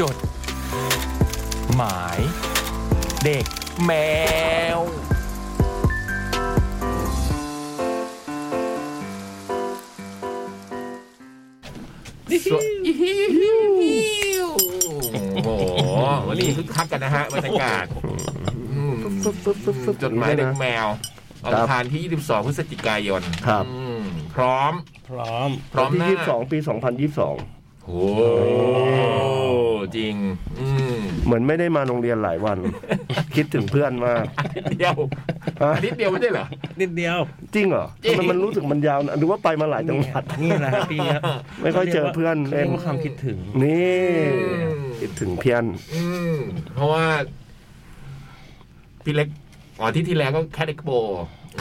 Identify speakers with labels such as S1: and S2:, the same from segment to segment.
S1: จด หมาย เด็กแมว
S2: โอ้โห วันนี้คึกคักกันนะฮะบรรยากาศอืมจดหมายเด็กแมวอังคารที่ 22 พฤศจิกายน
S3: ครับ
S2: อืมพร้อม
S4: พร้อม
S2: พร้อม
S3: วัน
S2: หน้า
S3: ที่ยี่สิบสองปีสองพันยี่สิบสอง
S2: โอ้จริง อืม
S3: เหมือนไม่ได้มาโรงเรียนหลายวัน คิดถึงเพื่อนมาก
S2: เดียวอาทิตย์เดียวไม่ใช่เหรอ
S4: นิดเดียว
S3: จริงเหรอ
S2: จริง
S3: ทำไมมันรู้สึกมันยาวนะนึกว่าไปมาหลายจังหวัด
S4: นี่แหละครับพี่ครับ
S3: ไม่ค่อยเจอเพื่อน
S4: เรียกว่า
S3: เอง
S4: ความคิดถึง
S3: นี่
S2: อืม
S3: คิดถึงเพี้ยน
S2: อืมเพราะว่า พี่เล็กอ๋ออาที่ที่แล้วก็แคดเอ็กโป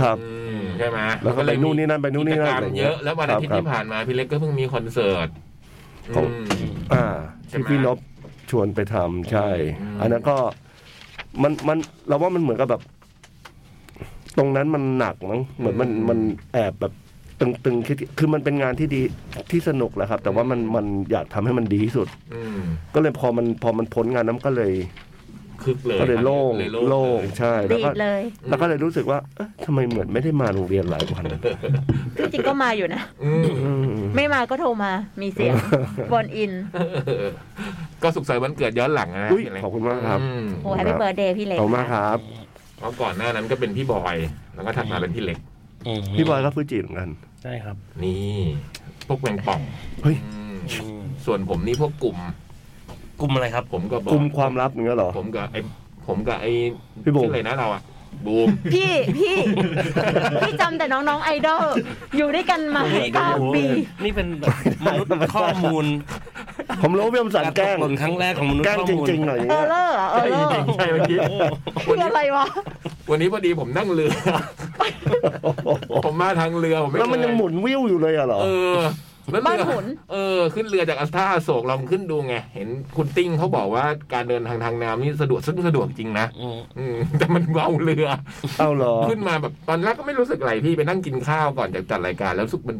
S3: ครับ
S2: อืมใช่ไหม
S3: แล้วก็ไปนู่นนี่นั่นไปนู่นนี่นั่น
S2: กิจกรรมเยอะ แล้ววันอาทิตย์ที่
S3: ครับ
S2: ผ่านมาพี่เล็กก็เพิ่งมีคอนเสิร์ต
S3: ของ
S2: อืม
S3: อ่า
S2: ใช่
S3: ที่
S2: ไหม
S3: พี่นบชวนไปทำใช่
S2: อืม
S3: อันนั้นก็มันมันเราว่ามันเหมือนกับแบบ ตรงนั้นมันหนักมั้งเหมือนมันมันแอบแบบตึงๆคิดคือมันเป็นงานที่ดีที่สนุกแหละครับ แต่ว่ามันมันอยากทำให้มันดีที่สุด
S2: อืม
S3: ก็เลยพอมันพอมันพ้นงานนั้นก็เลย
S2: คึกเลย
S3: ก็เลยโล่ง
S2: เลย
S3: โล่
S2: โล่
S3: ง
S2: ง
S3: ใช่แล้ว
S5: ดี
S3: ก็
S5: ดเลย
S3: แล้วก็เลยรู้สึกว่าเอ๊ะทำไมเหมือนไม่ได้มาโรงเรียนหลายวัน
S5: ที่จริงก็มาอยู่นะ
S2: อืม
S3: อืม
S5: ไม่มาก็โทรมา มีเสียง บอนอิน
S2: ก็สุขสันต์วันเกิดย้อนหลังนะ
S3: อุ๊ย
S2: พี่เล็ก
S3: ขอบคุณมากครับ
S2: อืม
S5: โอ้แฮปปี้เบิร์ดเดย์พี่เล็ก
S3: ขอบคุณมากครับ
S2: เพราะก่อนหน้านั้นก็เป็นพี่บอย แล้วก็ถัดมาเป็นพี่เล็ก
S3: พี่บอยก็ฟูจิเหมือนกัน
S4: ใช่ครับ
S2: นี่ พวกแมงป่อง
S3: เฮ้ย
S2: อืมส่วนผมนี่พวกกลุ่ม
S4: กลุ่มอะไรครับ
S2: ผมก็บอก
S3: กลุ่มความลับอย่างเงี้ยเหรอ
S2: ผมกับไอ้ผมกับไอ้
S3: พี่บูม
S2: ชื่ออะไรนะเราอะบูม
S5: พี่พี่พี่จำแต่น้องๆไอดอลอยู่ด้วยกันมาเก้าปี
S4: นี่เป็นแบบมนุษย์ข้อมูล
S3: ผมรู้พี่อมสันแกล้ง
S4: หล่นครั้งแรกของมนุษ
S3: แก
S4: ย์
S3: ล้ง
S4: ข้อ
S3: จ
S4: มูล
S3: ริงๆหน่อยอย่าง
S5: เออ
S3: เงี้ย
S5: เลอร์เหรอเออเลอร์
S2: ใช่เมื่อกี้
S4: โอ้
S5: คืออะไรวะ
S2: วันนี้พอดีผมนั่งเรือ ผมมาทางเรือผมไม่
S3: แล้วมัน
S2: เค
S3: ยังหมุนวิวอยู่เลยอะเหรอ
S2: เออแล้วเรือ
S5: บ้านหมุน
S2: เออ ขึ้นเรือจากอัสท่าอโศกลองขึ้นดูไง เห็นคุณติ้งเขาบอกว่าการเดินทางทางน้ำนี่สะดวกซึ่งสะดวกจริงนะ
S4: อืม
S2: อืม แต่มันเมาเรือ
S3: เอาเหรอ
S2: ขึ้นมาแบบตอนแรกก็ไม่รู้สึกอะไรพี่ไปนั่งกินข้าวก่อนจากจัดรายการแล้วรู้สึกมัน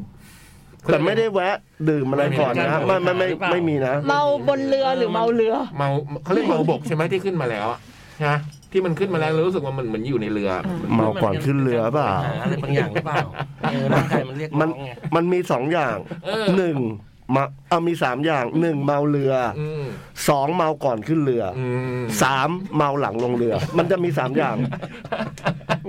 S3: แต่ไม่ได้แวะดื่มอะไรก่อนนะไม่ไม่ไม่ไม่มีนะ
S5: เมาบนเรือหรือเมาเรือ
S2: เมาเขาเรียกเมาบกใช่ไหมที่ขึ้นมาแล้วอะนะที่มันขึ้นมาแล้วเรารู้สึกว่ามันเหมือนอยู่ในเรืออ
S3: เมาก่อนขึ้นเรือเปล่า
S4: หอะไรบางอย่างหรือเปล่าเออร่างกายมันเรียกร้
S3: มั
S4: อน งไง
S3: มันมีสองอย่าง
S2: เออ
S3: หนึ่งเมาเอามีสามอย่างหนึ่งเมาเรือ
S2: อืม
S3: สองเมาก่อนขึ้นเรือ
S2: อืม
S3: สามเมาหลังลงเรือ มันจะมีสามอย่าง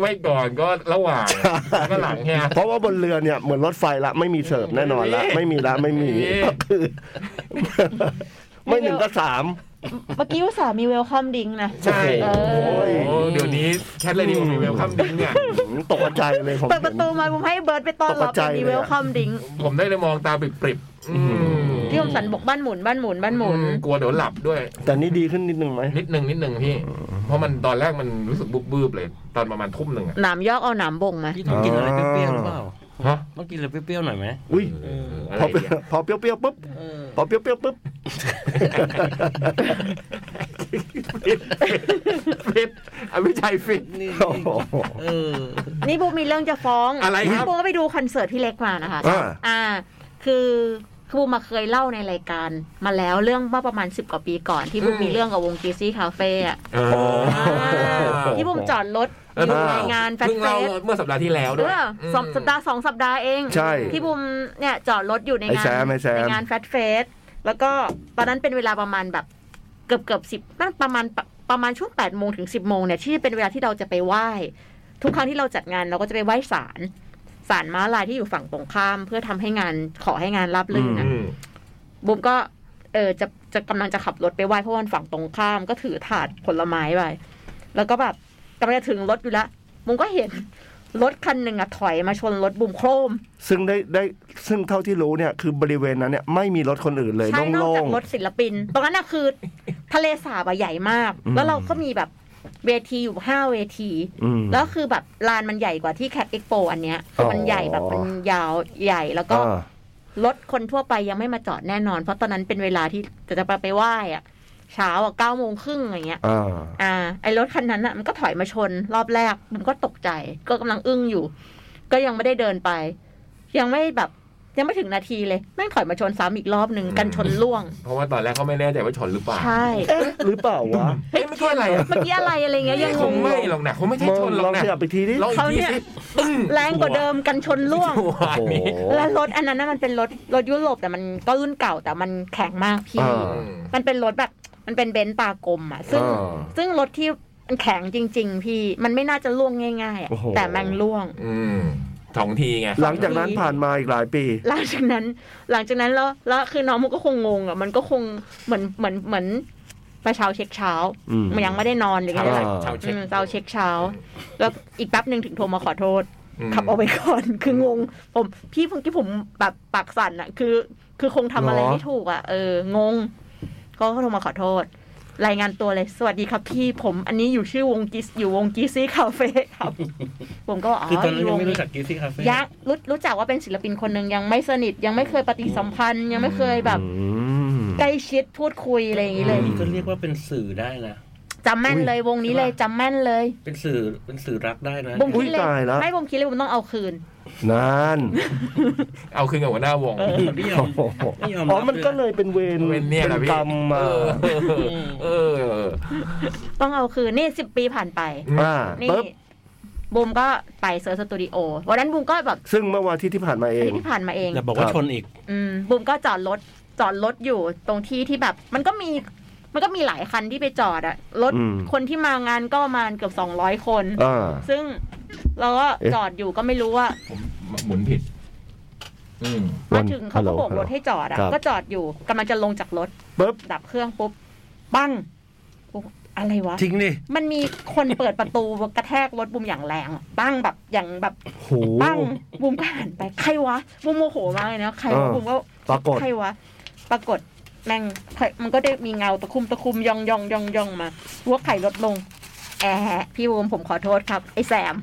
S2: ไม่ก่อนก็ระหว่างแล้วก็หลังแฮะ
S3: เพราะว่าบนเรือเนี่ยเหมือนรถไฟละไม่มีเสิร์ฟแน่นอนละ
S2: ไม่
S3: ไม่
S2: มี
S3: มีละไม่มี
S2: ไม่มี
S3: ก็คือ ไม่หนึ่งก็สาม
S5: เมื่อกี้อุตส่าห์มีเวลคัมดิงนะ
S2: ใช่
S5: เออ
S2: โอ้ยเดี๋ยวนี้แคทเลยดีผมมีเวลคัมดิ้งเนี่ย
S3: ตกใจเลยผม
S5: เปิดป
S3: เห็
S5: ระ
S3: น
S5: ตูมาผมให้เบิร์ดไปต้อนรั
S3: ต
S5: บ
S3: กใจ
S5: มี
S3: เลย
S5: เว
S3: อะ
S5: ลคัมดิง
S2: ผมได้เลยมองตาปริบๆอืม
S5: พี่คมสันบอกบ้านหมุนบ้านหมุนบ้านหมุน
S2: อืกลัวเดี๋ยวหลับด้วย
S3: แต่นี่ดีขึ้นนิดนึงไหม
S2: นิดนึงนิดนึงพี่ เพราะมันตอนแรกมันรู้สึกบุบบืบๆเลย ตอนประมาณทุ่มหนึ่งอะ
S5: หนามยอกเอาหนามบ่งมา
S4: พี่ต้องกินอะไรเปรี้ยวๆหรือเปล่า
S2: ฮะ
S4: ต้องกินอะไรเปรี้ยวๆหน่อยไหม
S3: อุ้ย
S2: เอออะ
S3: พ
S2: ไร
S3: อ
S2: เนี่ย
S3: พอเปรี้ยวๆปุ๊บ
S4: เออ
S3: พอเปรี้ยวๆปุ๊บ
S2: ฟิตฟิตอภิชัยฟิต
S4: นี่
S3: โอ้โห
S4: เออ
S5: นี่บุ๊กมีเรื่องจะฟ้อง
S2: อะไรครับ
S5: นี่บุ๊กก็ไปดูคอนเสิร์ตพี่เล็กมานะคะ
S3: อ่า
S5: อ่า คือคือบุ๊กมาเคยเล่าในรายการมาแล้วเรื่องเมื่อประมาณ 10 กว่าปีก่อนที่บุ๊กมีเรื่องกับวงกีซี่คาเฟ่อะ
S2: เออ
S3: โอ้
S5: ที่บุ๊กจอดรถอ
S2: เออเพิ่ง
S5: ยู่ใน
S2: เล่าง
S5: านแฟน
S2: เพิ่ง
S5: เฟ
S2: เล่า
S5: ส
S2: เมื่อสัปดาห์ที่แล้ว
S5: เอ
S2: ด้วย
S5: อสอง
S2: ม
S5: สัปดาห์สองสัปดาห์เอง
S3: ใช่
S5: ที่บุมเนี่ยจอดรถอยู่ใน
S3: ไอ้
S5: งาน
S3: แซมไอ้แซม
S5: ในงานแฟตเฟสแล้วก็ตอนนั้นเป็นเวลาประมาณแบบเกือบเกือบสิบนั่นประมาณปะประมาณช่วงแปดโมงถึงสิบโมงเนี่ยที่เป็นเวลาที่เราจะไปไหว้ ทุกครั้งที่เราจัดงานเราก็จะไปไหว้ศาลศาลม้าลายที่อยู่ฝั่งตรงข้าม เพื่อทำให้งานขอให้งานรับรื่นนะ
S2: อืม
S5: บุมก็เออจะจะกำลังจะขับรถไปไหว้เพราะวันฝั่งตรงข้ามก็ถือถาดผลไม้ไปแล้วก็แบบกำลังจะถึงรถอยู่ละบุมก็เห็นรถคันหนึ่งอะถอยมาชนรถบุมโครม
S3: ซึ่งได้ได้ซึ่งเท่าที่รู้เนี่ยคือบริเวณนั้นเนี่ยไม่มีรถคนอื่นเลย
S5: ใช่นอก
S3: โล่
S5: จาง กรถศิลปิน ตรงนั้นน่ะคือ ทะเลสาบอะใหญ่มาก
S3: อืม
S5: แล้วเราก็มีแบบเวทีอยู่ห้าเวที
S3: ๆอืม
S5: แล้วคือแบบลานมันใหญ่กว่าที่แคดเอ็กโปอันเนี้ยคือมัน
S3: อ๋อ
S5: ใหญ่แบบมันยาวใหญ่แล้วก็
S3: อ่าร
S5: ถคนทั่วไปยังไม่มาจอดแน่นอน เพราะตอนนั้นเป็นเวลาที่จะจะไปไปไหว้อะเช้าอะเก้าโมงครึ่งอะไรเงี้ย
S3: อ่า
S5: อ่า ไอรถคันนั้นอะมันก็ถอยมาชนรอบแรกมันก็ตกใจ ก็กำลังอึ้งอยู่ ก็ยังไม่ได้เดินไป ยังไม่แบบ ยังไม่ถึงนาทีเลยแม่งถอยมาชนซ้ำอีกรอบหนึ่งกันชนล่วง
S2: เพราะว่าตอนแรกเขาไม่แน่ใจว่าชนหรือเปล่า
S5: ใช่
S3: เอ๊ะหรือเปล่าวะ
S2: เอ้ยไม่ใช่อะไรอะ
S5: เมื่อกี้อะไรอะไรเงี้ยยัง
S2: ค
S5: ง
S2: ง
S5: ง
S2: ไม่หรอกนะเขาไม่ใช่
S3: มอ
S2: ช
S3: ง
S2: นหร
S3: ล
S2: อ
S3: อก ง
S2: นะ
S3: ขยับไปทีนี้
S2: ลองอีกทีสิตึ้ง
S5: แรงกว่าเดิมกันชนล่วง
S2: หัว
S3: โอ้โห
S5: และรถอันนั้นน่ะมันเป็นรถรถยุโรปแต่มันก็รุ่นเก่าแต่มันแข็งมากพี่
S3: อ่า
S2: อืม
S5: มันเป็นรถแบบมันเป็นเบนซ์ปลากลมอ่ะ ซึ่ง
S3: อ่า
S5: ซึ่งรถที่มันแข็งจริง ๆ พี่มันไม่น่าจะล่วงง่ายๆอะ
S3: โอ้โห
S5: แต่แมันล่วง
S2: อืมสองทีไง
S3: หลังจากนั้นผ่านมาอีกหลายปี
S5: หลังจากนั้น หลังจากนั้นแล้วแล้วคือน้องมันก็คงงงอ่ะมันก็คงเหมือนเหมือนเหมือนไปเช้าเช็คเช้า
S3: อืม
S5: มันยังไม่ได้นอนหรือไง
S2: เช้า
S5: นั่น
S2: อะไร
S5: แหละ
S2: เช้าเช็ค
S5: อืมเช้าเช็คเช้า แล้วอีกแป๊บหนึ่งถึงโทรมาขอโทษ
S2: อืม
S5: ขับออกไปก่อน คืองง ผมพี่เมื่อกี้ผมแบบปากสั่นอะคือ คือคงทำอะไร
S3: หรอ
S5: ไม่ถูกอะเอองงก็โทรมาขอโทษ รายงานตัวเลย สวัสดีครับพี่ผมอันนี้อยู่ชื่อวงกิสอยู่วงกิซี่คาเฟ่ ครับ ผมก็บอกอ๋
S4: คือ
S5: อ
S4: ตอนนั้น
S5: อี
S4: ยัง
S5: วง
S4: ไม่
S5: นี้
S4: รู้จักกิซี่คาเฟ่
S5: ยักรู้รู้จักว่าเป็นศิลปินคนหนึ่งยังไม่สนิทยังไม่เคยปฏิสัมพันธ์ยังไม่เคยแบบ
S3: อืม
S5: ใกล้ชิดพูดคุยอะไรอย่างนี้เลย
S4: นี่ก็เรียกว่าเป็นสื่อได้นะ
S5: จำแม่นเลยวงนี้เลยจำแม่นเลย
S4: เป็นสื่อเป็นสื่อรักได้นะ
S5: ผม
S3: อุ๊ย
S5: คิดเล
S3: ตาย
S5: ย
S3: แล้ว
S5: ไม่ผมคิดเลยผมต้องเอาคืน
S3: นั่น
S2: เอาขึ้นกับหัวหน้าวง
S4: เออไม่ยอมไม่ยอม
S3: อ๋อ
S4: รับ
S3: มันก็เลยเป็นเวร
S2: เป็นเนี่ยแหละพี่
S3: กรรมมา
S2: เออเออเออ
S5: ต้องเอาคืนนี่สิบปีผ่านไป
S2: ม
S3: อ่า
S5: นี่
S3: ปึ๊บ
S5: บูมก็ไปเซิร์ชสตูดิโอวันนั้นบูมก็แบบ
S3: ซึ่งเมื่อวันที่ที่ผ่านมาเอ
S5: อั
S3: ง
S5: นนี้ที่ผ่านมาเอง
S4: อย่าบอกว่าชนอีก
S5: อืมบูมก็จอดรถจอดรถอยู่ตรงที่ที่แบบ มันก็มีมันก็มีหลายคันที่ไปจอดอะรถ
S3: อืม
S5: คนที่มางานก็ประมาณเกือบสองร้อยคน
S3: อ่า
S5: ซึ่งเราก็
S3: เอ๊ะ
S5: จอดอยู่ก็ไม่รู้ว่า
S2: ผมหมุนผิด อืม
S5: มาถึงเขาก็โบกรถให้จอดอะ
S3: ครับ
S5: ก็จอดอยู่กำลังจะลงจากรถ
S3: ปึ๊บ
S5: ดับเครื่องปุ๊บปั้งปุ๊บอะไรวะ
S4: จริงดิ
S5: มันมีคนเปิดประตูกระแทกรถบูมอย่างแรงอะปั้งแบบอย่างแบบ
S3: โห
S5: ปั้งบูมก็หันไปใครวะบูมโมโหมากเลยนะใครวะ
S3: เออ
S5: บูมก็
S3: ปรากฏ
S5: ใครวะ ปรากฏแม่งใครมันก็ได้มีเงาตะคุ่มตะคุ่มยองยองยองยองมาวัวไข่ลดลง แอะพี่บูมผมขอโทษครับ ไอ้แสม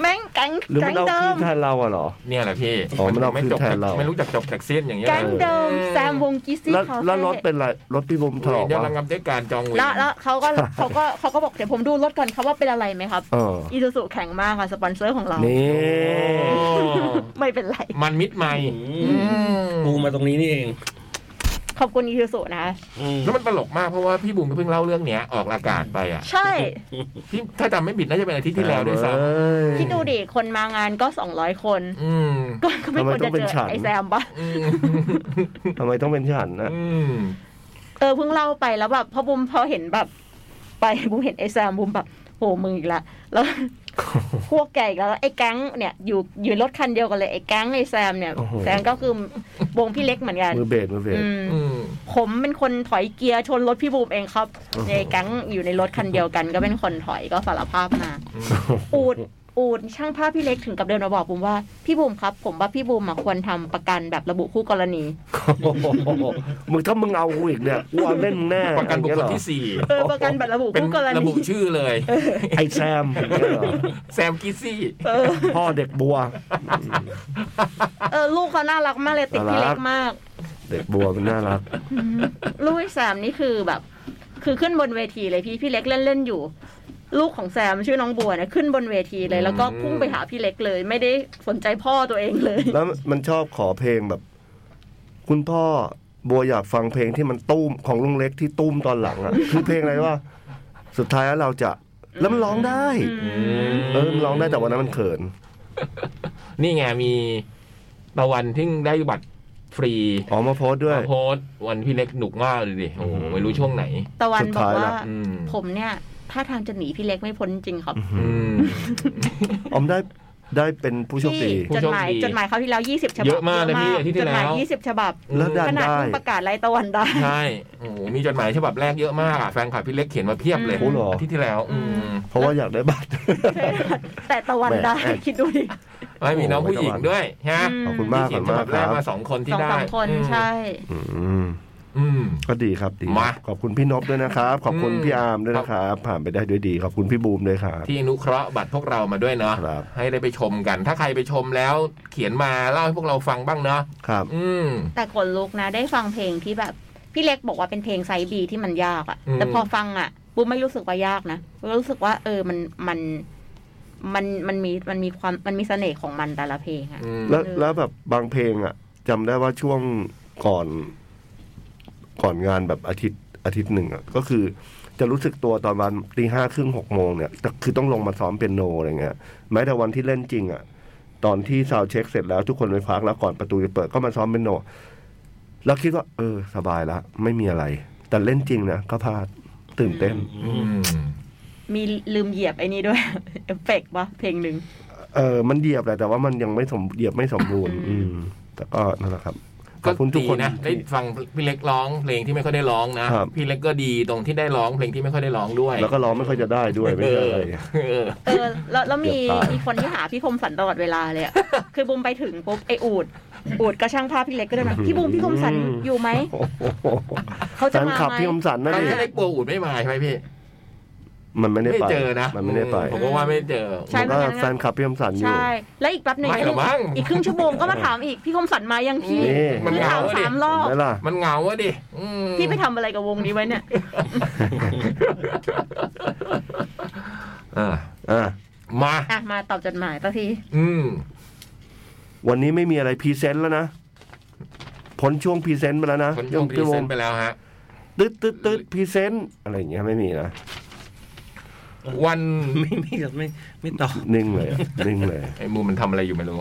S5: แม่งแก๊ง
S3: หรือ
S5: แก๊
S3: มัน
S5: ง
S3: เอา
S5: เดิ
S3: คื
S5: ม
S3: นแทนเราอะเหรอ
S2: เนี่ยแหละพี่
S3: อ๋อมันเอา
S2: ไม่
S3: ขึ้น
S2: จบ
S3: แทนเรา
S2: ไม่รู้จักจบแท็กซี่อย่างเงี้ย
S5: แก๊งเดิมแซมวงกิซี่
S3: แล้ว
S5: เขา
S3: แล้วรถเป็นไรรถพี่บุมถ
S2: ถ
S3: ล
S2: ล
S3: อ
S2: อกกยัง
S3: วะ
S2: ระงับด้วยการจองเวร
S5: แล้วแล้วเขาก็เขาก็เขาก็บอกเดี๋ยวผมดูรถก่อนครับว่าเป็นอะไรไหมครับ
S3: เออ
S5: อีซูซูแข็งมากค่ะสปอนเซอร์ของเราน
S3: นี่
S2: โอ้
S5: ไม่เป็นไร
S2: มันมิดไม่
S4: อื ปูมาตรงนี้นี่เอง
S5: ขอบคุณอีซูซูนะ
S4: อืม
S2: แล้วมันตลกมากเพราะว่าพี่บุ๋มก็เพิ่งเล่าเรื่องเนี้ย ออกอากาศไปอ่ะ
S5: ใช่
S2: ที่ถ้าจำไม่ผิดน่าจะเป็นอาทิตย์ที่แล้วด้วยซ้
S5: คิดดูดิ คนมางานก็สองร้อยคน
S2: ำอืม
S5: ก็ก็ไม่
S3: ทำ
S5: ค
S3: ไม
S5: วร
S3: ต้อ
S5: จะ
S3: ง
S5: เจ
S3: เป็น
S5: อ
S3: ฉัน
S5: ไอ้แซมปะ
S2: อืม
S3: ทำไมต้องเป็นฉันนะ
S2: อืม
S5: เออเพิ่งเล่าไปแล้วแบบพอบุมพอเห็นแบบ ไปบุมเห็นไอ้แซมบุมแบบโหมึงอีกละแล้ว พวกแกอีกแล้วไอ้แก๊งเนี่ยอยู่อยู่รถคันเดียวกันเลยไอ้แก๊งไอ้แซมเนี่ย
S3: โอ้โห
S5: แซมก็คือวงพี่เล็กเหมือนกัน
S3: มือเบสมือเบส
S5: อืม
S2: อืม
S5: ผมเป็นคนถอยเกียร์ชนรถพี่บูมเองครับ
S3: โอ้โห
S5: ในแก๊งอยู่ในรถคันเดียวกัน ก็เป็นคนถอยก็สารภาพมา อูดอูดช่างภาพพี่เล็กถึงกับเดินมาบอกบุมว่าพี่บูมครับ ผมว่าพี่บูมอะควรทำประกันแบบระบุคู่กรณี
S3: โอ้โหมึงถ้ามึงเอากูอีกเนี่ยกูเอาเล่นมึงแน่
S2: ประกันบุคคลที่สี่
S5: เออประกันแบบระบุ
S2: เป็น
S5: คู่กร
S2: ระ
S5: ณี
S2: บุชื่อเลย
S3: ไอ้แซมอย่างเงี้ยเหรอ
S2: แซมกิซซี่
S5: เออ
S3: พ่อเด็กบัว
S5: เออลูกเขาน่ารักมากเลยติด
S3: น่ารัก
S5: พี่เล็กมาก
S3: เด็กบัวมันน่ารัก
S5: อืมลูกไอ้แซมนี่คือแบบ คือขึ้นบนเวทีเลยพี่พี่เล็กเล่นเล่นๆอยู่ ลูกของแซมชื่อน้องบัวเนี่ยขึ้นบนเวทีเลย แล้วก็
S2: อืม
S5: พุ่งไปหาพี่เล็กเลย ไม่ได้สนใจพ่อตัวเองเลย
S3: แล้วมันชอบขอเพลงแบบ คุณพ่อบัวอยากฟังเพลงที่มันตุ้มของลุงเล็กที่ตุ้มตอนหลังอ่ะ คือเพลงอะไรว่า สุดท้ายแล้วเราจะแล้วมันร้องได้เออมันร้องได้แต่วันนั้นมันเขิน
S2: นี่ไงมีตะวันที่ได้บัตรฟรี
S3: ออกมาโพสต์ด้วย
S2: มาโพสต์วันพี่เล็กหนุกมากเลยดิโอ้โห
S3: อืม
S2: ไม่รู้ช่วงไหน
S5: ตะวันบอกว่า
S2: อืม
S5: ผมเนี่ยท่าทางจะหนีพี่เล็กไม่พ้นจริงครับ
S2: อืม
S3: ออมได้ได้เป็นผู้โชค
S5: ที่
S3: ดี
S5: จดหมาย
S2: ผู้โชคดี
S5: จดหมายเขาวที่แล้วยี่สิบฉบับ
S2: เยอะมากเลยพี่อาทิตย์ที่
S5: จดหมาย
S2: แล้ว
S5: ยี่สิบฉบับ
S3: แล้วดัน
S5: ขนาด
S3: ได้
S5: เพิ่งประกาศไล่ตะวันได้
S2: ใช่โอ้โหมีจดหมายฉบับแรกเยอะมากอะแฟนคลับพี่เล็กเขียนมาเพียบเลย
S3: โอ้โหเหรออ
S2: าทิตย์ที่แล้ว อืม
S3: เพราะว่าอยากได้บัตร
S5: แต่ตะวันได้
S3: แหม่
S5: คิดดูดิ
S2: แล้วมีน้องผู้หญิงด้วยฮะ
S3: ขอบคุณมาก
S2: ที่เขียน
S3: ข
S2: ฉ
S3: อบคุณ
S2: บั
S3: มา
S2: บแรก
S3: กครับ
S2: มาสองคนที่
S5: สอง
S2: ได้
S5: สามคน
S2: อืม
S5: ใช่
S3: อืม
S2: อืม
S3: ก็ดีครับดี
S2: มา
S3: ขอบคุณพี่นพด้วยนะครับ ขอบคุณ
S2: อืม
S3: พี่อาร์มด้วยนะครับ ผ่านไปได้ด้วยดี ขอบคุณพี่บูมด้วยครับ
S2: ที่อนุเคราะห์บัตรพวกเรามาด้วยเนาะ
S3: ครับ
S2: ให้ได้ไปชมกัน ถ้าใครไปชมแล้วเขียนมาเล่าให้พวกเราฟังบ้างเนาะ
S3: ครับ
S2: อืม
S5: แต่ขนลุกนะได้ฟังเพลงที่แบบ พี่เล็กบอกว่าเป็นเพลงไซบีที่มันยากอะ
S2: อืม
S5: แต่พอฟังอะปุ๊บไม่รู้สึกว่ายากนะรู้สึกว่า เออมันมัน มันมันมีมันมีความมันมีเสน่ห์ของมันแต่ละเพลงอะ
S2: อืม
S3: แล้วแล้วแบบบางเพลงอ่ะจำได้ว่าช่วงก่อนก่อนงานแบบอาทิตย์อาทิตย์หนึ่งอ่ะก็คือจะรู้สึกตัวตอนวันตีห้าครึ่งหกโมงเนี่ยแต่คือต้องลงมาซ้อมเปียโนอะไรเงี้ยแม้แต่วันที่เล่นจริงอ่ะตอนที่ซาวด์เช็คเสร็จแล้วทุกคนไปพักแล้วก่อนประตูจะเปิดก็มาซ้อมเปียโน แล้วคิดว่า เออ สบายละไม่มีอะไร แต่เล่นจริงนะก็พลาดตื่นเต้น
S2: อืม
S5: มีลืมเหยียบไอ้นี้ด้วย เอฟเฟกต์วะเพลงหนึ่ง
S3: เออมันเหยียบแหละแต่ว่ามันยังไม่สมเหยียบไม่สมบูรณ์
S5: อื
S3: อื
S5: ม
S3: ม แต่ก็นั่นแหละครับข
S2: ก็
S3: อบคุณทุก
S2: ดี
S3: คน
S2: นะได้ฟังพี่เล็กร้องเพลงที่ไม่ค่อยได้ร้องนะครับ พี่เล็กก็ดีตรงที่ได้ร้องเพลงที่ไม่ค่อยได้ร้องด้วย
S3: แล้วก็ร้องไม่ค่อยจะได้ด้วยไม่ใช่อะไร
S2: เออ
S5: เออแล้วแล้วมี
S3: เกือบตาย
S5: มีคนที่หาพี่คมสันตลอดเวลาเลยอะ คือบุมไปถึงปุ๊บไออูดอูดก็ช่างภาพพี่เล็กก็เดินมาพี่บุมพี่คมสันอยู่ไหม
S3: โอ้โห
S5: เขา
S3: แฟ
S5: จะ
S3: น
S5: มา
S3: คลับ
S5: ไหม
S3: พี่คมสันนะ
S2: ตอน
S3: ดิ
S2: นี้ได้กลัวอูดไม่มาใช่ไหมพี่
S3: มันไม่ได้
S2: ไม่
S3: ไป
S2: เจอนะ
S3: มันไม่ได้ไป
S2: อืผมก็ว่าไม่เจอ
S5: ใช่
S3: มัน
S5: ไหม
S3: ก็
S5: งั้น
S3: แฟนคลับพี่คมสันอยู่
S5: ใช่ แล้วอีกแป๊บหนึ่ง
S2: ไม่หรอกมั้ง
S5: อีกครึ่งชั่วโมงก็มาถามอีกพี่คมสันมายังพี่
S3: นี่
S2: มันเหา
S5: ถาง
S2: ม อะดิ
S5: สามรอบ
S3: เห็นไหมล่ะ
S2: มันเหงาอะดิอืม
S5: พี่ไปทำอะไรกับวงนี้ไว้เนี่ย
S2: เออ
S3: อ่ะ
S2: มา
S5: อ่ะมาตอบจดหมายตักที
S2: อืม
S3: วันนี้ไม่มีอะไรพรีเซนต์แล้วนะพ้นช่วงพรีเซนต์ไปแล้วนะ
S2: คนชมพรีเซนต์ไปแล้วฮะ
S3: ตึ๊ดตึ๊ดตึ๊ดพรีเซนต์อะไรอย่างเงี้ยไม่มีนะ
S2: วัน
S4: ไม่ไม่ไม่ไม่ตอบ
S3: นิ่งเลยอะนิ่งเลย
S2: ไอ้มูมันทำอะไรอยู่ไม่รู้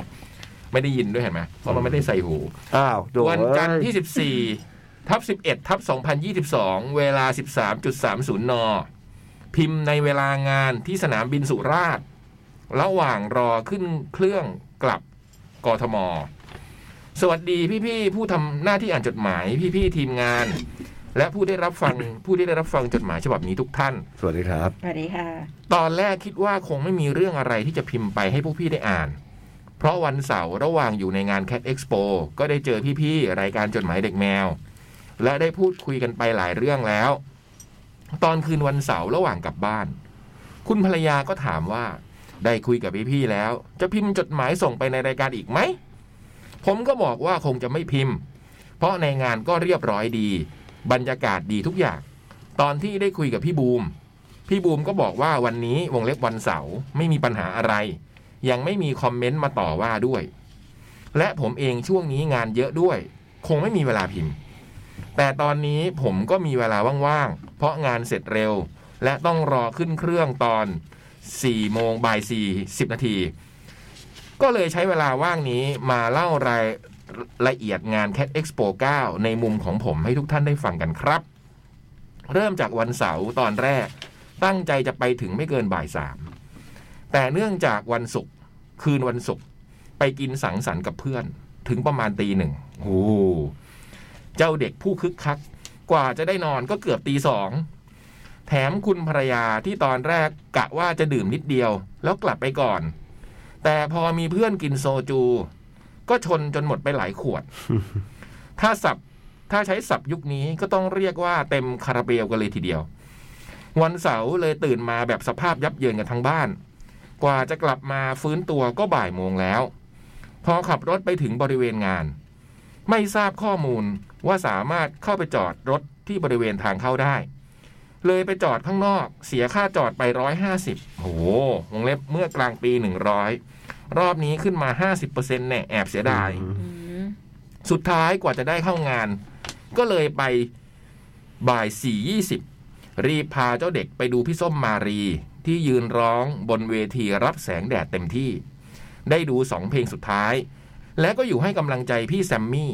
S2: ไม่ได้ยินด้วยเห็นไหมเพราะมันไม่ได้ใส่หู
S3: อ้าวโด
S2: วันจันทร์ที่
S3: เอ้ย
S2: 14 ทับ 11 ทับ 2022 เวลา 13.30 น พิมพ์ในเวลางานที่สนามบินสุราษฎร์ ระหว่างรอขึ้นเครื่องกลับกทม สวัสดีพี่ๆผู้ทำหน้าที่อ่านจดหมายพี่ๆทีมงาน และผู้ได้รับฟัง ผู้ที่ได้รับฟังจดหมายฉบับนี้ทุกท่าน
S3: สวัสดีครับ
S5: สวัสดีค่ะ
S2: ตอนแรกคิดว่าคงไม่มีเรื่องอะไรที่จะพิมพ์ไปให้พวกพี่ได้อ่าน เพราะวันเสาร์ระหว่างอยู่ในงาน Cat Expo ก็ได้เจอพี่ๆ รายการจดหมายเด็กแมว และได้พูดคุยกันไปหลายเรื่องแล้ว ตอนคืนวันเสาร์ระหว่างกลับบ้าน คุณภรรยาก็ถามว่า ได้คุยกับพี่ๆ แล้ว จะพิมพ์จดหมายส่งไปในรายการอีกไหม ผมก็บอกว่าคงจะไม่พิมพ์ เพราะในงานก็เรียบร้อยดี บรรยากาศดีทุกอย่าง ตอนที่ได้คุยกับพี่บูม พี่บูมก็บอกว่าวันนี้วงเล็บวันเสาร์ไม่มีปัญหาอะไร ยังไม่มีคอมเมนต์มาต่อว่าด้วย และผมเองช่วงนี้งานเยอะด้วย คงไม่มีเวลาพิมพ์ แต่ตอนนี้ผมก็มีเวลาว่างๆ เพราะงานเสร็จเร็ว และต้องรอขึ้นเครื่องตอน 4 โมงบ่าย4 10 นาที ก็เลยใช้เวลาว่างนี้มาเล่ารายละเอียดงาน Cat Expo 9 ในมุมของผมให้ทุกท่านได้ฟังกันครับ เริ่มจากวันเสาร์ตอนแรก ตั้งใจจะไปถึงไม่เกินบ่ายสาม แต่เนื่องจากวันศุกร์คืนวันศุกร์ไปกินสังสรรค์กับเพื่อน ถึงประมาณตีหนึ่งโอ้โหเจ้าเด็กผู้คึกคัก กว่าจะได้นอนก็เกือบตีสอง แถมคุณภรรยาที่ตอนแรกกะว่าจะดื่มนิดเดียว แล้วกลับไปก่อน แต่พอมีเพื่อนกินโซจู ก็ชนจนหมดไปหลายขวด ถ้าสับถ้าใช้สับยุคนี้ก็ต้องเรียกว่าเต็มคาราเบลกันเลยทีเดียว วันเสาร์เลยตื่นมาแบบสภาพยับเยินกันทั้งบ้าน กว่าจะกลับมาฟื้นตัวก็บ่ายโมงแล้ว พอขับรถไปถึงบริเวณงาน ไม่ทราบข้อมูลว่าสามารถเข้าไปจอดรถที่บริเวณทางเข้าได้ เลยไปจอดข้างนอก เสียค่าจอดไปร้อยห้าสิบโอ้โหวงเล็บเมื่อกลางปีหนึ่งร้อยรอบนี้ขึ้นมาห้าสิบเปอร์เซ็นต์เนี่ยแอบเสียดาย
S5: อืม
S2: สุดท้ายกว่าจะได้เข้างาน ก็เลยไปบ่ายสี่ยี่สิบรีบพาเจ้าเด็กไปดูพี่ส้มมารี ที่ยืนร้องบนเวทีรับแสงแดดเต็มที่ ได้ดูสองเพลงสุดท้าย และก็อยู่ให้กำลังใจพี่แซมมี่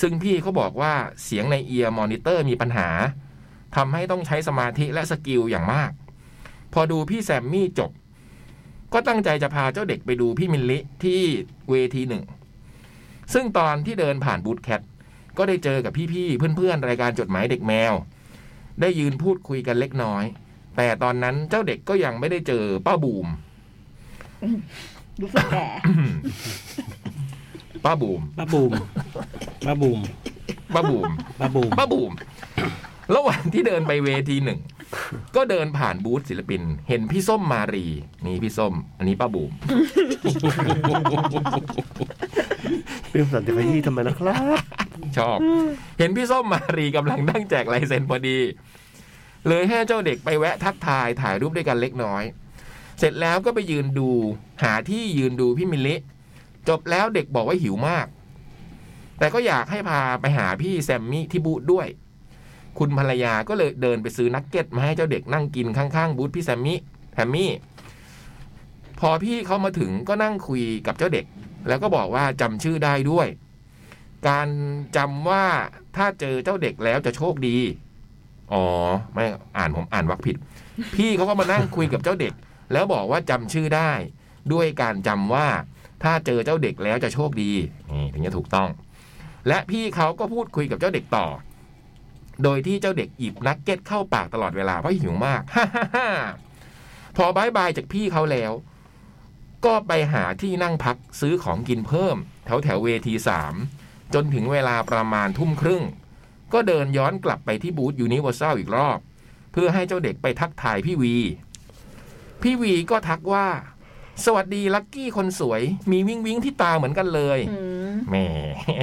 S2: ซึ่งพี่เขาบอกว่าเสียงในเอียร์มอนิเตอร์มีปัญหาทำให้ต้องใช้สมาธิและสกิลอย่างมาก พอดูพี่แซมมี่จบ ก็ตั้งใจจะพาเจ้าเด็กไปดูพี่มิลลิที่เวทีหนึ่ง ซึ่งตอนที่เดินผ่านบูธแคทก็ได้เจอกับพี่ๆ เพื่อนๆ รายการจดหมายเด็กแมว ได้ยืนพูดคุยกันเล็กน้อย แต่ตอนนั้นเจ้าเด็กก็ยังไม่ได้เจอป้าบูม
S5: รู้สึกแก่
S2: ป้าบูม
S4: ป้าบูมป้าบูม
S2: ป้าบูม
S4: ป้าบูม
S2: ป้าบูม ระหว่างที่เดินไปเวทีหนึ่ง ก็เดินผ่านบูธศิลปิน เห็นพี่ส้มมารี นี่พี่ส้ม อันนี้ป้าบูม
S3: พี่คมสันจะขยี้ทำไมล่ะครับ
S2: ชอบ เห็นพี่ส้มมารีกำลังนั่งแจกลายเซ็นพอดี เลยให้เจ้าเด็กไปแวะทักทายถ่ายรูปด้วยกันเล็กน้อย เสร็จแล้วก็ไปยืนดูหาที่ยืนดูพี่มิลลิจบแล้วเด็กบอกว่าหิวมาก แต่ก็อยากให้พาไปหาพี่แซมมี่ที่บูธด้วย คุณภรรยาก็เลยเดินไปซื้อนักเก็ตมาให้เจ้าเด็กนั่งกินข้างๆบูธพี่แซมมี่แฮมมี่ พอพี่เขามาถึงก็นั่งคุยกับเจ้าเด็ก แล้วก็บอกว่าจำชื่อได้ด้วย การจำว่าถ้าเจอเจ้าเด็กแล้วจะโชคดี อ๋อ ไม่อ่านผมอ่านวักผิด พี่เขาก็มานั่งคุยกับเจ้าเด็ก แล้วบอกว่าจำชื่อได้ ด้วยการจำว่า ถ้าเจอเจ้าเด็กแล้วจะโชคดีนี่ถึงจะถูกต้อง และพี่เขาก็พูดคุยกับเจ้าเด็กต่อ โดยที่เจ้าเด็กหยิบนักเก็ตเข้าปากตลอดเวลาเพราะหิวมาก พอบายบายจากพี่เขาแล้ว ก็ไปหาที่นั่งพักซื้อของกินเพิ่ม แถวแถวเวทีสามจนถึงเวลาประมาณทุ่มครึ่ง ก็เดินย้อนกลับไปที่บูธยูนิเวอร์แซลอีกรอบ เพื่อให้เจ้าเด็กไปทักทายพี่วี พี่วีก็ทักว่า สวัสดีลักกี้คนสวย มีวิ้งวิ้งที่ตาเหมือนกันเลย
S5: อืม
S2: แหม่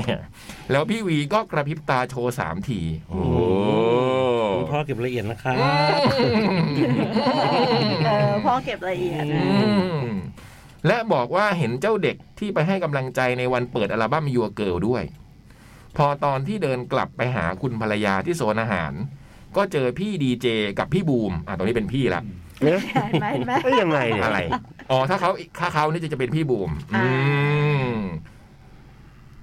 S2: แล้วพี่วีก็กระพริบตาโชว์สามที โอ้โห
S4: คุณพ่อเก็บละเอียดนะครับ
S5: เออพ่อเก็บละเอียดนะ
S2: อืมและบอกว่าเห็นเจ้าเด็กที่ไปให้กำลังใจในวันเปิดอัลบั้มยัวเกิลด้วย พอตอนที่เดินกลับไปหาคุณภรรยาที่โซนอาหาร ก็เจอพี่ดีเจกับพี่บูม อ่ะตอนนี้เป็นพี่ละ
S3: เนี่ย
S5: ใช่ไหมเห็นไหม
S3: เอ้ยยังไงเนี่ย
S2: อะไร อ๋อ ถ้าเขาถ้าเขานี่จะเป็นพี่บูม
S5: อ่า
S2: อืม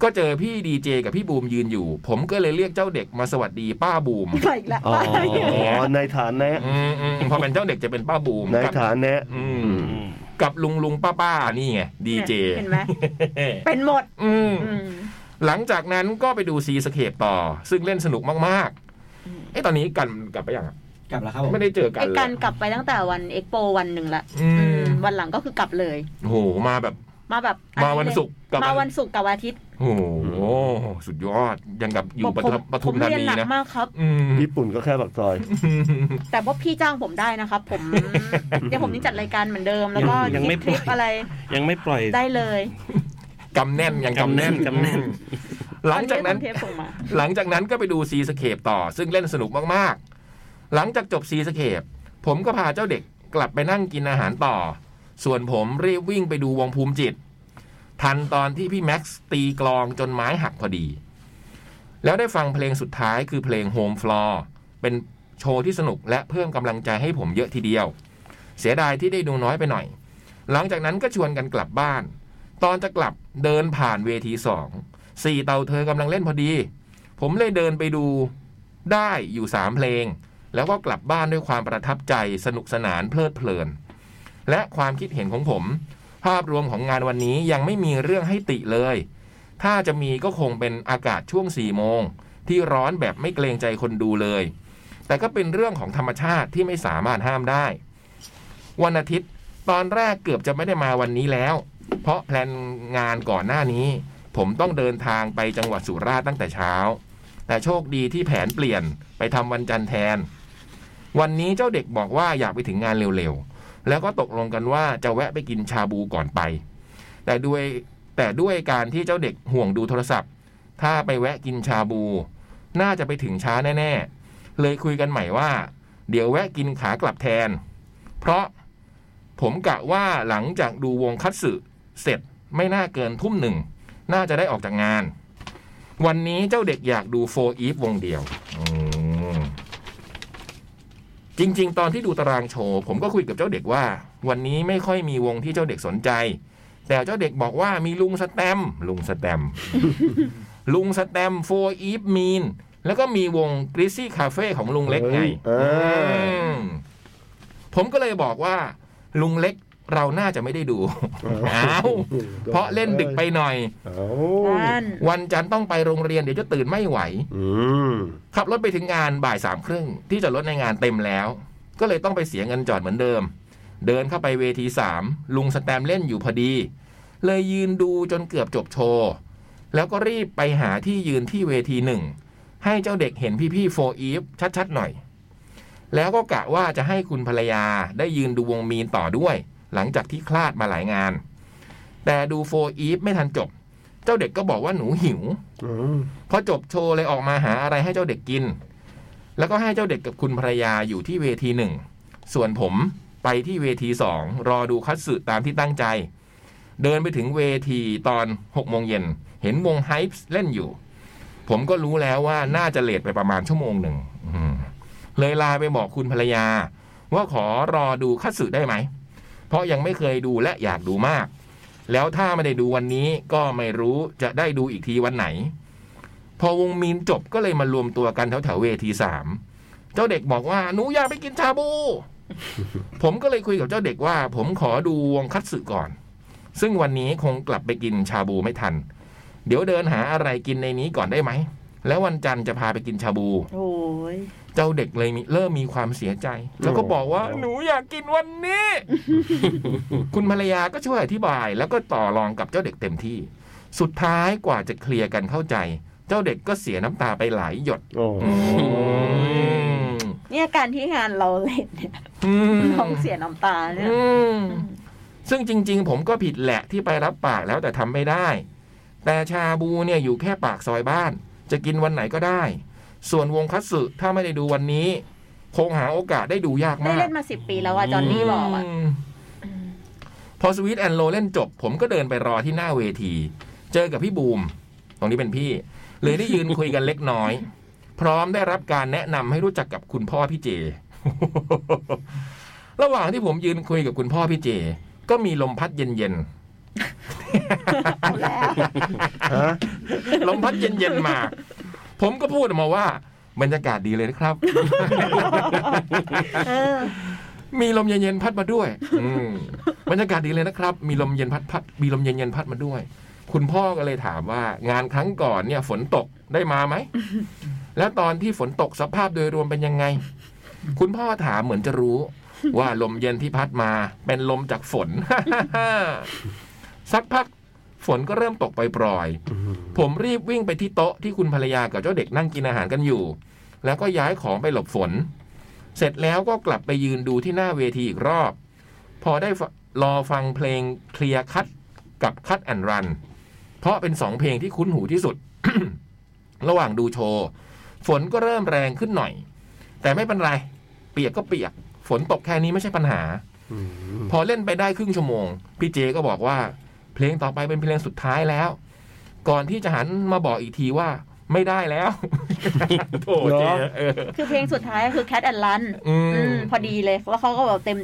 S2: ก็เจอพี่ดีเจกับพี่บูมยืนอยู่ ผมก็เลยเรียกเจ้าเด็กมาสวัสดีป้าบูม
S5: ไปอีกแล้ว
S3: อ๋อในฐานะ
S2: อืมอืมพอเป็นเจ้าเด็กจะเป็นป้าบูม
S3: ใน
S2: กับ
S3: ฐานะ
S2: อืม กับลุงลุงป้าป้านี่ไงดีเจ
S5: เห็นไหมเป็นหมด
S2: อืม
S5: อืม
S2: หลังจากนั้นก็ไปดูซีสเคปต่อ ซึ่งเล่นสนุกมาก
S5: อืม
S2: ๆไอ้ยตอนนี้กันกลับไปยังอะ
S4: กลับแล้วครับผม
S2: ไม่ได้เจอกัน
S5: ไอ้
S2: เล
S5: การ
S2: ย
S5: กลับไปตั้งแต่วันเอ็กโปวันหนึ่งละ
S2: อืม
S5: อืมวันหลังก็คือกลับเลย
S2: โอ้โหมาแบบ
S5: มาแบบ
S2: มาวันศุกร์กับ
S5: มาวันศุกร์กับวันอาทิตย์
S2: โอ้โหสุดยอดยังกับอยู่ป
S5: ผม
S2: ทุมปทุม
S5: ผม
S2: ธา
S5: เรียน
S2: นี
S5: หนัก
S2: นะ
S5: มากครับ
S2: อืม
S3: ญี่ปุ่นก็แค่บักซอย
S5: แต่ว่าพี่จ้างผมได้นะครับ ผม เดี๋ยวผมนี่จัดรายการเหมือนเดิมแล้วก็
S4: ยังไม่
S5: คิดคลิป
S4: ปล่อย
S5: อะไร
S4: ยังไม่ปล่อย
S5: ได้เลย
S2: กำแน่นยังกำแน่น
S4: กำแน่น
S2: อืมหลังจากนั้น
S5: อัเทปส่งมา
S2: หลังจากนั้นก็ไปดูซีสเคปต่อ ซึ่งเล่นสนุกมากๆ หลังจากจบซีสเคปผมก็พาเจ้าเด็กกลับไปนั่งกินอาหารต่อ ส่วนผมรีบวิ่งไปดูวงภูมิจิต ทันตอนที่พี่แม็กซ์ตีกลองจนไม้หักพอดี แล้วได้ฟังเพลงสุดท้ายคือเพลง Home Floor เป็นโชว์ที่สนุกและเพิ่มกำลังใจให้ผมเยอะทีเดียว เสียดายที่ได้ดูน้อยไปหน่อย หลังจากนั้นก็ชวนกันกลับบ้าน ตอนจะกลับเดินผ่านเวทีสองสี่เตาเธอกำลังเล่นพอดี ผมเลยเดินไปดูได้อยู่สามเพลง แล้วก็กลับบ้านด้วยความประทับใจสนุกสนานเพลิดเพลิน และความคิดเห็นของผม ภาพรวมของงานวันนี้ยังไม่มีเรื่องให้ติเลย ถ้าจะมีก็คงเป็นอากาศช่วง4ี่โมง ที่ร้อนแบบไม่เกรงใจคนดูเลย แต่ก็เป็นเรื่องของธรรมชาติที่ไม่สามารถห้ามได้ วันอาทิตย์ตอนแรกเกือบจะไม่ได้มาวันนี้แล้ว เพราะแพลนงานก่อนหน้านี้ ผมต้องเดินทางไปจังหวัดสุราษฎร์ตั้งแต่เช้า แต่โชคดีที่แผนเปลี่ยนไปทำวันจันทร์แทน วันนี้เจ้าเด็กบอกว่าอยากไปถึงงานเร็วๆ แล้วก็ตกลงกันว่าจะแวะไปกินชาบูก่อนไป แต่ด้วยแต่ด้วยการที่เจ้าเด็กห่วงดูโทรศัพท์ ถ้าไปแวะกินชาบู น่าจะไปถึงช้าแน่ๆ เลยคุยกันใหม่ว่า เดี๋ยวแวะกินขากลับแทน เพราะผมกะว่าหลังจากดูวงคัตสึเสร็จไม่น่าเกินทุ่มหนึ่ง น่าจะได้ออกจากงาน วันนี้เจ้าเด็กอยากดูโฟอีฟวงเดียวอืมจริง ๆ ตอนที่ดูตารางโชว์ผมก็คุยกับเจ้าเด็กว่า วันนี้ไม่ค่อยมีวงที่เจ้าเด็กสนใจ แต่เจ้าเด็กบอกว่ามีลุงสแตมป์ลุงสแตมป์ ลุงสแตมโฟอีฟมีน แล้วก็มีวงกริซซี่คาเฟ่ของลุงเล็กไง
S3: เฮ้ยอ่า
S2: อืมผมก็เลยบอกว่า ลุงเล็กเราน่าจะไม่ได้ดูเอาเพราะเล่นดึกไปหน่อย
S3: เอ้า
S5: นั่น
S2: วันจันทร์ต้องไปโรงเรียนเดี๋ยวจะตื่นไม่ไหว
S3: อืม
S2: ขับรถไปถึงงานบ่ายสามครึ่งที่จอดรถในงานเต็มแล้ว ก็เลยต้องไปเสียเงินจอดเหมือนเดิม เดินเข้าไปเวทีสามลุงสแตมเล่นอยู่พอดี เลยยืนดูจนเกือบจบโชว์ แล้วก็รีบไปหาที่ยืนที่เวทีหนึ่ง ให้เจ้าเด็กเห็นพี่ๆโฟอีฟชัดๆหน่อย แล้วก็กะว่าจะให้คุณภรรยาได้ยืนดูวงมีนต่อด้วย หลังจากที่คลาดมาหลายงาน แต่ดูโฟอีฟไม่ทันจบ เจ้าเด็กก็บอกว่าหนูหิว
S3: อืม
S2: พอจบโชว์เลยออกมาหาอะไรให้เจ้าเด็กกิน แล้วก็ให้เจ้าเด็กกับคุณภรรยาอยู่ที่เวทีหนึ่ง ส่วนผม ไปที่เวทีสองรอดูคัตสึตามที่ตั้งใจ เดินไปถึงเวทีตอน6โมงเย็น เห็นวงไฮป์เล่นอยู่ ผมก็รู้แล้วว่าน่าจะเลทไปประมาณชั่วโมงหนึ่งอืมเลยไลาไปบอกคุณภรรยา ว่าขอรอดูคัตสึได้ไหม เพราะยังไม่เคยดูและอยากดูมาก แล้วถ้าไม่ได้ดูวันนี้ก็ไม่รู้จะได้ดูอีกทีวันไหน พอวงมีนจบก็เลยมารวมตัวกันแถวแถวๆเวทีสามเจ้าเด็กบอกว่าหนูอยากไปกินชาบู ผมก็เลยคุยกับเจ้าเด็กว่า ผมขอดูวงคัตสึก่อน ซึ่งวันนี้คงกลับไปกินชาบูไม่ทัน เดี๋ยวเดินหาอะไรกินในนี้ก่อนได้ไหม แล้ววันจันทร์จะพาไปกินชาบู
S5: โอ้ย
S2: เจ้าเด็กเลยมีเริ่มมีความเสียใจ แล้วก็บอกว่า
S3: โอ้
S2: หนูอยากกินวันนี้ คุณภรรยาก็ช่วยอธิบาย แล้วก็ต่อรองกับเจ้าเด็กเต็มที่ สุดท้ายกว่าจะเคลียร์กันเข้าใจ เจ้าเด็กก็เสียน้ำตาไปหลายหยด
S3: โอ้
S2: อืม
S5: เนี่ยการที่งานเราเล่นเนี่ย
S2: อืม
S5: น้องเสียน้ำตาเนี่ย
S2: อืมซึ่งจริง ๆ ผมก็ผิดแหละที่ไปรับปากแล้วแต่ทำไม่ได้ แต่ชาบูเนี่ยอยู่แค่ปากซอยบ้าน จะกินวันไหนก็ได้ ส่วนวงคัตสึถ้าไม่ได้ดูวันนี้ คงหาโอกาสได้ดูยาก
S5: ไม่
S2: มา
S5: ได้
S2: ก
S5: เล่นมาสิบปีแล้วอะจอนนี่บอกอะ
S2: มพอสวิตแอนโลเล่นจบ ผมก็เดินไปรอที่หน้าเวที เจอกับพี่บูม ตรงนี้เป็นพี่ เลยได้ยืนคุยกันเล็กน้อย พร้อมได้รับการแนะนำให้รู้จักกับคุณพ่อพี่เจ ระหว่างที่ผมยืนคุยกับคุณพ่อพี่เจ ก็มีลมพัดเย็น
S5: เอาแล้ว
S3: ฮะ
S2: ๆ ลมพัดเย็นๆมา ผมก็พูดออกมาว่าบรรยากาศดีเลยนะครับ
S5: เออ
S2: มีลมเย็นๆพัดมาด้วย อืมบรรยากาศดีเลยนะครับ มีลมเย็นพัดพัดมีลมเย็นๆพัดมาด้วย คุณพ่อก็เลยถามว่างานครั้งก่อนเนี่ย ฝนตกได้มาไหม แล้วตอนที่ฝนตกสภาพโดยรวมเป็นยังไง คุณพ่อถามเหมือนจะรู้ ว่าลมเย็นที่พัดมา เป็นลมจากฝน สักพักฝนก็เริ่มตกปปล่อยๆ ผมรีบวิ่งไปที่โต๊ะที่คุณภรรยากับเจ้าเด็กนั่งกินอาหารกันอยู่ แล้วก็ย้ายของไปหลบฝน เสร็จแล้วก็กลับไปยืนดูที่หน้าเวทีอีกรอบ พอได้ฟรอฟังเพลงเคลียร์คัดกับคัดแอนรัน เพราะเป็นสองเพลงที่คุ้นหูที่สุด ระหว่างดูโชว์ ฝนก็เริ่มแรงขึ้นหน่อย แต่ไม่เป็นไร เปียกก็เปียก ฝนตกแค่นี้ไม่ใช่ปัญหา
S3: อืม
S2: พอเล่นไปได้ครึ่งชั่วโมง พี่เจก็บอกว่า เพลงต่อไปเป็นเพลงสุดท้ายแล้ว ก่อนที่จะหันมาบอกอีกทีว่า ไม่ได้แล้ว โถเจเออ
S5: คือเพลงสุดท้ายคือ Cat and Run
S2: อื
S5: อื
S2: ม
S5: มพอดีเลยว่าเขาก็แบบเต็ม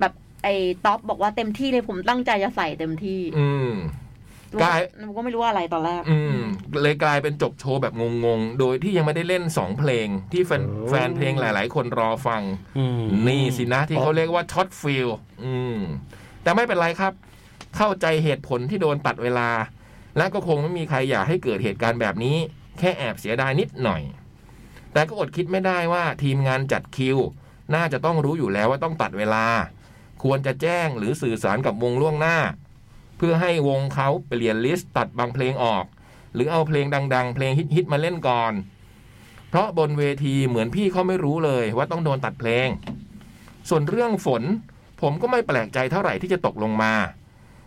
S5: แบบไอ้ท็อปบอกว่าเต็มที่เลยผมตั้งใจจะใส่เต็มที่
S2: อืม กลาย
S5: หนูก็ไม่รู้ว่าอะไรตอนแรก
S2: อืม เลยกลายเป็นจบโชว์แบบงงๆ โดยที่ยังไม่ได้เล่นสองเพลง ที่แฟนแฟนเพลงหลาย ๆ คนรอฟัง
S4: อืม
S2: นี่สินะที่เขาเรียกว่าช็อตฟิลอืม แต่ไม่เป็นไรครับ เข้าใจเหตุผลที่โดนตัดเวลา และก็คงไม่มีใครอยากให้เกิดเหตุการณ์แบบนี้ แค่แอบเสียดายนิดหน่อย แต่ก็อดคิดไม่ได้ว่าทีมงานจัดคิว น่าจะต้องรู้อยู่แล้วว่าต้องตัดเวลา ควรจะแจ้งหรือสื่อสารกับวงล่วงหน้า เพื่อให้วงเขาเปลี่ยนลิสต์ตัดบางเพลงออก หรือเอาเพลงดัง ๆ เพลงฮิตๆมาเล่นก่อน เพราะบนเวทีเหมือนพี่เขาไม่รู้เลยว่าต้องโดนตัดเพลง ส่วนเรื่องฝน ผมก็ไม่แปลกใจเท่าไหร่ที่จะตกลงมา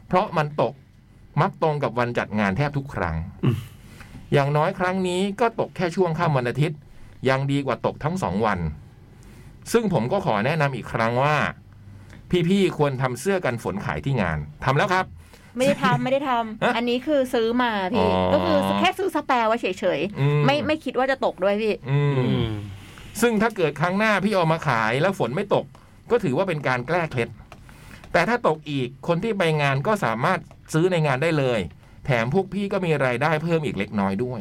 S2: เพราะมันตกมักตรงกับวันจัดงานแทบทุกครั้ง อย่างน้อยครั้งนี้ก็ตกแค่ช่วงค่ำวันอาทิตย์ ยังดีกว่าตกทั้งสองวัน ซึ่งผมก็ขอแนะนำอีกครั้งว่า พี่ๆควรทำเสื้อกันฝนขายที่งานทำแล้วครับ
S5: ไม่ได้ทำไม่ได้ทำ
S2: ฮะ
S5: อันนี้คือซื้อมาพี่
S2: อ๋อ
S5: ก็คือแค่ซื้อสแปร์ไว้เฉย
S2: อื
S5: ๆ ไม่ไม่คิดว่าจะตกด้วยพี่
S2: อื
S4: อื
S2: ม
S4: ม
S2: ซึ่งถ้าเกิดครั้งหน้าพี่เอามาขายแล้วฝนไม่ตก ก็ถือว่าเป็นการแกล้เคล็ด แต่ถ้าตกอีกคนที่ไปงานก็สามารถซื้อในงานได้เลย แถมพวกพี่ก็มีรายได้เพิ่มอีกเล็กน้อยด้วย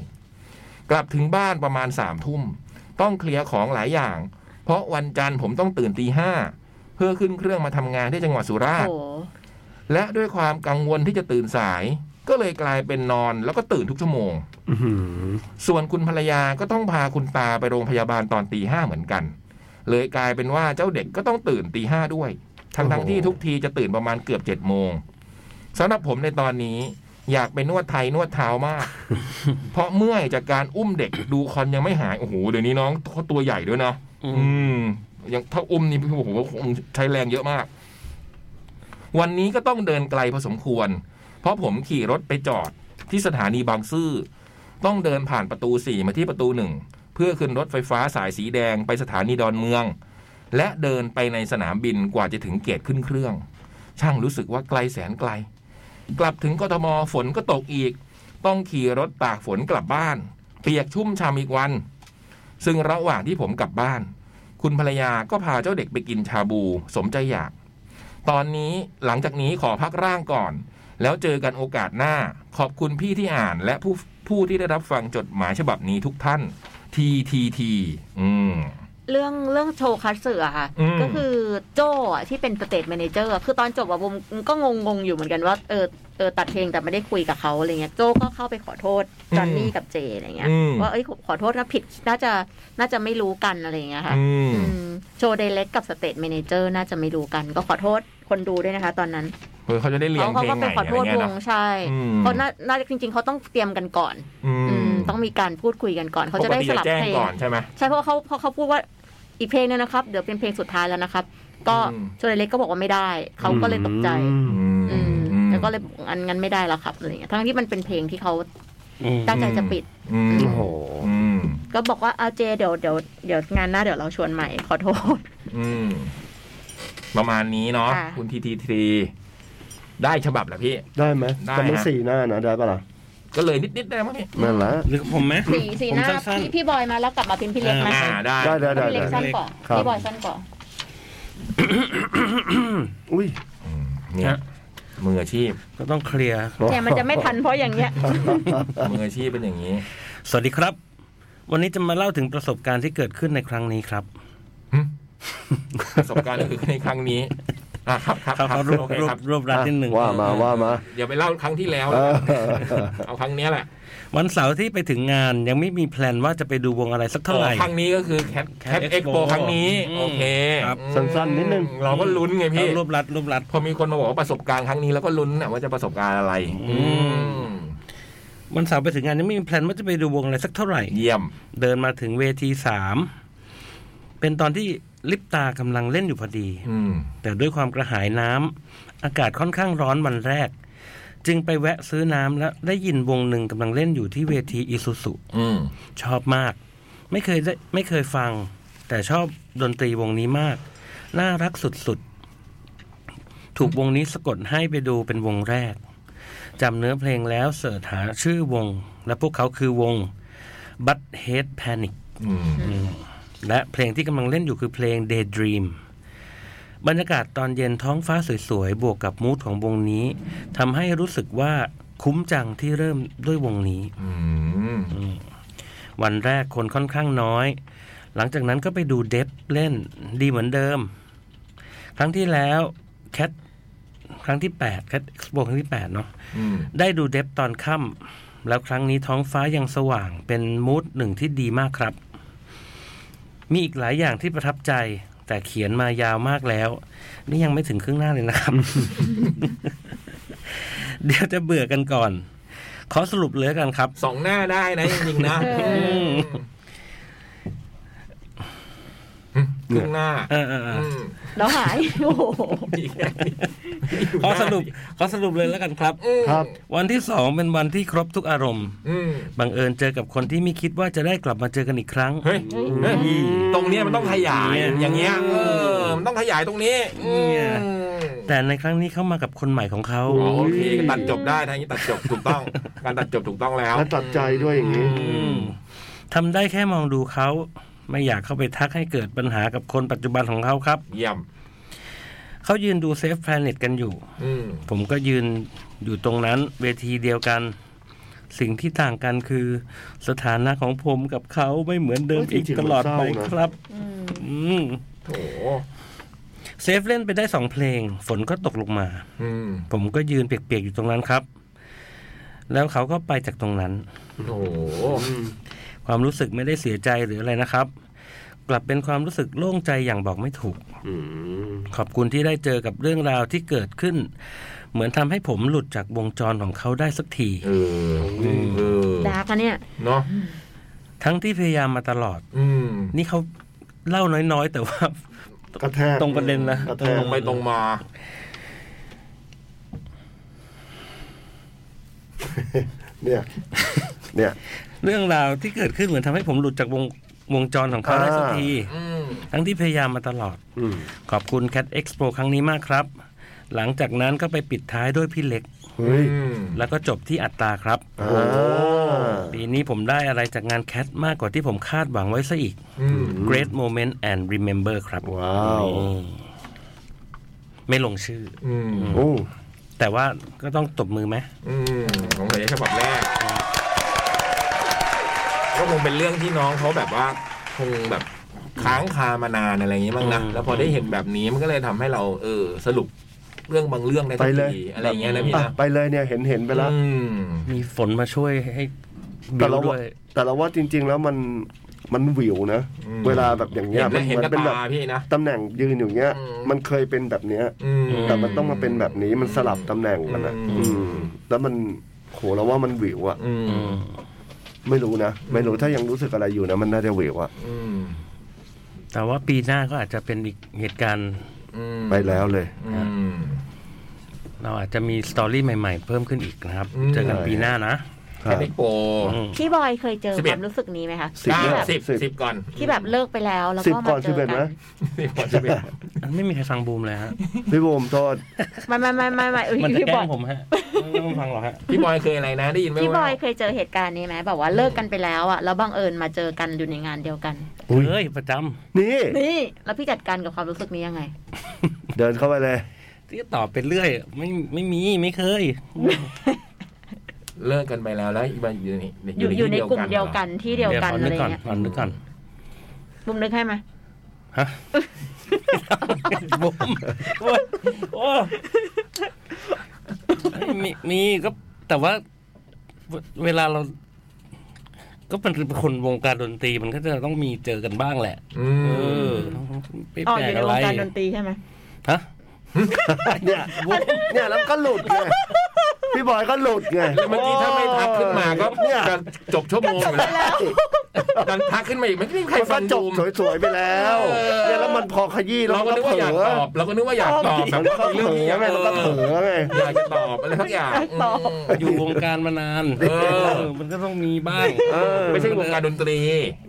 S2: กลับถึงบ้านประมาณสามทุ่ม ต้องเคลียร์ของหลายอย่าง เพราะวันจันทร์ผมต้องตื่นตีห้าเพื่อขึ้นเครื่องมาทำงานที่จังหวัดสุราษฎ
S5: โอ้โห
S2: ร์และด้วยความกังวลที่จะตื่นสาย ก็เลยกลายเป็นนอนแล้วก็ตื่นทุกชั่วโมง
S3: อื้อหือ
S2: ส่วนคุณภรรยาก็ต้องพาคุณตาไปโรงพยาบาลตอนตีห้าเหมือนกัน เลยกลายเป็นว่าเจ้าเด็กก็ต้องตื่นตีห้าด้วย ทั้งทั้งที่ทุกทีจะตื่นประมาณเกือบเจ็ดโมงสำหรับผมในตอนนี้ อยากไปนวดไทยนวดเท้ามาก เพราะเมื่อยจากการอุ้มเด็กดูคอนยังไม่หาย โอ้โห เดี๋ยวนี้น้องเขาตัวใหญ่ด้วยนะ
S4: อืม
S2: อืมยังถ้าอุ้มนี่โอ้โหคงใช้แรงเยอะมาก วันนี้ก็ต้องเดินไกลพอสมควร เพราะผมขี่รถไปจอดที่สถานีบางซื่อ ต้องเดินผ่านประตูสี่มาที่ประตูหนึ่งเพื่อขึ้นรถไฟฟ้าสายสีแดงไปสถานีดอนเมือง และเดินไปในสนามบินกว่าจะถึงเกตขึ้นเครื่อง ช่างรู้สึกว่าไกลแสนไกล กลับถึงกทมฝนก็ตกอีก ต้องขี่รถตากฝนกลับบ้าน เปียกชุ่มชำอีกวัน ซึ่งระหว่างที่ผมกลับบ้าน คุณภรรยาก็พาเจ้าเด็กไปกินชาบู สมใจอยาก ตอนนี้หลังจากนี้ขอพักร่างก่อน แล้วเจอกันโอกาสหน้า ขอบคุณพี่ที่อ่านและผู้ผู้ที่ได้รับฟังจดหมายฉบับนี้ทุกท่าน ทีทีทีอืม
S5: เรื่องเรื่องโชว์คัสเสือะค่ะ
S2: อืม
S5: ก็คือโจ้อะที่เป็นสเตทแมเนเจอร์คือตอนจบอะบุมก็งงงๆอยู่เหมือนกันว่าเออเออตัดเพลงแต่ไม่ได้คุยกับเขาอะไรเงี้ยโจ้ก็เข้าไปขอโทษจอนนี่กับเจอะไรเงี้ย
S2: อืม
S5: ว่าเอ้ยขอโทษนะผิดน่าจะน่าจะไม่รู้กันอะไรเงี้ยค่ะ
S2: อืม
S5: อืมโชว์ไดเล็กกับสเตทแมเนเจอร์น่าจะไม่รู้กันก็ขอโทษคนดูด้วยนะคะ ตอนนั้น
S2: เพื่อเขาจะได้เรียน
S5: เขา
S2: เพ
S5: เขา
S2: ล
S5: ก็
S2: งให
S5: ไป
S2: ม่
S5: ข
S2: อะ
S5: อ
S2: ไร
S5: โทษ
S2: เงี้ยว เนาะ
S5: งใช่
S2: อืม
S5: เขาน่าน่าจริง ๆเขาต้องเตรียมกันก่อน
S2: อื
S5: อื
S2: ม
S5: มต้องมีการพูดคุยกันก่อนเขาจะได้
S2: ปกติ
S5: สลับ
S2: แจ้ง
S5: เพลง
S2: ก่อนใช่ไหม
S5: ใช่เพราะว่าเขาเพราะเขาพูดว่าอีกเพลงหนึงนะครับ เดี๋ยวเป็นเพลงสุดท้ายแล้วนะครับ ก็
S2: อืม
S5: โชเลเล็กก็บอกว่าไม่ได้เขาก็เลยตกใจ
S2: อืม
S5: อืม
S2: อืม
S5: แล้วก็เลยบอกงั้นงั้นไม่ได้แล้วครับอะไรเงี้ยทั้งที่มันเป็นเพลงที่เขา
S4: อืม
S5: ตั้งใจจะปิด
S2: อืม
S5: อืม
S3: โอ้โห
S2: อืม
S5: ก็บอกว่าเอาเจเดี๋ยวเดี๋ยวเดี๋ยวงานหน้าเดี๋ยวเราชวนใหม่ขอโทษ
S2: อืมประมาณนี้เนาะ
S5: ค่ะ
S2: คุณทีทีทีได้ฉบับเหรอพี่
S3: ได้ไหม
S2: ได้
S3: แต่มัน
S2: ฮะ
S3: สี่หน้านะได้ปะล่ะ
S2: ก็เลยนิดๆได้ไหมพี่
S3: นั่นละ
S4: หรือผมไหม
S5: สีสีหน้า
S4: ผมสั้น
S5: พี่พี่บอยมาแล้วกลับมาพิมพ์พี่เล็กนะ
S2: อ่าได้
S3: ได้ได้ได้
S5: พี่เล็ก
S3: ได้
S5: สั้นกว่า
S3: ครับ
S5: พี่บอยสั้นกว่า
S3: อุ้ย
S2: เนี่ยมืออาชีพ
S4: ๆก็ต้องเคลียร์
S5: แต่มันจะไม่ทันเพราะอย่างเงี้ย
S2: มืออาชีพเป็นอย่างนี้
S4: สวัสดีครับ วันนี้จะมาเล่าถึงประสบการณ์ที่เกิดขึ้นในครั้งนี้ครับ
S2: หึประสบการณ์คือในครั้งนี้อ่ะครับครับ
S4: ครับ
S2: ครับ
S4: รวบ
S2: โอเค
S4: รว
S2: ค
S4: บ
S2: รับ
S4: รวบรัดนิดหนึ่ง
S3: ว่ามาว่ามา
S2: อย่าไปเล่าครั้งที่แล้ว
S3: เออ
S2: เอาครั้งเนี้ยแหละ
S4: วันเสาร์ที่ไปถึงงานยังไม่มีแพลนว่าจะไปดูวงอะไรสักเท่าไหร่
S2: อ๋อครั้งนี้ก็คือแคทแคท
S4: Cat
S2: เอ็ก
S4: Expo
S2: โปครั้งนี้
S4: อืม
S2: โอเค
S4: ครับ
S2: อืม
S3: สั้นๆนิดนึง
S2: เราก็ลุ้นไงพี่
S4: รวบรัดรวบรัด
S2: พอมีคนมาบอกว่าประสบการณ์ครั้งนี้ แล้วก็ลุ้นน่ะว่าจะประสบการณ์อะไร
S4: อื
S2: อืม
S4: วันเสาร์ไปถึงงานยังไม่มีแพลนว่าจะไปดูวงอะไรสักเท่าไหร่
S2: เยี่ยม
S4: เดินมาถึงเวทีสามเป็นตอนที่ลิปตากำลังเล่นอยู่พอดี
S2: อืม
S4: แต่ด้วยความกระหายน้ำอากาศค่อนข้างร้อนวันแรก จึงไปแวะซื้อน้ำและได้ยินวงหนึ่งกำลังเล่นอยู่ที่เวทีอิซูซุ
S2: อืม
S4: ชอบมาก ไม่เคยได้ไม่เคยฟัง แต่ชอบดนตรีวงนี้มาก น่ารักสุดๆ ถูกวงนี้สะกดให้ไปดูเป็นวงแรกจำเนื้อเพลงแล้วเสิร์ชหาชื่อวง และพวกเขาคือวง But Hate Panic
S2: อืม
S4: และเพลงที่กำลังเล่นอยู่คือเพลง Daydream บรรยากาศตอนเย็นท้องฟ้าสวยๆ บวกกับมูดของวงนี้ทำให้รู้สึกว่าคุ้มจังที่เริ่มด้วยวงนี้
S2: อืม
S4: วันแรกคนค่อนข้างน้อย หลังจากนั้นก็ไปดูเดฟเล่นดีเหมือนเดิม ครั้งที่แล้วแคทครั้งที่8แคทเอ็กซ์โปครั้งที่ 8 เนาะ
S2: อืม
S4: ได้ดูเดฟตอนค่ำแล้วครั้งนี้ท้องฟ้ายังสว่างเป็นมูดหนึ่งที่ดีมากครับ มีอีกหลายอย่างที่ประทับใจ แต่เขียนมายาวมากแล้ว นี่ยังไม่ถึงครึ่งหน้าเลยนะครับ เดี๋ยวจะเบื่อกันก่อน ขอสรุปเลยกันครับ
S2: สองหน้าได้นะจริงๆนะ
S5: เอ
S4: อ
S2: อืมครึ่งหน้า
S4: เออเออเออ
S2: อืม
S5: แล้วหาย โอ้โห
S4: ขอสรุปขอสรุปเลยแล้วกันครับ
S3: ครับ
S4: วันที่สองเป็นวันที่ครบทุกอารมณ์
S2: อืม
S4: บังเอิญเจอกับคนที่ไม่คิดว่าจะได้กลับมาเจอกันอีกครั้ง
S2: เฮ้ยเฮ้ย ตรงเนี้ยมันต้องขยาย
S4: เนี่ย
S2: อย่างเงี้ย เออ มันต้องขยายตรงนี้อืม
S4: เนี่ย แต่ในครั้งนี้เข้ามากับคนใหม่ของเขา
S2: อ๋อโอเคตัดจบได้ทางนี้ตัดจบถูกต้อง การตัดจบถูกต้องแล้ว
S3: แล้วตัดใจด้วยอย่างนี้
S2: อืม
S4: ทำได้แค่มองดูเขา ไม่อยากเข้าไปทักให้เกิดปัญหากับคนปัจจุบันของเขาครับ
S2: เยี่ยม
S4: เขายืนดูเซฟแพลเน็ตกันอยู่
S2: อืม
S4: ผมก็ยืนอยู่ตรงนั้นเวทีเดียวกัน สิ่งที่ต่างกันคือ สถานะของผมกับเขาไม่เหมือนเดิม
S3: โอ้ยจริ
S4: อี
S3: ง
S4: ก
S3: ๆ
S4: ตลอดไป
S3: มันเศร้านะ
S4: ครับ
S5: อืม
S4: อืม
S2: โถ
S4: เซฟเล่นไปได้สองเพลง ฝนก็ตกลงมา
S2: อืม
S4: ผมก็ยืนเปียกๆอยู่ตรงนั้นครับ แล้วเขาก็ไปจากตรงนั้น
S2: โถ
S4: ความรู้สึกไม่ได้เสียใจหรืออะไรนะครับ กลับเป็นความรู้สึกโล่งใจอย่างบอกไม่ถูก
S3: อืม
S4: ขอบคุณที่ได้เจอกับเรื่องราวที่เกิดขึ้น เหมือนทำให้ผมหลุดจากวงจรของเขาได้สักที
S2: เออเออ
S5: ดาร์กอะเนี่ย
S2: เนาะ
S4: ทั้งที่พยายามมาตลอด
S2: อืม
S4: นี่เขาเล่าน้อยๆ แต่ ว่า
S3: กระแทก
S4: ตรงประเด็นนะ
S3: กระแท
S2: ต
S3: ก
S2: รงไปตรงมา
S3: เนี่ย เนี่ย
S4: เรื่องราวที่เกิดขึ้นเหมือนทำให้ผมหลุดจากวง วงจรของเขาได้สักที
S2: อืม
S4: ทั้งที่พยายามมาตลอด
S3: อืม
S4: ขอบคุณ Cat Expo ครั้งนี้มากครับ หลังจากนั้นก็ไปปิดท้ายด้วยพี่เล็ก
S3: เฮ้ย
S4: แล้วก็จบที่อัตราครับ
S3: อ่า
S4: ปีนี้ผมได้อะไรจากงาน Cat มากกว่าที่ผมคาดหวังไว้ซะอีก
S2: อืม
S4: Great Moment and Remember ครับ
S3: ว้าว
S4: นี่ไม่ลงชื่อ
S2: อืม
S3: โอ้
S4: แต่ว่าก็ต้องตบมือไหม
S2: อืมของผมในฉบับแรก ก็คงเป็นเรื่องที่น้องเขาแบบว่าคงแบบค้างคามานานอะไรอย่างงี้มั้งนะ
S4: อืม
S2: แล้วพอได้เห็นแบบนี้มันก็เลยทำให้เรา เออ สรุปเรื่องบางเรื่องได้สั
S3: ไป
S2: ก
S3: เลย
S2: ทีอะไรอย่างเงี้ยนะพี่
S3: อ่ะ
S2: นะ
S3: ไปเลยเนี่ยเห็นเห็นไปแล้ว
S2: อืม
S4: มีฝนมาช่วยให้บิ
S3: แต่
S4: ว
S3: เรา
S4: ด้
S3: ว่า
S4: วย
S3: แต่เราว่าจริง ๆ แล้วมันมันวิวนะ
S2: อืม
S3: เวลาแบบอย่างเงี้
S2: เห็
S3: ย
S2: น
S3: มั
S2: นะ
S3: น
S2: เห็น
S3: มั
S2: กับ
S3: นเป็นแบ
S2: ตา
S3: บ
S2: พี่นะ
S3: ตำแหน่งยืนอย่างเงี้ย
S2: อืม
S3: มันเคยเป็นแบบเนี้ย
S2: อืม
S3: แต่มันต้องมาเป็นแบบนี้มันสลับตำแหน่งกันนะ
S2: อืม
S3: อืมแล้วมันโหเราว่ามันวิวอะ
S2: อืม
S4: อืม
S3: ไม่รู้นะ ไม่รู้ถ้ายังรู้สึกอะไรอยู่นะ มันน่าจะวิวอะ
S2: อืม
S4: แต่ว่าปีหน้าก็อาจจะเป็นอีกเหตุการณ์
S2: อืม
S3: ไปแล้วเลย
S2: อืม
S4: เราอาจจะมีสตอรี่ใหม่ๆ เพิ่มขึ้นอีกนะครับ
S2: อืม
S4: เจอกันปีหน้านะ
S3: ครั
S2: แค่
S3: บ
S2: นี้โป
S4: อืม
S5: พี่บอยเคยเจอ
S2: สิบ
S5: ค
S2: เอ็ด
S5: วามรู้สึกนี้ไหมคะ
S3: สิบ
S2: เก้า
S5: ที่แบบ
S2: สิบ
S3: สิบ
S2: สิบก่อน
S5: ที่แบบเลิกไปแล้วแล้ว
S3: สิบ
S5: ก็
S3: ก่
S5: มา
S3: อน
S5: เจ
S3: สิบ
S5: อ
S3: เอ็ด
S5: กั
S3: นะ
S5: น
S2: สิบก่อนสิบเอ็ด
S4: อันไม่มีใครฟังบูมเลยฮะ
S3: พี่โบมโทษ
S5: ไม่ไม่ไม่ไม่ไม่เอ้ย
S4: มันจะ
S5: พี่
S4: แก
S5: บ
S4: ล้
S5: อง ย
S4: ผมฮะไม่ต้องฟังหรอกฮะ
S2: พี่บอยเคยอะไรนะได้ยินไหม
S5: พี่บอ
S2: ว่า
S5: ยเคยเจอเหตุการณ์นี้ไหมแบบว่าเลิกกันไปแล้วอ่ะแล้วบังเอิญมาเจอกันอยู่ในงานเดียวกัน
S3: อุ้ย
S4: เฮ้ย ประจำ
S3: นี่
S5: นี่แล้วพี่จัดการกับความรู้สึกนี้ยังไง
S3: เดินเข้าไปเลย
S4: ที่ตอบไปเรื่อย ไม่ไม่มีไม่เคย
S2: เลิกกันไปแล้วแล้วมาอยู่ใน
S5: อยู่อยู่ในกลุ่มเดียวกันที่เดียว
S4: เดี๋ยว
S5: กัน
S4: ขอ
S5: อะ
S4: นึก
S5: ไร
S4: ก่อน
S5: เงี้ย
S4: ขอนึกก่อน
S5: บุมนึกให้ไหม
S4: ฮะ บูมโอ้ยโอ้ยมีมีก็แต่ว่าเวเวลาเรา ก็เป็นคนวงการดนตรีมันก็จะต้องมีเจอกันบ้างแหละ
S2: อื
S4: เอ
S2: ม
S4: อไม่
S5: อ๋อ
S4: แปล
S5: อกยู่ใน
S4: อะ
S5: ว
S4: ไรง
S5: การดนตรีใช่ไหม
S4: ฮะ
S3: เนี่ยเนี่ยแล้วก็หลุดไงพี่บอยก็หลุดไง
S2: แล้วเมื่อกี้ถ้าไม่ทักขึ้นมาก็เนี่ยจะจบชั่วโมงอยู่แล้วดันทักขึ้นมาอีกไม่มีใคร
S3: มัน
S2: ฟั
S3: ก็
S2: ง
S3: จ
S2: ดู
S3: บ
S2: ม
S3: สวยๆไปแล้ว
S2: เออ
S3: เนี่ยแล้วมันพอขยี้แล้ว
S2: เรา
S3: มัน
S2: ก็นึก
S3: ก็เผ
S2: ว่าอ
S3: ล
S2: ยากต
S3: อ
S2: อบเราก็นึกว่าอยากตอบแบ
S3: มั
S2: บ
S3: นก็เผ
S2: เรื่
S3: ล
S2: อง
S3: อ
S2: นี้
S3: ไง
S2: เอ
S3: มันก็เผล
S2: อ
S3: อไง
S2: อยากจะตอบอะไรสักอย่างอืม
S4: อยู่วงการมานาน
S2: เออ
S4: เออมันก็ต้องมีบ้าง
S3: เออ
S2: ไม่ใช่วงการดนตรี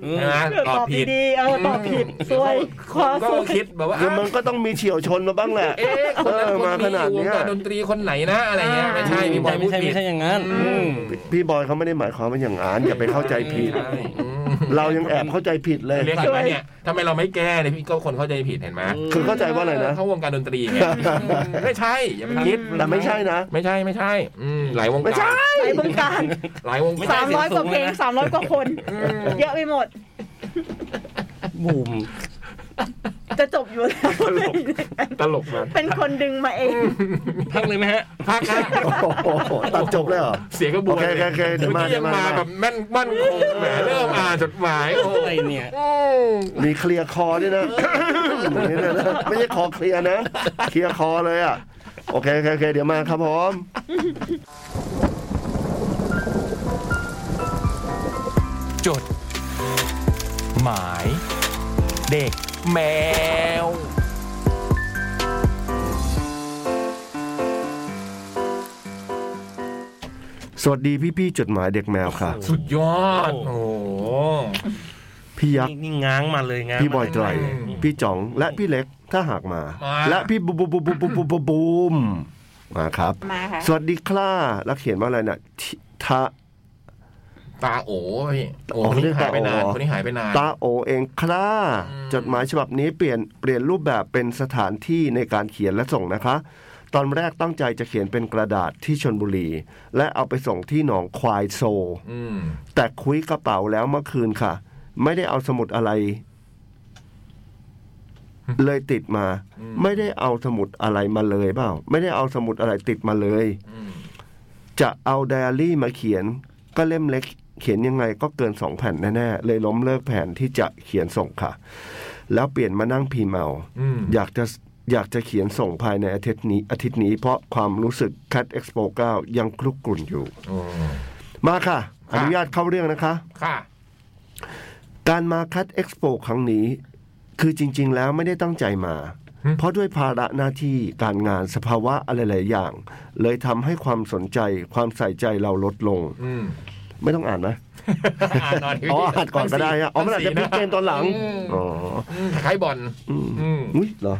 S4: เออ
S2: นะตอบผิด
S5: ดีๆเออตอบผิดซวยคว้า
S2: ก็
S5: ซวย
S2: คิดแบบว่า
S3: คือมันก็ต้องมีเฉียวชนมาบ้างแหละ
S2: เอ๊ะคนนั้น
S3: เออ
S2: คน
S3: มาข
S2: นี้
S3: นาด
S2: ว
S3: เนี้
S2: ง
S3: ย
S2: การดนตรีคนไหนนะอะไรเงี้ยไม่ใช่พี่บอ
S4: แต่
S2: ย
S4: ไม่
S2: พูด
S4: ใช่
S2: ผิ
S4: ไม่
S2: ด
S4: ใช่อย่างนั้นอืม
S3: พี่พี่บอยเขาไม่ได้หมายความว่าอย่างนั้นอย่าไปเข้าใจผิด
S2: ใช่อืม
S3: เรายังแอบเข้าใจผิดเลย
S2: เรียกเห็นไหมเนี่ยทำไมเราไม่แก้เนี่ยพี่ก็คนเข้าใจผิดเห็นไหม
S3: คือเข้าใจว่าอะไรนะ
S2: เข้าวงการดนตรีไงไม่ใช่อย่าไปคิด
S3: แต่ไม่ใช่นะ
S2: ไม่ใช่ไม่ใช่อืมหลายวง
S3: ไม่
S2: กา
S3: ใช่
S2: ร
S5: ในวงการ
S2: หลายวง
S4: ไม่
S2: กา
S4: ได้
S5: สาร มร้อยกว่าเพลงสามร้อยกว่าคน เยอะไปหมด
S4: บูม
S5: จะจบอยู่แล้ว
S2: ตลกมัน
S5: เป็นคนดึงมาเอง
S4: พักเลยไหมฮะ
S2: พักนะ
S3: โอ้โหตัดจบเลยเหรอ
S2: เสียกระบวน
S3: โอเคโอเคโอเคเดี๋ยวมา
S2: อกี้ยัง
S3: เดี๋ยว
S2: มา
S3: มา
S2: แบบแม่นมั่นคงแหมเริ่มอ่านจดหมายโอ้
S4: อะไรเนี่ย
S2: อืม
S3: มีเคลียร์คอด้วย นะ อย่างนี้เลยนะไม่ใช่คอเคลียร์นะ เคลียร์คอเลยอ่ะ โอเคโอเคโอเคเดี๋ยวมาครับผม
S1: จด หมาย เด็กแมว
S3: สวัสดีพี่ๆจดหมายเด็กแมวค่ะ
S2: สุดยอด
S4: โอ้
S2: โอ้โห
S3: พี่ยักษ
S4: นี่นี่ง้างมาเลยง้าง
S3: พี่บอยไตร
S4: มาเล
S3: พี่จ๋อง และพี่เล็ก ถ้าหากมา และพี่บูบูบูบูบูบูบูบูมมาครับ
S5: มาค่ะ
S3: สวัสดีคล่าแล้วเขียนว่าอะไรน่ะทิทา
S2: ตาโอ้พี่โอ้
S3: อ๋อ
S2: คนนี้หายไปนานคน
S3: เรียกตาโอ๋
S2: นี้หายไปนาน
S3: ตาโอเองคล่า
S2: อืม
S3: จดหมายฉบับนี้เปลี่ยนเปลี่ยนรูปแบบเป็นสถานที่ในการเขียนและส่งนะคะ ตอนแรกตั้งใจจะเขียนเป็นกระดาษที่ชนบุรี และเอาไปส่งที่หนองควายโซ
S2: อืม
S3: แต่คุยกระเป๋าแล้วเมื่อคืนค่ะ ไม่ได้เอาสมุดอะไร เลยติดมา ไม่ได้เอาสมุดอะไรมาเลยเปล่าไม่ได้เอาสมุดอะไรติดมาเลย
S2: อืม
S3: จะเอาไดอารี่มาเขียน ก็เล่มเล็ก เขียนยังไงก็เกินสองแผ่นแน่ๆเลยล้มเลิกแผนที่จะเขียนส่งค่ะ แล้วเปลี่ยนมานั่งพิมพ์เอา
S2: อืม
S3: อยากจะอยากจะเขียนส่งภายในอาทิตย์นี้ อาทิตย์นี้เพราะความรู้สึก Cat Expo 9 ยังคลุกกลุ่นอยู่
S2: โอ้
S3: มาค่ะ อนุญาตเข้าเรื่องนะคะ
S2: ค่ะ
S3: การมาคัดเอ็กซ์โปครั้งนี้ คือจริง ๆ แล้วไม่ได้ตั้งใจมา
S2: หึ
S3: เพราะด้วยภาระหน้าที่การงานสภาวะอะไรหลายอย่าง เลยทำให้ความสนใจความใส่ใจเราลดลง
S2: อืม
S3: ไม่ต้องอ่านนะ
S2: อ่านก่อน
S3: อ๋อหัดก่อนก็ได้ฮะอ๋อมันอาจจะพลิกเกมตอนหลัง
S5: อืม
S3: อ๋อ
S2: อืมคล้ายบอล
S3: อืม
S2: อืม
S3: อุ้ยเหร อ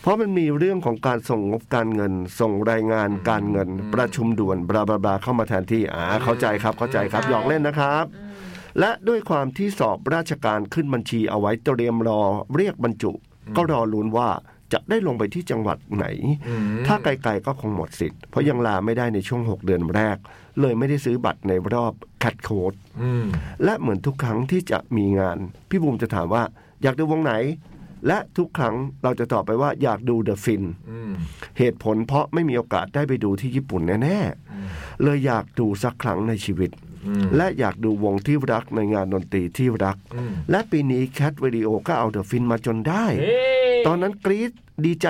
S3: เพราะมันมีเรื่องของการส่งงบการเงิน ส่งรายงานการเงิน ประชุมด่วนบลาบลาบลาเข้ามาแทนที่อ่าเข้าใจครับเข้าใจครับหยอกเล่นนะครับ และด้วยความที่สอบราชการขึ้นบัญชีเอาไว้เตรียมรอเรียกบรรจุ ก็รอลุ้นว่าจะได้ลงไปที่จังหวัดไหน
S2: อืม
S3: ถ้าไกลๆก็คงหมดสิทธิ์ เพราะยังลาไม่ได้ในช่วง 6 เดือนแรก เลยไม่ได้ซื้อบัตรในรอบคัดโค้ด
S2: อืม
S3: และเหมือนทุกครั้งที่จะมีงาน พี่บูมจะถามว่าอยากดูวงไหน และทุกครั้งเราจะตอบไปว่าอยากดูเดอะฟิน
S2: อืม
S3: เหตุผลเพราะไม่มีโอกาสได้ไปดูที่ญี่ปุ่นแน่ๆ เลยอยากดูสักครั้งในชีวิต
S2: อืม
S3: และอยากดูวงที่รักในงานดนตรีที่รัก
S2: อืม
S3: และปีนี้แคทวิดีโอก็เอาเดอะฟินมาจนได้
S2: เฮ้ย
S3: ตอนนั้นกรี๊ดดีใจ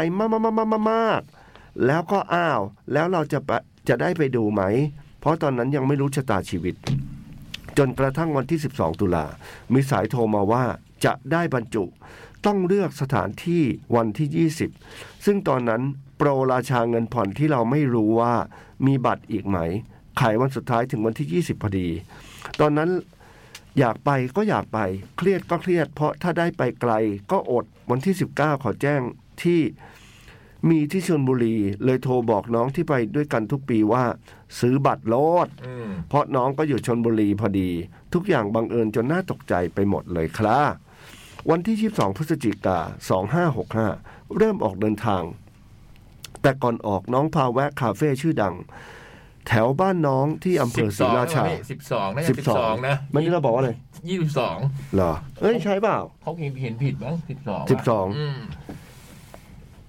S3: มากๆๆๆๆแล้วก็อ้าว แล้วเราจะไปจะได้ไปดูไหม เพราะตอนนั้นยังไม่รู้ชะตาชีวิต จนกระทั่งวันที่ 12 ตุลา มีสายโทรมาว่าจะได้บรรจุ ต้องเลือกสถานที่วันที่ 20 ซึ่งตอนนั้นโปรราชาเงินผ่อนที่เราไม่รู้ว่ามีบัตรอีกไหม ขายวันสุดท้ายถึงวันที่ 20 พอดี ตอนนั้น อยากไปก็อยากไป เครียดก็เครียด เพราะถ้าได้ไปไกลก็อดวันที่ 19 ขอแจ้งที่มีที่ชลบุรี เลยโทรบอกน้องที่ไปด้วยกันทุกปีว่า ซื้อบัตรโลด
S2: อืม
S3: เพราะน้องก็อยู่ชนบุรีพอดี ทุกอย่างบังเอิญจนน่าตกใจไปหมดเลยครับวันที่ 22 พฤศจิกา 2565 เริ่มออกเดินทาง แต่ก่อนออกน้องพาแวะคาเฟ่ชื่อดัง แถวบ้านน้องที่อำเภอศรีราชา
S2: สิบสองนะสิบสองนะ
S3: มันนี่เราบอกว่าอะไร
S2: ยี่สิบสอง
S3: เหรอเอ้ยใช่เปล่า
S2: เขาเห็นเห็นผิดบ้างสิบสอง
S3: สิบสอง
S2: อืม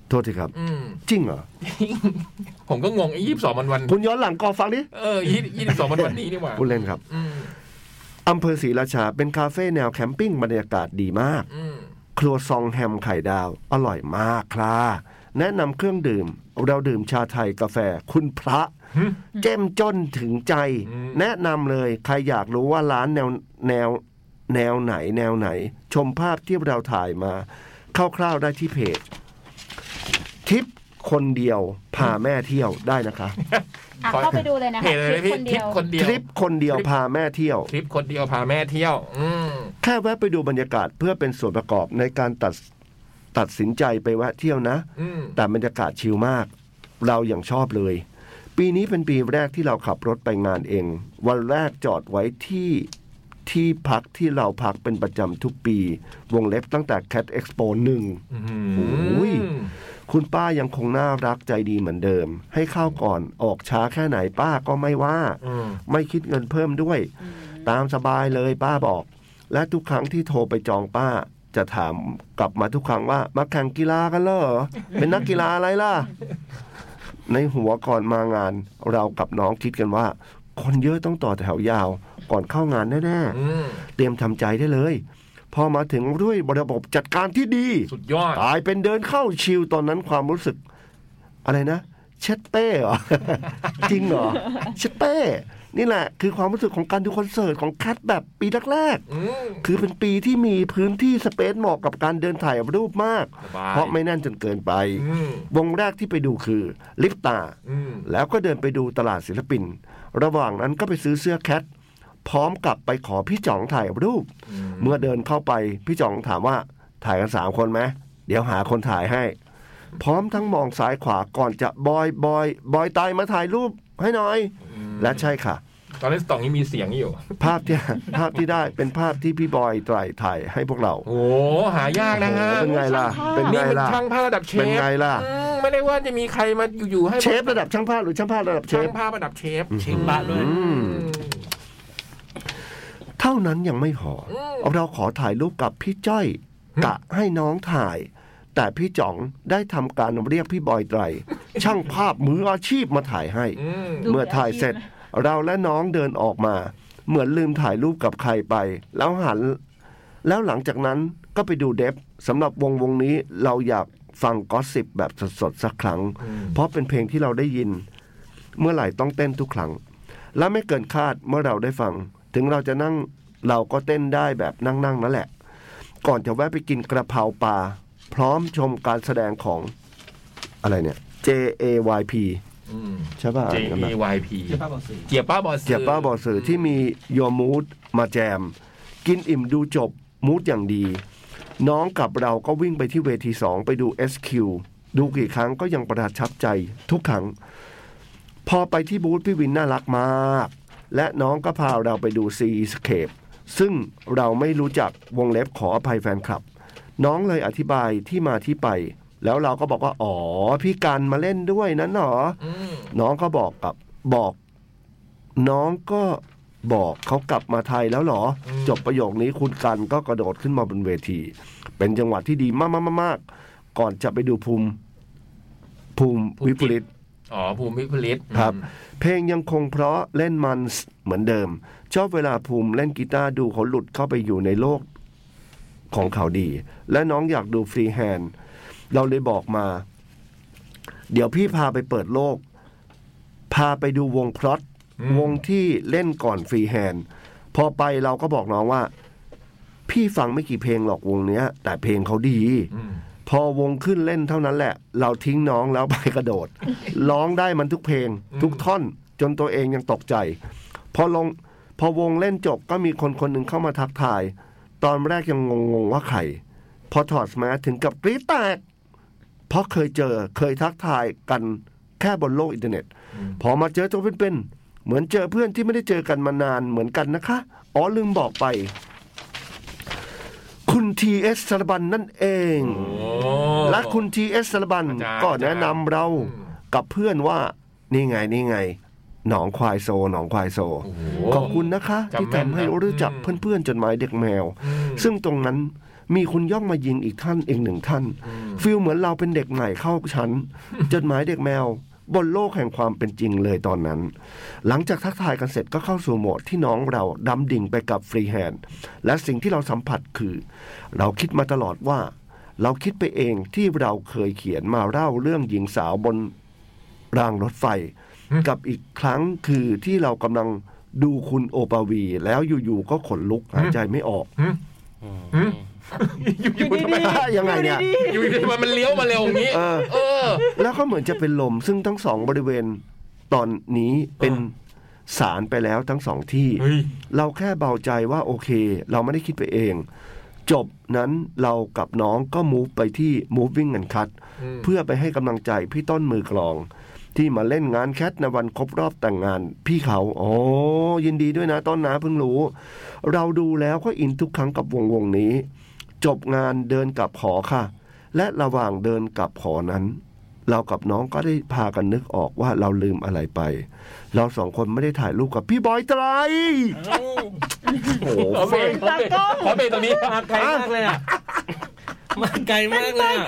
S3: โทษทีครับ
S2: อืม
S3: จริงเหรอ
S2: ผมก็งงไอ้ยี่สิบสองมันวัน
S3: คุณย้อนหลังก่อนฟังดิ
S2: เออยี่สิบสองมันวันนี้นี่หว่า
S3: พูดเล่นครับ
S2: อืม
S3: อำเภอศรีราชาเป็นคาเฟ่แนวแคมปิ้งบรรยากาศดีมาก
S2: อืม
S3: ครัวซองแฮมไข่ดาว อร่อยมากครับแนะนำเครื่องดื่ม เราดื่มชาไทยกาแฟ คุณพระ เจ้มจนถึงใจ แนะนำเลย ใครอยากรู้ว่าร้านแนวแนวแนวไหน แนวไหน ชมภาพที่เราถ่ายมาคร่าวๆได้ที่เพจทริปคนเดียวพาแม่เที่ยวได้นะคะ
S5: อ่ะเข้าไปดูเลยนะคะ
S2: เพจเลย
S5: คลิ
S2: พี่
S5: ปคน
S2: ท
S5: เดี
S2: ริป
S5: ยว
S2: คนเดีย
S3: ท
S2: ว
S3: ริปคนเดียวพาแม่เที่ยว
S2: ทริปคนเดียวพาแม่เที่ยว อืม
S3: แค่แวะไปดูบรรยากาศเพื่อเป็นส่วนประกอบในการตัดตัดสินใจไปแวะเที่ยวนะ
S2: อืม
S3: แต่บรรยากาศชิลมาก เราอย่างชอบเลย ปีนี้เป็นปีแรกที่เราขับรถไปงานเอง วันแรกจอดไว้ที่ที่พักที่เราพักเป็นประจำทุกปี วงเล็บตั้งแต่ Cat Expo 1
S2: อื
S3: โอ้ย
S2: ม
S3: คุณป้ายังคงน่ารักใจดีเหมือนเดิม ให้เข้าก่อนออกช้าแค่ไหนป้าก็ไม่ว่า
S2: อืม
S3: ไม่คิดเงินเพิ่มด้วย ตามสบายเลยป้าบอก และทุกครั้งที่โทรไปจองป้า จะถามกลับมาทุกครั้งว่า มาแข่งกีฬากันเหรอ เป็นนักกีฬาอะไรล่ะ ในหัวก่อนมางาน เรากับน้องคิดกันว่า คนเยอะต้องต่อแถวยาว ก่อนเข้างานแน่
S2: อืม
S3: ๆ เตรียมทำใจได้เลย พอมาถึงด้วยระบบจัดการที่ดี
S2: สุดยอด
S3: ตายเป็นเดินเข้าชิลตอนนั้นความรู้สึก อะไรนะ เช็ดเป้เหรอ จริงเหรอ เช็ดเป้ นี่แหละ คือความรู้สึกของการดูคอนเสิร์ตของแคทแบบปีแรก
S2: อืม
S3: ๆคือเป็นปีที่มีพื้นที่สเปซเหมาะกับการเดินถ่ายรูปมาก
S2: สบาย
S3: เพราะไม่แน่นจนเกินไป
S2: อืม
S3: วงแรกที่ไปดูคือ ลิปตา
S2: อืม
S3: แล้วก็เดินไปดูตลาดศิลปิน ระหว่างนั้นก็ไปซื้อเสื้อแคท พร้อมกับไปขอพี่จ่องถ่ายรูป เมื่อเดินเข้าไป พี่จ่องถามว่าถ่ายกันสามคนไหม เดี๋ยวหาคนถ่ายให้ พร้อมทั้งมองซ้ายขวาก่อนจะบอยบอยบอยตายมาถ่ายรูปให้หน่อย และใช่ค่ะ
S2: ตอนนี้สตองยังมีเสียงอยู่
S3: ภาพที่ ภาพที่ได้เป็นภาพที่พี่บอยไตร่ถ่ายให้พวกเรา
S2: โอ้โหหายากนะฮะ
S3: โอ้โหเป็นไงล่ะ เป็น
S2: นี่
S3: ไง
S2: เป็น
S3: ล่ะ
S2: ช่างภาพระดับเชฟ
S3: เป็นไงล่ะ
S2: อืมไม่ได้ว่าจะมีใครมาอยู่ๆให้
S3: เชฟระดับช่างภาพหรือช่างภาพระดับเช
S2: ช่าง
S3: ฟ
S2: ภาพระดับเชฟ
S4: เชงบะด้วย
S3: เท่านั้นยังไม่พออเราขอถ่ายรูปกับพี่จ้อย กะให้น้องถ่าย แต่พี่จ๋องได้ทำการเรียกพี่บอย ไตร ช่างภาพมืออาชีพมาถ่ายให้
S2: อืม
S5: ดู
S3: เมื่อถ่ายเสร็จ
S5: มืออาชี
S3: เราและน้องเดินออกมา เหมือนลืมถ่ายรูปกับใครไป แล้วหัน แล้วหลังจากนั้นก็ไปดูเดฟสำหรับวงวงนี้เราอยากฟังก็สิบแบบสดๆสักครั้ง เพราะเป็นเพลงที่เราได้ยิน เมื่อไหร่ต้องเต้นทุกครั้ง และไม่เกินคาดเมื่อเราได้ฟัง ถึงเราจะนั่งเราก็เต้นได้แบบนั่งๆนั่นแหละ ก่อนจะแวะไปกินกระเพราปลาพร้อมชมการแสดงของอะไรเนี่ย JAYP
S2: อืม
S3: ใช่ป่ะ
S2: JPYP
S6: เจ้าป้าบอกสื่อ
S2: เจียบป้าบอส
S3: เจ็บป้าบอสื่อที่มีโยมูดมาแจม กินอิ่มดูจบมูดอย่างดี น้องกับเราก็วิ่งไปที่เวทีสองไปดู SQ ดูกี่ครั้งก็ยังประทับใจทุกครั้ง พอไปที่บูธพี่วินน่ารักมาก และน้องก็พาเราไปดูซีสเคปซึ่งเราไม่รู้จักวงเล็บขออภัยแฟนคลับ น้องเลยอธิบายที่มาที่ไป แล้วเราก็บอกว่า อ๋อ พี่กันมาเล่นด้วยนั้นเหรอ
S2: อืม
S3: น้องก็บอกกับบอก น้องก็บอกเขากลับมาไทยแล้วเหรอ จบประโยคนี้คุณกันก็กระโดดขึ้นมาบนเวที เป็นจังหวะที่ดีมากๆๆๆก่อนจะไปดูภูมิ ภูมิวิปริต
S2: อ๋อ ภูมิพลิต
S3: ครับ เพลงยังคงเพราะเล่นมันเหมือนเดิม ชอบเวลาภูมิเล่นกีตาร์ดูเขาหลุดเข้าไปอยู่ในโลกของเขาดี และน้องอยากดูฟรีแฮนด์เราเลยบอกมา เดี๋ยวพี่พาไปเปิดโลก พาไปดูวงพลอตวงที่เล่นก่อนฟรีแฮนด์พอไปเราก็บอกน้องว่า พี่ฟังไม่กี่เพลงหรอกวงเนี้ย แต่เพลงเขาดี
S2: อืม
S3: พอวงขึ้นเล่นเท่านั้นแหละ เราทิ้งน้องแล้วไปกระโด ด ร้องได้มันทุกเพลง ทุกท่อน จนตัวเองยังตกใจ พอลงพอวงเล่นจบก็มีคนคนหนึ่งเข้ามาทักทาย ตอนแรกยังงงๆว่าใครพอถอดแมสถึงกับกรี๊ดแตก เพราะเคยเจอเคยทักทายกันแค่บนโลกอินเทอร์เน็ต พอมาเจอตัวเป็นๆเหมือนเจอเพื่อนที่ไม่ได้เจอกันมานานเหมือนกันนะคะ อ๋อลืมบอกไป คุณทีเอสสารบันนั่นเอง
S2: โอ้
S3: และคุณทีเอสสารบัน
S2: อาจารย์
S3: ก็แนะนำเรา
S2: อืม
S3: กับเพื่อนว่า นี่ไงนี่ไง หนองควายโซ หนองควายโซ
S2: โอ้โห
S3: ขอบคุณนะคะ
S2: จำ
S3: ที่
S2: แม่น
S3: ทำให้
S2: นะ
S3: รู้จัก
S2: อืม
S3: เพื่อนๆจดหมายเด็กแมว
S2: อืม
S3: ซึ่งตรงนั้นมีคุณย่องมายิงอีกท่านอีกหนึ่งท่าน
S2: อืม
S3: ฟิลเหมือนเราเป็นเด็กใหม่เข้า ชั้น จดหมายเด็กแมว บนโลกแห่งความเป็นจริงเลยตอนนั้น หลังจากทักทายกันเสร็จก็เข้าสู่โหมดที่น้องเราดำดิ่งไปกับฟรีแฮนด์และสิ่งที่เราสัมผัสคือ เราคิดมาตลอดว่า เราคิดไปเองที่เราเคยเขียนมาเล่าเรื่องหญิงสาวบนรางรถไฟ กับอีกครั้งคือที่เรากำลังดูคุณโอปาวี แล้วอยู่ๆก็ขนลุกหายใจไม่ออก
S2: อืม อยู่
S5: อยู่
S2: ๆทำไม
S5: ดีๆ
S3: ยังไงเนี่ย
S5: อ
S2: อยู่ดีๆทำไมมันเลี้ยวมาเร็วอย่างนี้
S3: เออ
S2: เออ
S3: แล้วก็เหมือนจะเป็นลมซึ่งทั้งสองบริเวณตอนนี้เป็นสารไปแล้วทั้งสองที่
S2: เฮ้ย
S3: เราแค่เบาใจว่าโอเค เราไม่ได้คิดไปเอง จบนั้นเรากับน้องก็มูฟไปที่ Moving and Cut
S2: อืม
S3: เพื่อไปให้กำลังใจพี่ต้นมือกลอง ที่มาเล่นงานแคทในวันครบรอบแต่งงานพี่เขา โอ้ยินดีด้วยนะต้นนะเพิ่งรู้ เราดูแล้วก็อินทุกครั้งกับวงวงนี้ จบงานเดินกลับหอค่ะ และระหว่างเดินกลับหอนั้น เรากับน้องก็ได้พากันนึกออกว่าเราลืมอะไรไป เราสองคนไม่ได้ถ่ายรูปกับพี่บอยไตรโอ้โห
S2: ขอเบรกขอเบรกขอเบรกตรงนี้
S4: มาไกลมากเลยอ่ะมาไกลมากเลยอะ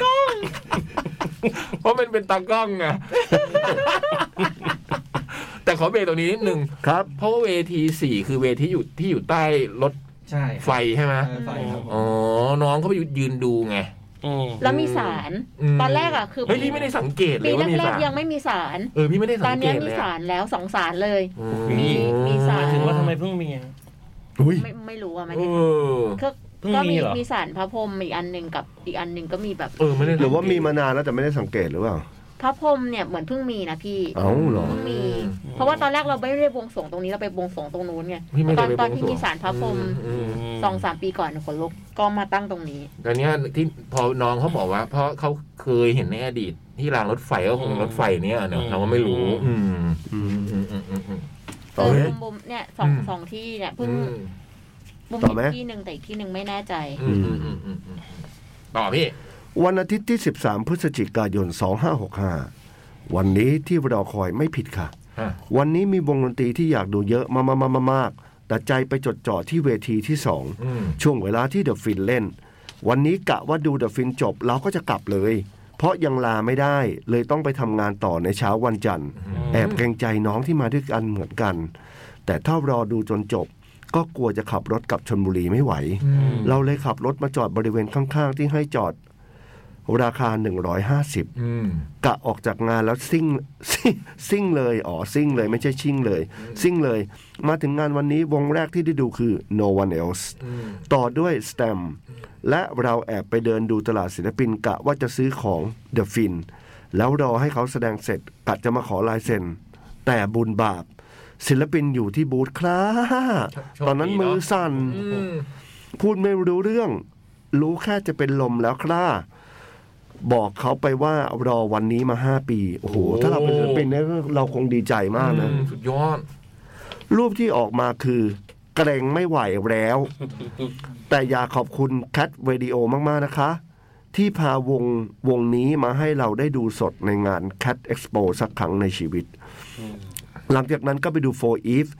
S2: เพราะมันเป็นตากล้องไงแต่ขอเบรกตรงนี้นิดนึง
S3: ครับ
S2: เพราะว่าเวทีสี่คือเวทีอยู่ที่อยู่ใต้รถ
S6: ใช่
S2: ไฟใช่ไหม
S6: เออไฟครับผม
S2: อ๋อ น้องเขาไปยืนดูไง
S4: อืม
S5: แล้วมีสาร
S2: ม
S5: ตอนแรกอะคือ
S2: เฮ้ยพี่ไม่ได้สังเกตเล
S5: ปี
S2: ยว่ามี
S5: แรก
S2: สาร
S5: ๆยังไม่มีสาร
S2: เออพี่ไม่ได้
S5: ตอ
S2: สั
S5: น
S2: งเก
S5: เนี้ย
S2: ต
S5: มี
S2: เลย
S5: สา
S2: อะ
S5: รแล้วสองสารเลย
S2: อื
S5: มีมีสาร
S4: ถึงว่าทำไมเพิ่งมีอะ
S3: อุ้ย
S5: ไม่ไม่รู้อะมัน
S2: เออ
S5: เนี่ยก็
S4: เพิ่ง
S5: ก็
S4: มี
S5: มี
S4: เหรอ
S5: มีสารพระพรหมอีกอันหนึ่งกับอีกอันหนึ่งก็มีแบบ
S2: เออไม่ได้สังเกต
S3: หรือว่ามีมานานแล้วแต่ไม่ได้สังเกตหรือเปล่า
S5: พระพรหมเนี่ยเหมือนเพิ่งมีนะพี่
S3: เอ้าเหรอ
S5: เพิ่งมี เพราะว่าตอนแรกเราไม่ได้บวงสรวงตรงนี้เราไปบวงสรวงตรงนู้นไง
S2: พี่ไม่
S5: ต
S2: ได้
S5: อน
S2: ไป
S5: ตอน
S2: บวงส
S5: ที่
S2: วง
S5: มีสารพระพรหม
S2: อืม
S5: สองสามปีก่อนขนลุกก็มาตั้งตรงนี้
S2: ตอนเนี้ยที่พอน้องเขาบอกว่า เพราะเขาเคยเห็นในอดีต ที่รางรถไฟก็คง
S4: อืม
S2: รถไฟเนี้ยเนอะ
S4: อืม
S2: เราก็ไม่รู้ อืม
S3: อืม
S2: อืมอืมอืมอืม
S5: เอ
S3: ต่อไหม
S5: อมุมๆเนี่ยสอง
S2: อืม
S5: สองที่เนี่ยเพิ่งมุม
S3: ต่อไหม
S5: อีกที่หนึ่งแต่อีกที่หนึ่งไม่แน่ใจ
S2: อืมอืมอืมอืมอืมต่อพี่
S3: วันอาทิตย์ที่ 13 พฤศจิกายน 2565 วันนี้ที่รอคอยไม่ผิดค่ะ
S2: ฮะ
S3: วันนี้มีวงดนตรีที่อยากดูเยอะมามามามามากแต่ใจไปจดจ่อที่เวทีที่
S2: อืม
S3: 2 ช่วงเวลาที่เดอะฟินเล่น วันนี้กะว่าดูเดอะฟินจบเราก็จะกลับเลย เพราะยังลาไม่ได้เลยต้องไปทำงานต่อในเช้าวันจันทร์ แอบเกรงใจน้องที่มาด้วยกันเหมือนกัน แต่ถ้ารอดูจนจบ ก็กลัวจะขับรถกลับชนบุรีไม่ไหว เราเลยขับรถมาจอดบริเวณข้างๆ ที่ให้จอด ราคา 150
S2: อืม
S3: กะออกจากงานแล้วซิ่ง ซิ่งซิ่งเลยอ๋อซิ่งเลยไม่ใช่ชิ่งเลย ซิ่งเลย มาถึงงานวันนี้วงแรกที่ได้ดูคือ no one else
S2: อืม
S3: ต่อด้วย Stem และเราแอบไปเดินดูตลาดศิลปินกะว่าจะซื้อของ The Fin แล้วรอให้เขาแสดงเสร็จกะจะมาขอลายเซ็น แต่บุญบาป ศิลปินอยู่ที่บูธครับ
S2: โชคดีเนอะ
S3: ตอนนั้นมือสั่น
S2: อืม
S3: พูดไม่รู้เรื่อง รู้แค่จะเป็นลมแล้วครับบอกเขาไปว่ารอวันนี้มาห้าปี โอ้โห ถ้าเราเป็นศิลปินเนี่ยเราคงดีใจมากนะ
S2: อืมสุดยอด
S3: รูปที่ออกมาคือเกรงไม่ไหวแล้ว แต่อยากขอบคุณแคทวิดีโอมาก ๆ นะคะ ที่พาวงวงนี้มาให้เราได้ดูสดในงาน Cat Expo สักครั้งในชีวิต หลังจากนั้นก็ไปดู For Eve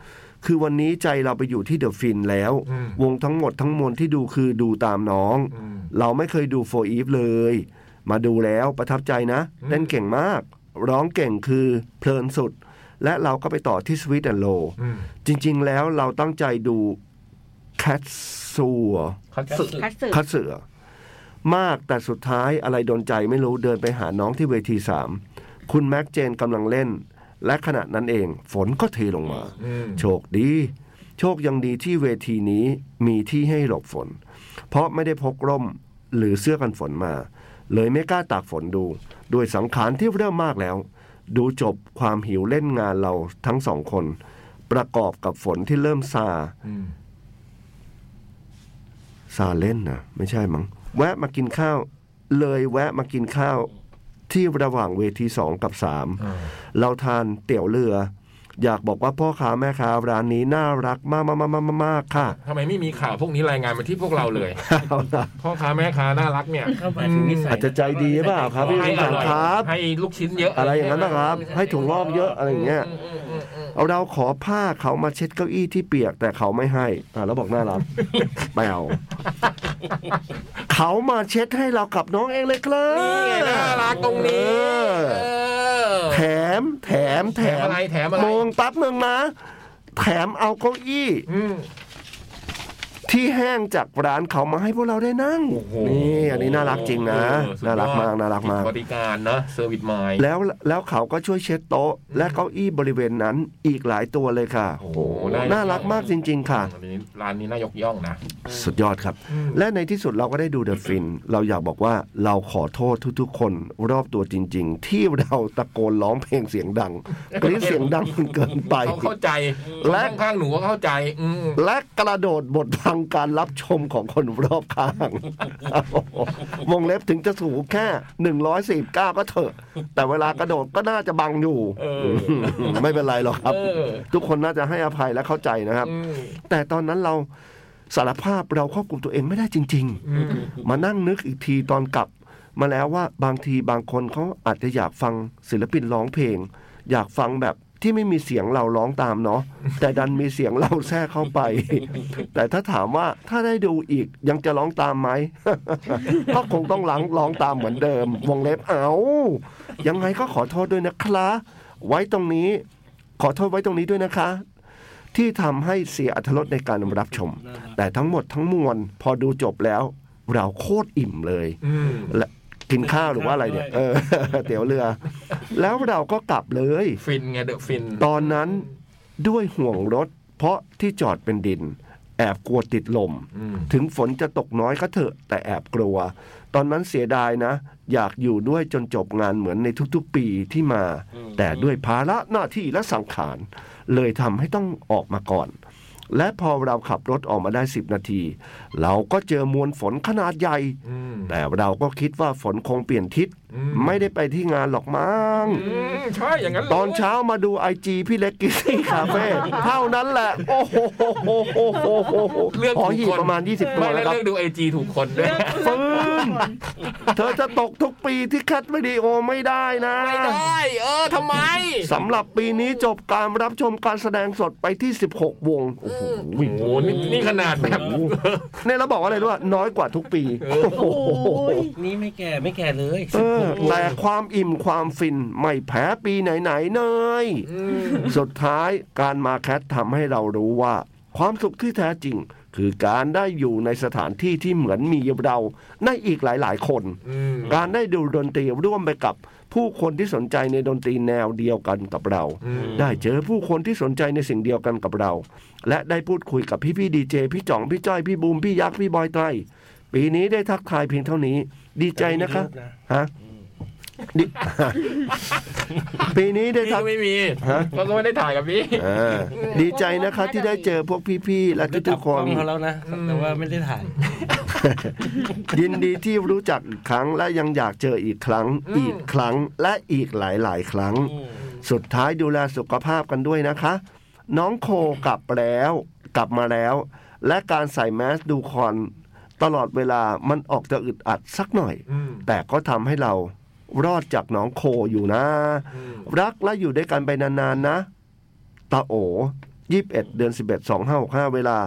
S3: คือวันนี้ใจเราไปอยู่ที่เดอะฟินแล้ว
S2: อืม
S3: วงทั้งหมดทั้งมวลที่ดูคือดูตามน้อง
S2: อืม
S3: เราไม่เคยดู For Eve เลย มาดูแล้วประทับใจนะ
S2: อืม
S3: เล่นเก่งมาก ร้องเก่งคือเพลินสุด และเราก็ไปต่อที่ Sweet and Low
S2: อืม
S3: จริงๆ แล้วเราตั้งใจดูแคทซัว
S2: คัตสึ
S5: คัตสึ
S3: คัตเสือมากแต่สุดท้ายอะไรโดนใจไม่รู้เดินไปหาน้องที่เวทีสามคุณแม็กเจนกำลังเล่น และขณะนั้นเองฝนก็เทลงมา
S2: อืม
S3: โชคดี โชคยังดีที่เวทีนี้มีที่ให้หลบฝน เพราะไม่ได้พกร่มหรือเสื้อกันฝนมา เลยไม่กล้าตากฝนดู ด้วยสังขารที่เริ่มมากแล้ว ดูจบความหิวเล่นงานเราทั้งสองคน ประกอบกับฝนที่เริ่มซา
S2: อืม
S3: ซาเล่นนะไม่ใช่มั้งแวะมากินข้าว เลยแวะมากินข้าวที่ระหว่างเวทีสองกับสาม
S2: อ่า
S3: เราทานเตี๋ยวเรือ อยากบอกว่าพ่อค้าแม่ค้าร้านนี้น่ารักมากมากมากมากมากค่ะ
S2: ทำไมไม่มีข่าวพวกนี้รายงานมาที่พวกเรา เลย
S3: เอาล่ะ
S2: พ่อค้าแม่ค้าน่ารักเนี่ย
S4: เข้าไปถึงนิสัย
S3: อาจจะใจดีหรือเปล่าครับพี่
S2: ให้อร่อย
S3: ครับ
S2: ให้ลูกชิ้นเยอะ
S3: อะไรอย่างนั้น นะครับ ให้ถุงรอบเยอะอะไรอย่างเงี้ยเอาเราขอผ้าเขามาเช็ดเก้าอี้ที่เปียกแต่เขาไม่ให้อ่าแล้วบอกน่ารัก ไม่ เอาเขามาเช็ดให้เรากับน้องเองเลยครับ
S2: นี่ไงน่ารักตรงนี้
S3: เออ
S2: เออ
S3: แถมแถมแถ
S2: แถ
S3: ม
S2: มอะไรแถมอะไร
S3: มองแป๊บนึงนะ แถมเอาเก้าอี้
S2: อืม
S3: ที่แห้งจากร้านเขามาให้พวกเราได้นั่ง
S2: โอ้โห
S3: นี่อันนี้น่ารักจริงนะ
S2: เออสุดยอด
S3: น่ารักมาก น่ารักมาก
S2: บริการนะเซอร์วิสไมล์
S3: แล้วแล้วเขาก็ช่วยเช็ดโต๊ะ และเก้าอี้บริเวณนั้นอีกหลายตัวเลยค่ะ
S2: โอ้โหได้
S3: น่ารักมากจริง ๆ ค่ะ
S2: อันนี้ร้านนี้น่ายกย่องนะ
S3: สุดยอดครับ และในที่สุดเราก็ได้ดูเดอะฟิน เราอยากบอกว่าเราขอโทษทุกๆ คนรอบตัวจริง ๆ ที่เราตะโกนร้องเพลงเสียงดังกรี๊ดเสียงดังมันเกินไป
S2: เขาเข้าใจ
S3: และ
S2: และข้างๆหนูก็เข้าใจ อืม
S3: และกระโดดบทพังการรับชมของคนรอบข้าง วงเล็บถึงจะสูงแค่ 149 ก็เถอะ แต่เวลากระโดดก็น่าจะบังอยู่
S2: เออ
S3: ไม่เป็นไรหรอกครับ
S2: เออ
S3: ทุกคนน่าจะให้อภัยและเข้าใจนะครับ
S2: อืม
S3: แต่ตอนนั้นเราสารภาพเราควบคุมตัวเองไม่ได้จริง
S2: อืม
S3: ๆ มานั่งนึกอีกทีตอนกลับ มาแล้วว่าบางทีบางคนเขาอาจจะอยากฟังศิลปินร้องเพลง อยากฟังแบบที่ไม่มีเสียงเราร้องตามเนาะแต่ดันมีเสียงเราแทรกเข้าไป แต่ถ้าถามว่าถ้าได้ดูอีกยังจะร้องตาม ไหม ก็คงต้องหลังร้องตามเหมือนเดิม วงเล็บเอายังไงก็ขอโทษด้วยนะคะไว้ตรงนี้ ขอโทษไว้ตรงนี้ด้วยนะคะ ที่ทำให้เสียอัธรสในการรับชม แต่ทั้งหมดทั้งมวลพอดูจบแล้ว เราโคตรอิ่มเลย
S2: อืม
S3: และกินข้าวหรือว่าอะไรเนี่ยเออ เตี๋ยวเรือ แล้วเราก็กลับเลย
S2: ฟินไงเดอะฟิน
S3: ตอนนั้นด้วยห่วงรถ เพราะที่จอดเป็นดิน แอบกลัวติดลม
S2: อืม
S3: ถึงฝนจะตกน้อยก็เถอะ แต่แอบกลัว ตอนนั้นเสียดายนะ อยากอยู่ด้วยจนจบงานเหมือนในทุกๆปีที่มา แต่ด้วยภาระหน้าที่และสังขาร เลยทำให้ต้องออกมาก่อน และพอเราขับรถออกมาได้ 10 นาที เราก็เจอมวลฝนขนาดใหญ่
S2: อืม
S3: แต่เราก็คิดว่าฝนคงเปลี่ยนทิศ ไม่ได้ไปที่งานหรอกมั้ง
S2: อืมใช่อย่างนั้นลย
S3: ตอนเช้ามาดูไอจีพี่เล็กกิซี่คาเฟ่เท่านั้นแหละ โอ้โหโอ้โหโอ้โหโอ้โห
S2: เรื่อง
S3: ขอ
S2: ถูก
S3: หีบ
S2: คน
S3: ประมาณ 20 ตัว
S2: ไม่
S3: แล้
S2: แล้ว ว
S3: ครับ
S2: เรื่องดูไอจีถูกคนด้วย
S3: ฟืนเธอจะตกทุกปีที่คัดวิดีโอไม่ได้นะ
S2: ไม่ได้เออทำไม
S3: สำหรับปีนี้จบการรับชมการแสดงสดไปที่ 16 วง โอ้โห
S2: โอ้โหนี่นี่ขนาดแบบ
S3: เนี่ยเราบอกว่าอะไรรู้ว่าน้อยกว่าทุกปี โอ้โห
S4: นี่ไม่แก่ไม่แก่เลย
S3: เออแต่ความอิ่มความฟินไม่แพ้ปีไหนๆเนยสุดท้ายการมาแคททำให้เรารู้ว่า ความสุขที่แท้จริง คือการได้อยู่ในสถานที่ที่เหมือนมีเราในอีกหลายๆคน
S2: อืม
S3: การได้ดูดนตรีร่วมไปกับผู้คนที่สนใจในดนตรีแนวเดียวกันกับเรา
S2: อืม
S3: ได้เจอผู้คนที่สนใจในสิ่งเดียวกันกับเรา และได้พูดคุยกับพี่พี่ดีเจพี่จ่องพี่จ้อยพี่บูมพี่ยักษ์พี่บอยไตรปีนี้ได้ทักทายเพียงเท่านี้ ดีใจนะคะฮะ ดิ ปีนี้ได้
S2: พี่
S3: ท
S2: ก็ไม่มี
S3: ำฮะ
S2: เขาก็ไม่ได้ถ่ายกับพี่
S3: เออดีใจนะคะที่ได้เจอพวกพี่ๆและ
S4: ได้จั
S3: ทุ
S4: บ
S3: กๆ
S4: ก
S3: ค
S4: ล้อน งเขาแล้วนะ แต่ว่าไม่ได้ถ่าย
S3: ยินดีที่รู้จักอีกครั้งและยังอยากเจออีกครั้ง
S2: อืม
S3: อีกครั้งและอีกหลายๆ ครั้ง สุดท้ายดูแลสุขภาพกันด้วยนะคะ น้องโคกลับแล้วกลับมาแล้ว และการใส่แมสดูคอนตลอดเวลามันออกจะอึดอัดสักหน่อย
S2: อืม
S3: แต่ก็ทำให้เรารอดจากน้องโคอยู่นะ
S2: อืม
S3: รักและอยู่ด้วยกันไปนานๆนะ ตาโอ21 เดือน 11 2565 เวลา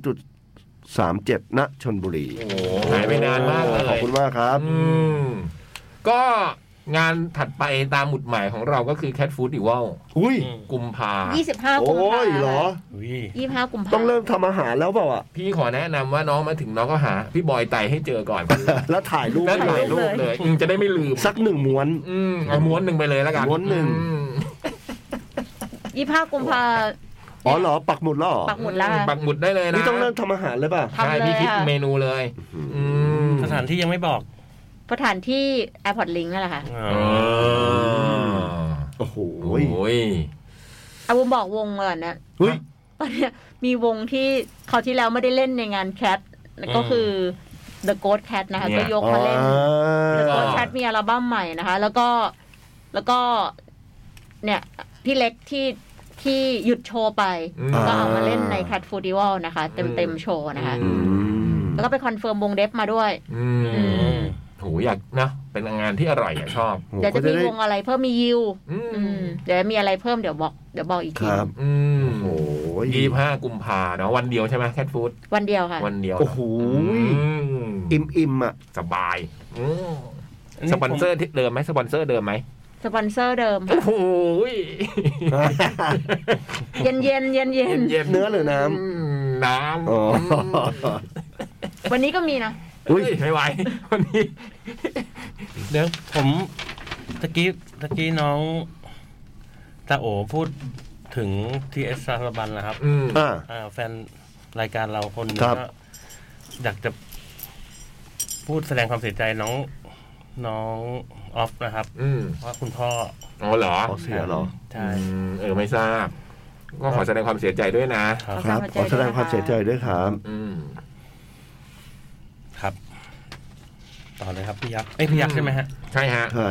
S3: 23.37ณชนบุรี
S2: โอ้โหหายไปนานมากเลย
S3: ขอบคุณมากครับ
S2: อืมก็งานถัดไปตามหมุดหมายของเราก็คือ Cat Food Evil
S3: อุ้ย
S2: กุมภา
S5: ยี่สิบห้ากุม
S3: โอ้
S5: ภาย
S3: เหรอ
S4: วิ
S5: ยี่สิบห้ากุมภา
S3: ต้องเริ่มทำอาหารแล้วเปล่าอ่ะ
S2: พี่ขอแนะนำว่าน้องมาถึงน้องก็หา พี่บอยไตให้เจอก่อน
S3: แล้วถ่ายรูป
S2: แล้ว
S3: ไว้เล
S2: ถ่าย
S3: ย
S2: รูปเลยอืมจะได้ไม่ลืม
S3: สักหนึ่งม้วน
S2: อืมเอาม้วนหนึ่งไปเลยแล้วกัน
S3: ม้วนหนึ่ง
S2: อืม
S5: ยี่สิบห้ากุมภา
S3: อ๋อเหรอ ปักหมุดแล้วเหรอ
S5: ปักหมุดแล้วค่ะ
S2: ปักหมุดได้เลยนะ
S3: นี่ต้องเริ่มทำอาหารเลยป่ะ
S5: ทำ
S2: ใช่
S5: เลย
S2: พี่คิด
S5: ค่ะ
S2: เมนูเลย อืม
S4: สถานที่ยังไม่บอก
S5: สถานที่แอร์พอร์ตลิงนั่นแหละค่ะ
S2: เออ
S3: โอ้โห
S2: โอ้ย
S5: เอาบุมบอกวงก่อนนะ
S3: เฮ้ย
S5: ตอนเนี้ยมีวงที่เขาวที่แล้วไม่ได้เล่นในงานแคทก็คือ The Ghost Cat นะคะ
S2: เนี่ย
S5: ก็ยกมาเล่น The
S2: อ๋อ
S5: Ghost Cat มีอัลบั้มใหม่นะคะ แล้วก็แล้วก็เนี่ยพี่เล็กที่ที่หยุดโชว์ไป
S2: อืม
S5: ก็เอามาเล่นใน Cat Festival นะคะ เต็มเต็มๆโชว์นะคะ
S3: อืม
S5: แล้วก็ไปคอนเฟิร์มวงเดฟมาด้วย
S2: อื
S5: อื
S2: ม
S5: ม
S2: โหอยากนะ เป็นงานที่อร่อยอะชอบ
S5: เดี๋ยวจะมีวงอะไรเพิ่มมียิว
S2: อื
S5: อืมเดี๋ยวมีอะไรเพิ่มเดี๋ยวบอกเดี๋ยวบอกอีก
S3: ค
S5: ที
S3: รับ
S2: อืม
S3: โอ้ย
S2: ยี่ห้ากุมภาเนาะวันเดียวใช่ไหมแคทฟู้ด
S5: วันเดียวค่ะ
S2: วันเดียว
S3: โอ้โห
S2: อิ่
S3: อิ่
S2: ม
S3: มอิ่มๆอ่ะ
S2: สบายอืมสปอนเซอร์ที่เดิมไหมสปอนเซอร์เดิมไหม
S5: สปอนเซอร์เดิมค่ะ
S2: โอ้โห
S5: เย็นเย็นเย็นเย็น
S2: ย็ๆ
S3: เนื้อหรือน้ำ
S2: มน้ำ
S3: อ๋อ
S5: ๆวันนี้ก็มีนะ
S2: อุ้ยไม่ไหววันนี้
S4: เดี๋ยวผมตะกี้ตะกี้น้องตาโอพูดถึงทีเอสซาลบันนะครับ
S2: อืม
S3: อ่า
S4: อ่าแฟนรายการเราคนหนึง
S3: ครับ
S4: ก็อยากจะพูดแสดงความเสียใจน้องน้องออฟนะครับ
S2: อืม
S4: เพราะคุณพ่อ
S2: อ๋อเหรอ
S3: ขอเสียเหรอ
S4: ใช่
S2: อืมเออไม่ทราบ ก็ขอแสดงความเสียใจด้วยนะ
S4: ครับ
S3: ครับ ขอแสดงความเสียใจด้วยครับ
S2: อืม
S4: ครับ ต่อเลยครับพี่ยักษ์เอ้ยพี่ยักษ์ใช่ไหมฮะ
S2: ใช่ฮะ
S3: ใช่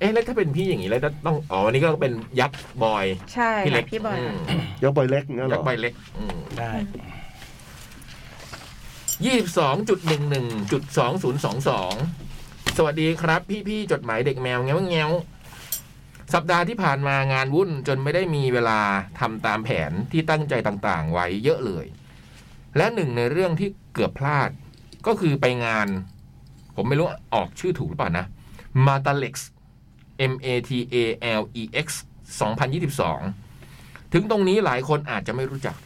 S2: เอ๊ะแล้วถ้าเป็นพี่อย่างนี้แล้วต้องอ๋อวันนี้ก็เป็นยักษ์บอย
S5: ใช่
S2: พี่เล็
S5: ค่ะ
S2: ก
S5: พี่บอย
S2: ม
S3: ยกใบเล็กงั้นเหร
S2: ยัก
S3: อ
S2: ษ์บอยเล็ก
S4: ได้
S2: ยี่สิบสองจุดหนึ่งหนึ่งจุดสองศูนย์สองสองสวัสดีครับ พี่พี่ๆจดหมายเด็กแมวแง้วแง้วสัปดาห์ที่ผ่านมางานวุ่นจนไม่ได้มีเวลาทำตามแผนที่ตั้งใจต่างๆ ไว้เยอะเลย และหนึ่งในเรื่องที่เกือบพลาด ก็คือไปงาน ผมไม่รู้ออกชื่อถูกหรือเปล่านะ Matalex M A T A L E X 2022 ถึงตรงนี้หลายคนอาจจะไม่รู้จัก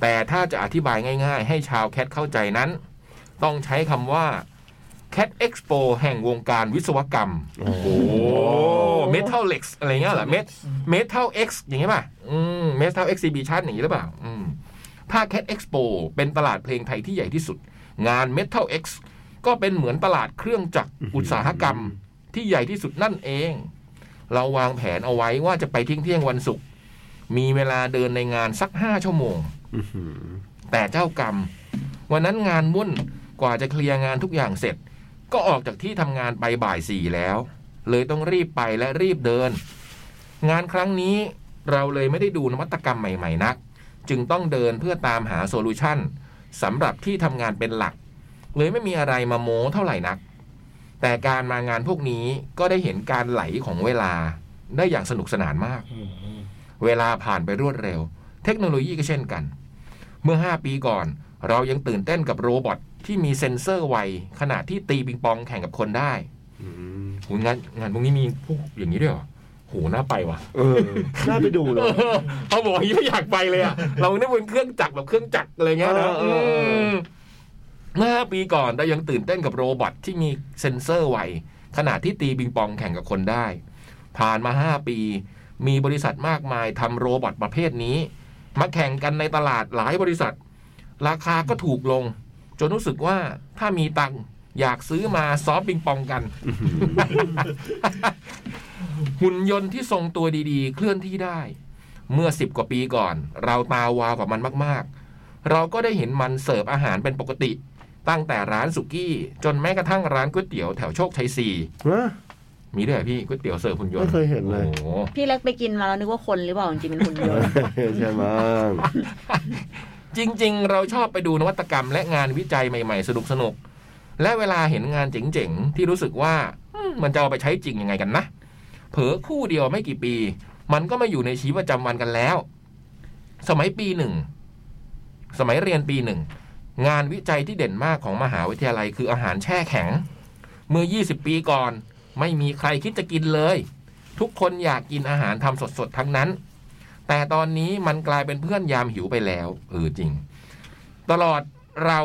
S2: แต่ถ้าจะอธิบายง่ายๆ ให้ชาวแคทเข้าใจนั้น ต้องใช้คำว่า Cat Expo แห่งวงการวิศวกรรม
S3: โอ้โห
S2: Metalex อะไรเงี้ยเหรอ Met Metal X อย่างเงี้ยป่ะอืม Metal Exhibition อย่างงี้หรือเปล่าอืมถ้า Cat Expo เป็นตลาดเพลงไทยที่ใหญ่ที่สุด งาน Metal X ก็เป็นเหมือนตลาดเครื่องจักรอุตสาหกรรม ที่ใหญ่ที่สุดนั่นเอง เราวางแผนเอาไว้ว่าจะไปทิ้งเที่ยงๆวันศุกร์มีเวลาเดินในงานสักห้าชั่วโมง
S3: อื้อหือ
S2: แต่เจ้ากรรม วันนั้นงานมุ่นกว่าจะเคลียร์งานทุกอย่างเสร็จ ก็ออกจากที่ทำงานไปบ่ายสี่แล้ว เลยต้องรีบไปและรีบเดิน งานครั้งนี้เราเลยไม่ได้ดูนวัตกรรมใหม่ ๆ นัก จึงต้องเดินเพื่อตามหาโซลูชันสำหรับที่ทำงานเป็นหลัก เลยไม่มีอะไรมาโม้เท่าไหร่นัก แต่การมางานพวกนี้ก็ได้เห็นการไหลของเวลาได้อย่างสนุกสนานมาก เวลาผ่านไปรวดเร็ว เทคโนโลยีก็เช่นกัน เมื่อ 5 ปีก่อน เรายังตื่นเต้นกับโรบอทที่มีเซ็นเซอร์ไวขณะที่ตีปิงปองแข่งกับคนได้
S3: อืม
S2: โหงานงานพวกนี้มีพวกอย่างนี้ด้วยเหรอโหน่าไปว่ะ
S3: เออ น่าไปดูเลย
S2: เอาบอกอย่างนี้ไม่อยากไปเลยอะ เราเนี่ยเป็นเครื่องจักรแบบเครื่องจักรอะไรเงี้ยนะ
S3: เออเออเอออื
S2: มเมื่อ5ปีก่อนเรายังตื่นเต้นกับโรบอทที่มีเซ็นเซอร์ไวขณะที่ตีบิงปองแข่งกับคนได้ ผ่านมา 5 ปี มีบริษัทมากมายทำโรบอทประเภทนี้ มาแข่งกันในตลาดหลายบริษัท ราคาก็ถูกลง จนรู้สึกว่าถ้ามีตังค์ อยากซื้อมาซ้อมปิงปองกัน หุ่นยนต์ที่ทรงตัวดีๆ เคลื่อนที่ได้ เมื่อสิบกว่าปีก่อน เราตาวาวกับมันมากๆ เราก็ได้เห็นมันเสิร์ฟอาหารเป็นปกติ ตั้งแต่ร้านสุกี้ จนแม้กระทั่งร้านก๋วยเตี๋ยวแถวโชคชัยสี่
S3: ฮะ
S2: มีด้วยเหรอพี่ก๋วยเตี๋ยวเสิร์ฟหุ่นยนต์
S3: ไม่เคยเห็นเลย
S2: โอ้โห
S5: พี่เล็กไปกินมาแล้วนึกว่าคนหรือเปล่าจริงๆเป็นหุ่นยนต์
S3: ใช่ไหมง
S2: จริง ๆ เราชอบไปดูนวัตกรรมและงานวิจัยใหม่ ๆ สนุกๆ และเวลาเห็นงานเจ๋งๆ ที่รู้สึกว่าอืมมันจะเอาไปใช้จริงยังไงกันนะ เผลอคู่เดียวไม่กี่ปี มันก็มาอยู่ในชีวิตประจำวันกันแล้ว สมัยปีหนึ่ง สมัยเรียนปีหนึ่ง งานวิจัยที่เด่นมากของมหาวิทยาลัยคืออาหารแช่แข็ง เมื่อ 20 ปีก่อน ไม่มีใครคิดจะกินเลย ทุกคนอยากกินอาหารทำสดๆ ทั้งนั้น แต่ตอนนี้มันกลายเป็นเพื่อนยามหิวไปแล้วเออจริง ตลอดเรา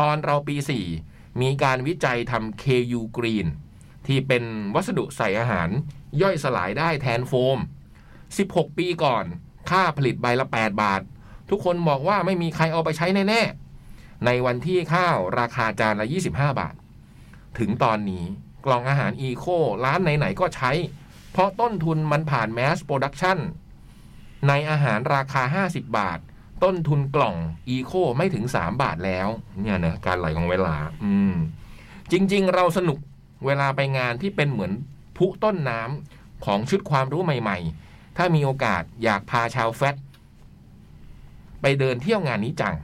S2: ตอนเราปี 4 มีการวิจัยทำ KU Green ที่เป็นวัสดุใส่อาหารย่อยสลายได้แทนโฟม 16 ปีก่อน ค่าผลิตใบละ 8 บาท ทุกคนบอกว่าไม่มีใครเอาไปใช้แน่ๆ ในวันที่ข้าวราคาจานละ 25 บาท ถึงตอนนี้กล่องอาหารอีโคร้านไหนๆก็ใช้ เพราะต้นทุนมันผ่านแมสโปรดักชันในอาหารราคา 50 บาท ต้นทุนกล่องอีโคไม่ถึง 3 บาทแล้ว เนี่ยนะการไหลของเวลา อืม จริง ๆ เราสนุกเวลาไปงานที่เป็นเหมือนพลุต้นน้ำของชุดความรู้ใหม่ ๆ ถ้ามีโอกาสอยากพาชาวแฟตไปเดินเที่ยวงานนี้จัง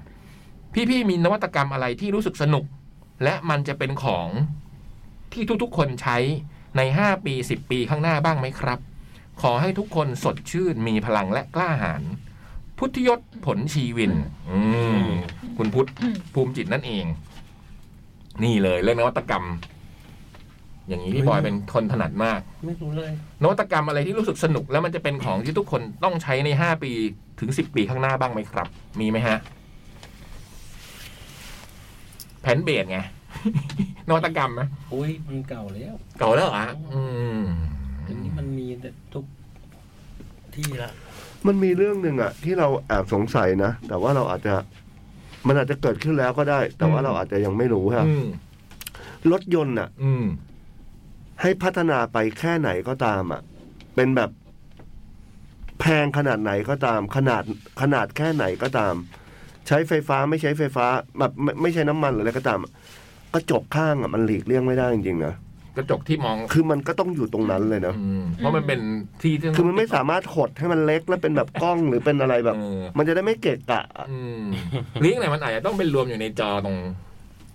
S2: พี่ ๆ มีนวัตกรรมอะไรที่รู้สึกสนุก และมันจะเป็นของที่ทุกๆ คนใช้ใน 5 ปี 10 ปีข้างหน้าบ้างไหมครับ ขอให้ทุกคนสดชื่นมีพลังและกล้าหาญพุทธยศผลชีวิน อืมคุณพุทธภูมิจิตนั่นเอง นี่เลยเรื่องนวัตกรรม อย่างนี้พี่บอยเป็นคนถนัดมาก
S4: ไม่รู้เลย
S2: นวัตกรรมอะไรที่รู้สึกสนุกแล้วมันจะเป็นของที่ทุกคนต้องใช้ใน 5 ปีถึง 10 ปีข้างหน้าบ้างไหมครับ มีไหมฮะ แผ่นเบสไง นวัตกรรมนะ
S4: อุ้ยมันเก่าแล้ว
S2: เก่าแล้วเหรอฮะอืม
S4: เดี๋ยวนี้มันมีแต่ทุกที่ละ
S3: มันมีเรื่องหนึ่งอะที่เราแอบสงสัยนะ แต่ว่าเราอาจจะ มันอาจจะเกิดขึ้นแล้วก็ได้ แต่ว่าเราอาจจะยังไม่รู้ครับ
S2: อืม
S3: รถยนต์อะ
S2: อืม
S3: ให้พัฒนาไปแค่ไหนก็ตามอะเป็นแบบแพงขนาดไหนก็ตาม ขนาดขนาดแค่ไหนก็ตาม ใช้ไฟฟ้าไม่ใช้ไฟฟ้าแบบไม่ไม่ใช้น้ำมันหรืออะไรก็ตามอะกระจกข้างอะมันหลีกเลี่ยงไม่ได้จริงๆนะ
S2: กระจกที่มอง
S3: คือมันก็ต้องอยู่ตรงนั้นเลยนะ
S2: อืมเพราะมันเป็นที่ที่
S3: คือมันไม่สามารถหดให้มันเล็กแล้วเป็นแบบกล้องหรือเป็นอะไรแบบ
S2: เออ
S3: มันจะได้ไม่เกะกะ
S2: อืมลิงก์ไหนมันอาจจะต้องเป็นรวมอยู่ในจอตรง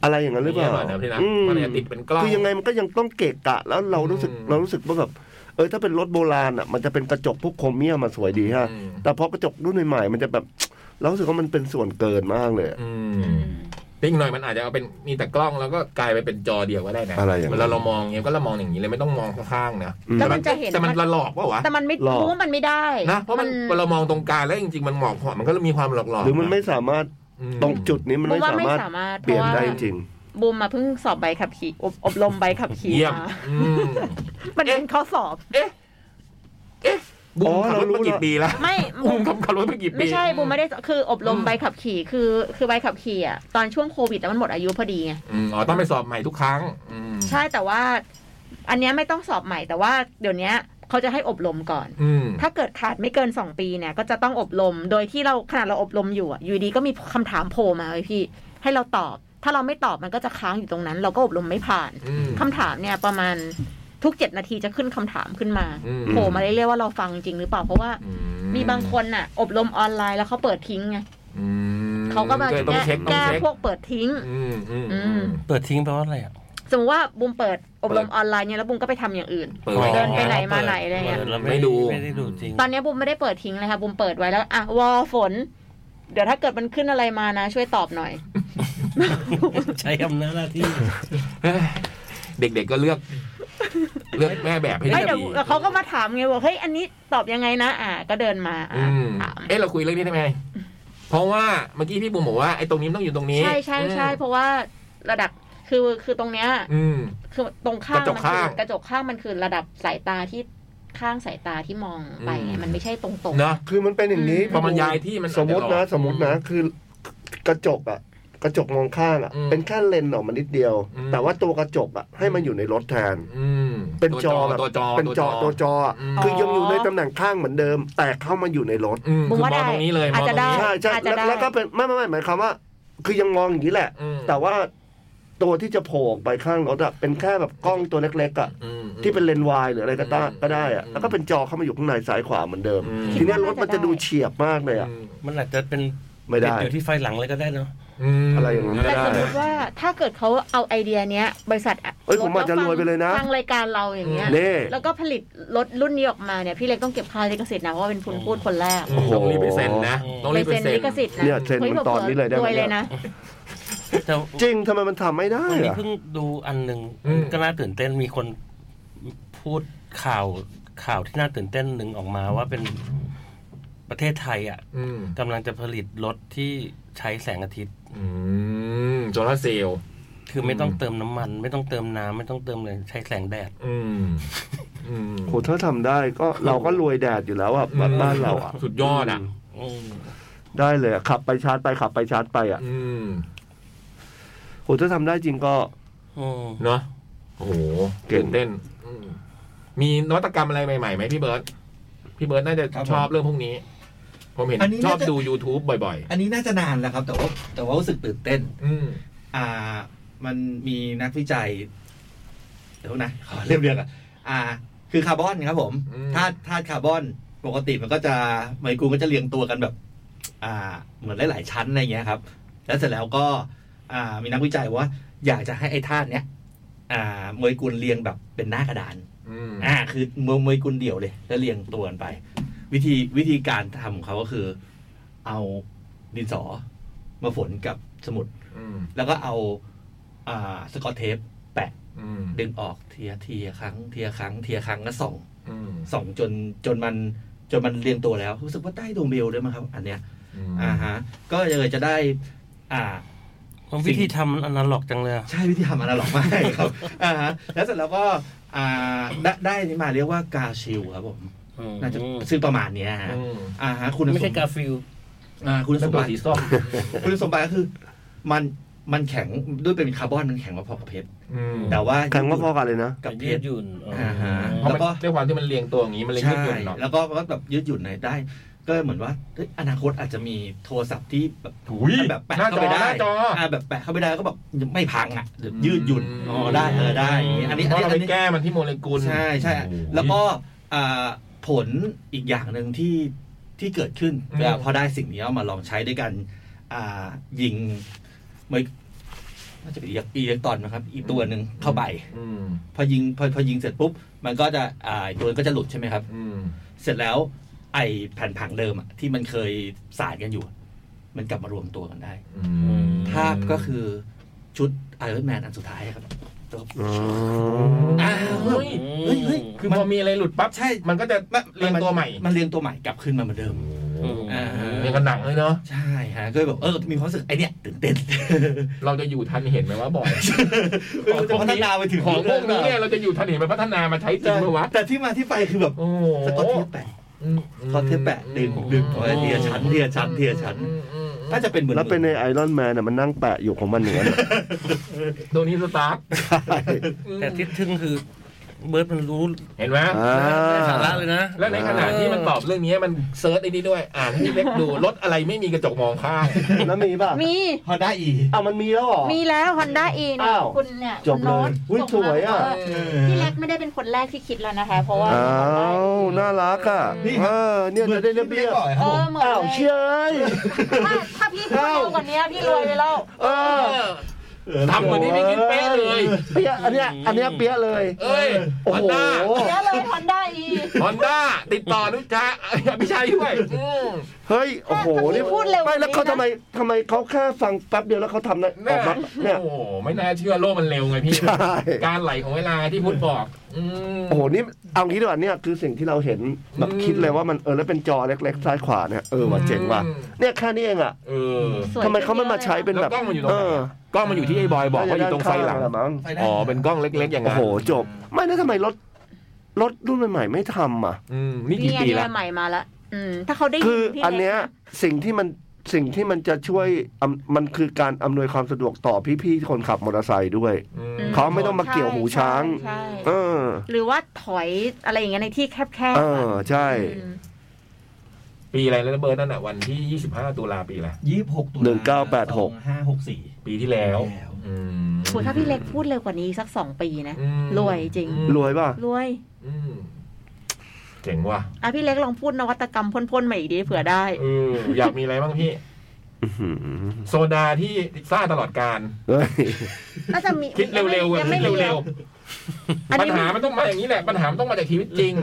S3: อะไรอย่างนั้นหรือเปล่า
S2: เนี่ยเหรอพี่นะ
S3: อื
S2: มันอาจจะติดเป็นกล้อง
S3: คือยังไงมันก็ยังต้องเกะกะ แล้วเรารู้สึก
S2: อืม
S3: เรารู้สึกว่าแบบเออถ้าเป็นรถโบราณอ่ะมันจะเป็นกระจกพวกโครเมียมมาสวยดีฮะ
S2: อืม
S3: แต่พอกระจกรุ่นใหม่ๆมันจะแบบเรารู้สึกว่ามันเป็นส่วนเกินมากเลยอะ
S2: อืมลิงก์หน่อยมันอาจจะเอาเป็นมีแต่กล้องแล้วก็กลายไปเป็นจอเดียวก็ได้นะ
S3: อะไรอย่างนั้น
S2: เวลาเรามองเนี่ยก็เรามองอย่างนี้เลยไม่ต้องมองข้างๆนะ
S3: อืม
S5: แล้วมันจะเห็น
S2: แต่มันละหลอกว่าวะ
S5: แต่มันไม่
S3: หรอ
S5: รู้ว่ามันไม่ได้
S2: นะเพราะมันเวลามองตรงกลางแล้วจริงๆ มันหมอกหอมมันก็มีความหลอกหลอก
S3: หรือมันไม่สามารถตรงจุดนี้มัน
S5: บู
S3: ไม่
S5: ม
S3: สา
S5: ว่าไม่
S3: มารถ
S5: สามารถ
S3: เปลี่ยนได้
S5: พ
S3: จ
S5: ราะว่า
S3: ริง
S5: บูมมาเพิ่งสอบใบขับขี่อบอบรมใบขับขี่
S2: เยี่ยม
S5: มา
S2: อืม
S5: มันเป็นข้อสอบ
S2: บุ้
S3: อ๋
S2: ม
S3: อ
S2: ขับรถมา
S3: เรารู้
S2: กี่
S3: ละ
S2: ปีแล้ว
S5: ไม่
S2: บุ้มขับขับรถมากี่ปี
S5: ไม่ใช่บูมไม่ได้คืออบรม
S2: อืม
S5: ใบขับขี่คือคือใบขับขี่อ่ะตอนช่วงโควิดแล้วมันหมดอายุพอดีไง
S2: อืมอ๋อต้องไปสอบใหม่ทุกครั้งอืม
S5: ใช่แต่ว่า อันเนี้ยไม่ต้องสอบใหม่แต่ว่าเดี๋ยวเนี้ยเขาจะให้อบรมก่อน
S2: อืม
S5: ถ้าเกิดขาดไม่เกิน 2 ปีเนี่ย ก็จะต้องอบรมโดยที่เราขนาดเราอบรมอยู่อะอยู่ดีก็มีคำถามโผล่มาเลยพี่ ให้เราตอบ ถ้าเราไม่ตอบมันก็จะค้างอยู่ตรงนั้น เราก็อบรมไม่ผ่าน
S2: อืม
S5: คำถามเนี่ยประมาณทุก 7 นาทีจะขึ้นคำถามขึ้นมา
S2: อืม
S5: โผล่มาเรื่อยๆว่าเราฟังจริงหรือเปล่าเพราะว่า
S2: อื
S5: มีบางคนน่ะ อบรมออนไลน์แล้วเขาเปิดทิ้งไง
S2: อืม
S5: เขาก็มา
S2: ลยต้อง
S5: แก้
S2: เช็คต้อง
S5: แก้
S2: เช็ค
S5: พวกเปิดทิ้ง
S2: อืมอืม
S5: อื
S2: อืม
S5: ม
S4: เปิดทิ้งแปลว่าอะไรอ่ะ
S5: สมมติว่าบุมเปิดอบรม
S2: เปิด
S5: ออนไลน์เนี่ยแล้วบุมก็ไปทำอย่างอื่น
S2: เปิดว้
S5: เดิ
S2: ก่อน
S5: ไปไหน
S2: น
S5: มาไหนอะไรเงี้ย
S4: ปิแล้ว
S2: ไม่ดู
S4: ไม่ได้ดูจริง
S5: ตอนเนี้ยบุมไม่ได้เปิดทิ้งเลยค่ะบุมเปิดไว้แล้วอ่ะวอฝน เดี๋ยวถ้าเกิดมันขึ้นอะไรมานะ ช่วยตอบหน่อย
S4: ใช้อำนาจหน้าที่
S2: เฮ้ยเด็กๆก็เลือก เลือกแม่แบบให้
S5: เอ้ยเดี๋ยว
S2: ดี
S5: เขาก็มาถามไงบอกเฮ้ยอันนี้ตอบยังไงนะ อ่ะก็เดินมาอ่ะ
S2: อืม
S5: ถาม
S2: เอ๊ะเราคุยเรื่องนี้ได้ไหมเพราะว่าเมื่อกี้พี่บุ๋มบอกว่าไอ้ตรงนี้มันต้องอยู่ตรงนี้
S5: ใช่ใช่ใช่เพราะว่าระดับคือคือตรงเนี้ย
S2: อืม
S5: คือตรงข้าง
S2: กระจก
S5: มั
S2: ข้าง
S5: คือกระจกข้างมันคือระดับสายตาที่ข้างสายตาที่มองไปไง
S2: อืม
S5: มันไม่ใช่ตรงตรง
S2: เนาะ
S3: ๆ คือมันเป็นอย่างนี้
S5: อืม
S2: พอมันย้ายที่มันอาจ
S3: ส
S2: จะ
S3: มมติ
S2: หล
S3: นะ
S2: อก
S3: สมมตินะคือกระจกอะ กระจกมองข้างอ่ะ
S2: อืม
S3: เป็นแค่เลนส์ออกมานิดเดียว
S2: อืม
S3: แต่ว่าตัวกระจกอ่ะให้มันอยู่ในรถแทน
S2: อืม
S3: เป็นจอแบบ
S2: ตัวจอ
S3: เป็นจอตัวจออะ
S2: อืม
S3: คือยังอยู่ในตำแหน่งข้างเหมือนเดิม แต่เข้ามาอยู่ในรถ
S2: อืม
S5: ผ
S2: คื
S5: ม
S2: อมอ
S5: ว่าง
S2: ตรงนี้เลยม
S5: อา
S2: อง
S5: จ
S2: ตรง
S5: จะได้
S2: นี้
S3: ใช่ใช่
S5: อาจจะ
S3: แล้ว
S5: ได้
S3: แล้วก็เป็นไม่ไม่ไม่หมายความว่า คือยังมองอย่างนี้แหละ
S2: อืม
S3: แต่ว่าตัวที่จะโผล่ออกไปข้างรถอะเป็นแค่แบบกล้องตัวเล็กๆอะ
S2: อืม
S3: ที่เป็นเลนส์วายหรืออะไรก็ตา
S2: อืม
S3: ก็ได้อะ
S2: อืม
S3: แล้วก็เป็นจอเข้ามาอยู่ข้างในซ้ายขวาเหมือนเดิม
S2: อืม
S3: ทีเนี้ยรถมันจะดูเฉียบมากเลยอะ
S4: มันอาจจะเป็น
S3: ไม่ได้
S4: ติอยู่ที่ไฟหลังเลยก็ได้เนาะ
S2: ม
S3: อะไรอย่างนั้น
S5: แต่
S2: ด้
S5: สมมติว่าถ้าเกิดเขาเอาไอเดียเนี้ย บริษัท
S3: เอ้ยผมอาจจะรวยไปเลยนะ
S5: ทางรายการเราอย่างเงี้ย
S3: เน่
S5: แล้วก็ผลิตรถรุ่นนี้ออกมาเนี่ย พี่เล็กต้องเก็บค่าลิขสิทธิ์นะ เพราะว่าเป็นคุณพูดคนแรก
S2: อืมต้องรีบไปเซ็นนะ ต้อง
S5: ไป
S2: รีบไป
S5: เซ็น
S2: เซ็น
S5: ลิขสิทธิ์นะ
S3: เนี่ยเซ็นมันตอนนี้เลยได้
S5: ร
S3: ไหม
S5: วยเลย
S3: เนี่ย
S5: นะ
S4: แต่
S3: จริงทำไมมันทำไม่ได้
S4: วันนี้
S3: อะ
S4: เพิ่งดูอันหนึ่ง
S2: อืม
S4: ก็น่าตื่นเต้นมีคนพูดข่าวข่าวที่น่าตื่นเต้นหนึ่งออกมาว่าเป็นประเทศไทยอ่ะ
S2: อืม
S4: กำลังจะผลิตรถที่ใช้แสงอาทิตย์
S2: อืมโซลาร์เซลล์
S4: คือไม่ต้องเติมน้ำมัน ไม่ต้องเติมน้ำไม่ต้องเติมเลยใช้แสงแดด
S2: อืมอืม
S3: โหถ้าทำได้ก็เราก็รวยแดดอยู่แล้วอะบ้านเราอะ
S2: สุดยอดอ่ะ
S4: อืม
S3: ได้เลยอะขับไปชาร์จไปขับไปชาร์จไปอะ
S2: อืม
S3: โหถ้าทำได้จริงก็
S4: อืม
S2: เนาะโอ้โห
S3: เก่ง
S2: ตื่นเต้นอืมมีนวัตกรรมอะไรใหม่ๆไหมพี่เบิร์ตพี่เบิร์ตน่าจะ
S6: ครับ
S2: ชอบเรื่องพวกนี้ ผมเห็น
S6: อันนี้
S2: ชอบ
S6: น่าจะ
S2: ดู YouTube บ่อย
S6: อันนี้น่าจะนานแล้วครับ แต่ว่าแต่ว่ารู้สึกตื่นเต้น
S2: ๆ อืม
S6: อ่า มันมีนักวิจัย เดี๋ยวนะ ขอเรียบเรียงอ่ะอ่า คือคาร์บอนครับผม
S2: อืม
S6: ธาตุธาตุคาร์บอน ปกติมันก็จะไมโครก็จะเรียงตัวกันแบบ อ่า เหมือนหลาย ๆ ชั้นอะไรเงี้ยครับ แล้วเสร็จแล้วก็ อ่า มีนักวิจัยว่า อยากจะให้ไอ้ธาตุเนี้ย อ่าโมเลกุลเรียงแบบเป็นหน้ากระดาน
S2: อืม
S6: อ่าคือโมโมเลกุลเดี่ยวเลย แล้วเรียงตัวกันไป วิธีวิธีการทำของเขาก็คือ เอาดินสอมาฝนกับสมุด
S2: อืม
S6: แล้วก็เอาอ่าสกอตเทป แปะ
S2: อืม
S6: ดึงออกเทียทีละครั้งเทียครั้งเทียครั้งก็ส่อง
S2: อืม
S6: ส่องจนจนมันจนมันเรียงตัวแล้ว รู้สึกว่าใต้ดวงเบลด้วยมั้งครับ อันเนี้ย
S2: ม
S6: อ่าฮะ ก็เลยจะได้ อ่า
S4: มันวิธีทำมันอนาล็อกจังเลยอะ
S6: ใช่วิธีทำอนาล็อกมากครับ อ่าฮะแล้วเสร็จแล้วก็อ่าได้ได้อันนี้มาเรียกว่ากาชิลครับผม น่าจะซึ่งประมาณเนี้ยฮะ
S2: อืม
S6: อ่าฮะคุณสม
S4: ไม่
S6: บั
S4: ใช่
S6: ติ
S4: กาฟิล
S6: อ่าคุณสมบัติ
S2: สีส้ม
S6: คุณสมบัติก็คือ มันมันแข็งด้วยเป็นคาร์บอนมันแข็งกว่าพอกับเพชร
S2: อืม
S6: แต่ว่า
S3: แข่งก็พอกันเลยนะ
S6: กับเพ
S4: ยื
S6: ช
S4: ด
S6: ร
S4: หยุ่นอ๋อ
S6: อ่าฮะ
S2: เพ
S6: แล้
S2: ราะมัน
S6: วก็
S2: ด้วยความที่มันเรียงตัวอย่างนี้มันเลยยืด
S6: ใช่
S2: หยุ่นเนาะ
S6: แล้วก็มันก็แบบยืดหยุ่นหน่อยได้ ก็เหมือนว่าเฮ้ยอนาคตอาจจะมีโทรศัพท์ที่แบบ
S2: ถุย
S6: แบบแปะ
S2: หน้าจอ
S6: เข้าไปได้
S2: หน้าจออ่
S6: าแบบแปะเข้าไปได้ก็แบบไม่พังอ่ะหรือยืดหยุ่น
S2: ม
S6: อ๋อได้เออได้อย่างงี้อันนี้
S2: เพ
S6: อัน
S2: ราะ
S6: นี้
S2: เรา
S6: อั
S2: ไป
S6: นนี้
S2: แก้มันที่โมเลกุล
S6: ใช่ใช่
S2: โอ้โห
S6: แล้วก็อ่าผลอีกอย่างหนึ่งที่ที่เกิดขึ้น
S2: อืม
S6: เวลาพอได้สิ่งนี้เอามาลองใช้ด้วยกันอ่ายิงเหมือนน่าจะเป็นอิเล็กอิเล็กตรอนนะครับ อีกตัวหนึ่งเข้าไป
S2: อืม
S6: พอยิงพอพอยิงเสร็จปุ๊บ มันก็จะอ่าอีกตัวก็จะหลุดใช่ไหมครับ
S2: อืม
S6: เสร็จแล้ว ไอแผ่นผังเดิมอะที่มันเคยสานกันอยู่อะมันกลับมารวมตัวกันได้
S2: อืม
S6: ภาพก็คือชุดไอรอนแมนอันสุดท้ายครับตัวอ้าวเฮ้ยเฮ้ยเฮ้ย
S2: คือพอมีอะไรหลุดปั๊บ
S6: ใช่
S2: มันก็จะ
S6: มัน
S2: เรียงตัวใหม่
S6: มันเรียงตัวใหม่กลับขึ้นมาเหมือนเดิม
S4: อืม
S6: อ่า
S2: เรียงกันหนังเลยเนาะ
S6: ใช่ฮะก็เลยแบบเออมีความรู้สึกไอเนี่ยตื่นเต้น
S2: เราจะอยู่ทันเห็นไหมว่าบ่อย
S6: เออมันจะพัฒนาไปถึง
S2: ของพวกนี้เนี่ย
S6: ย
S2: เราจะอยู่ทันเห็นไหมพัฒนามาใช้จริงไหมวะ
S6: แต่ที่มาที่ไปคือแบบ
S2: โอ้โห
S6: สกอตเทปแปะ
S2: อืม
S6: สกอตเทปแปะดึงดึงถอยเทียชั้นเทียชั้นเทียชั้น
S2: อืมอืมอืม
S6: น่าจะเป็นเหมือน
S3: แล้วเป็นในไอรอนแมนอ่ะมันนั่งแปะอยู่ของมันเหนือน่ะ
S2: ตัวนี้สตาร์ท
S4: แต่ที่ทึ่งคือเบิร์ดมันรู้
S2: เห็นไหม
S3: อ่า
S4: สาระเลยนะ
S2: แล้วในขณะที่มันตอบเรื่องนี้มันเซิร์ชไอ้นี่ด้วย อ่านให้พี่เล็กดู รถอะไรไม่มีกระจกมองข้าง
S3: แล้วมีป่ะ
S5: มี
S6: ฮอนด้าอี
S3: อ้าวมันมีแล้วเหรอ
S5: มีแล้ว Honda E เนย
S3: อ้าว
S5: คุณเนี่ย
S3: จบเลย
S5: โน้ต
S3: อุ๊ย
S5: ส่งมา
S3: สวยอะ
S5: บกว่าพี่เล็กไม่ได้เป็นคนแรกที่คิดแล้วนะคะ เพราะว่า
S3: อ้าวน่ารักอ่ะ
S6: นี่
S3: เออเนี่ยจะได้เรียบ
S6: พี่
S3: เรียบ
S6: ก่อนค
S5: เอ
S6: รับผ
S5: อ
S6: ม
S5: เหมือน
S3: อ้าว
S5: เลย
S3: เชียย
S5: ถ้าถ้าพี่พูดเร็วกว่านี้พี่รวยไปแล้ว
S3: เออ
S2: ทำเหมือนที่พี่คิดเป๊ะเลย
S3: เปียะอันเนี้ยอันเนี้ยเปียะเลย
S2: เอ้ย
S3: โอ้
S2: ฮอน
S3: โห
S2: ด้า
S5: เยอะเลย Honda E
S2: ฮอนด้าติดต่อนุชาพี่ชายด้วยอืม
S3: เฮ้ยโอ้โห
S5: ถ้าพี่
S3: นี่
S5: พูดเร็ว
S3: ไม่แล้วเขา
S5: กว่านี้นะ
S3: ทำไมทำไมเขาแค่ฟังแป๊บเดียวแล้วเขาทำนะอ
S2: น่า
S3: อกมาเนี่ย
S2: โอ้โหไม่น่าเชื่อโลกมันเร็วไงพี่
S3: ใช่
S2: การไหลของเวลาที่พุทธบอกอืม
S3: โอ้โหนี่เอางี้ดีกว่าเนี่ยคือสิ่งที่เราเห็นแบบ
S2: อืม
S3: คิดเลยว่ามันเออแล้วเป็นจอเล็กๆซ้ายขวาเนี่ยเออว่ะเจ๋งว่ะ
S2: อืม
S3: เนี่ยแค่นี้เองอ่ะ
S2: เออ
S5: สวย
S3: ทำไมเขาไม่มาใช้เป็น
S2: แล้ว
S3: แบบ
S2: กล้องมันอยู่ตรงไหน
S3: เออ
S2: อะกล้องมันอยู่ที่ไอ้บอยบอกว่าอยู่ตรงไฟหลัง
S3: น่าจะด้านข้าะมั้ง
S6: ไปได้
S2: อ๋อ เป็นกล้องเล็ก ๆ อย่าง
S3: โอ้
S2: นั้น
S3: โหจบ ไม่นะทำไมรถรถรุ่นใหม่ๆไม่ทำอ่ะ
S2: อืมนี่
S5: นี่
S2: กี่ปี
S5: อันนี้
S2: ละ
S5: ใหม่มาละอืมถ้าเขาได้ยิ
S3: คือ
S5: พี่
S3: อันเนี้ย
S5: ล็กะ
S3: สิ่งที่มัน สิ่งที่มันจะช่วยอำมันคือการอำนวยความสะดวกต่อพี่ๆคนขับมอเตอร์ไซค์ด้วย
S2: อืม
S3: เขาไม่ต้องมาเกี่ยวหูช้าง
S5: ใช่
S3: เอ
S5: ใช่
S3: อ
S5: หรือว่าถอยอะไรอย่างเงี้ยในที่แคบ
S3: เออ
S5: ๆอะ
S3: ใช่
S5: อืม
S2: ปีอะไรแล้วนะเบิร์ดนั่นอ่ะ วันที่ 25 ตุลาปีอะไร
S6: ยี่สิบหกตุลา
S3: 1986
S6: ห้าหกสี่
S2: ปีที่แล้ว
S6: แล้ว
S2: อืม
S5: โหถ้าพี่เล็กพูดเร็วกว่านี้สักสองปีนะ
S2: อืม
S5: รวยจริง
S2: อืม
S3: รวยป่ะ
S5: รวย
S2: อืมเจ๋งว่ะ
S5: อ่ะพี่เล็กลองพูดนวัตกรรมพ่นๆมาอีกดีเผื่อได้
S2: เอออยากมีอะไรบ้างพี่
S3: อื้อหือ
S2: โซดาที่ซ่าตลอดการ
S3: เฮ้ย
S5: น่าจะมี
S2: คิดเร็วๆอะ
S5: ยัง
S2: คิ
S5: ไม่
S2: ด
S5: มี
S2: เร็ว
S5: อัน
S2: ๆปัญ
S5: นี้
S2: หามันต้องมาอย่างนี้แหละปัญหามันต้องมาจากชีวิต จริง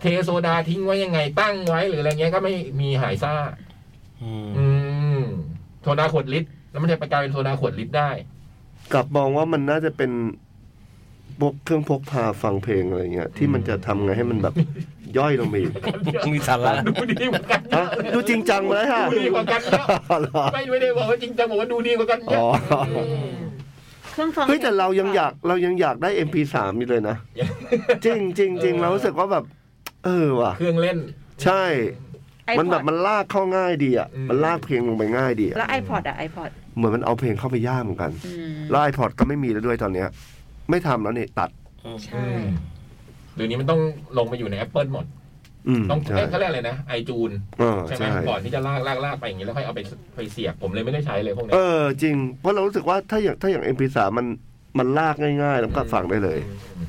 S2: เทโซดาทิ้งไว้ยังไง ตั้งไว้หรืออะไรเงี้ยก็ไม่มีหายซ่า
S4: อืม
S2: อืมโซดาขวดลิตรแล้วมันจะไปกลายเป็นโซดาขวดลิตรได้
S3: กลับมองว่ามันน่าจะเป็นพวกเครื่องพกพาฟังเพลงอะไรเงี้ยที่มันจะทำไงให้มันแบบ ย่อยลงไปอีก
S4: มีสาระ
S2: ดูดีเหมือนกัน
S3: ฮะดูจริงจังเลยฮะ
S2: ดูดีกว่ากันเยอะ
S3: เหรอ
S2: ไม่ไม่ได้บอกว่าจริงจังบอกว่าดูดีกว่ากันเย
S3: อ๋
S2: อะ
S3: อ
S5: เครื่องฟัง
S3: เฮ้ยแต่เรายังอยากเรายังอยากได้ MP3 อยู่เลยนะ จริงจริงจริงเรารู้สึกว่าแบบ เออว่ะ
S2: เครื่องเล่น
S3: ใช่
S5: ไอพ
S3: มันแบ
S5: อด
S3: บมันลากเข้าง่ายดีอ่ะ
S2: อืม
S3: มันลากเพลงลงไปง่ายดีอะ
S5: แล้วไอพอดอะไอพอด
S3: เหมือนมันเอาเพลงเข้าไปย่ากเหมือนกัน แล้วไอพอดก็ไม่มีแล้วด้วยตอนเนี้ย ไม่ทำแล้วนี่ตัด
S5: ใช่
S2: เดี๋ยวนี้มันต้องลงมาอยู่ใน Apple หมด
S3: อืม
S2: ต้อง
S3: ใช่
S2: เอ้ยเขาเรียกอะไรนะไอจูน
S3: เออ
S2: ใช่ไหม
S3: ใช่
S2: ก่อนที่จะลากลากลากไปอย่างนี้แล้วค่อยเอาไปไปเสียบผมเลยไม่ได้ใช้เลยพวกเนี้
S3: เอย อ จริง เพราะเรารู้สึกว่าถ้าอย่างถ้าอย่าง MP3 มันมันลากง่ายๆ แล้วก็ฟังได้เลย
S2: อื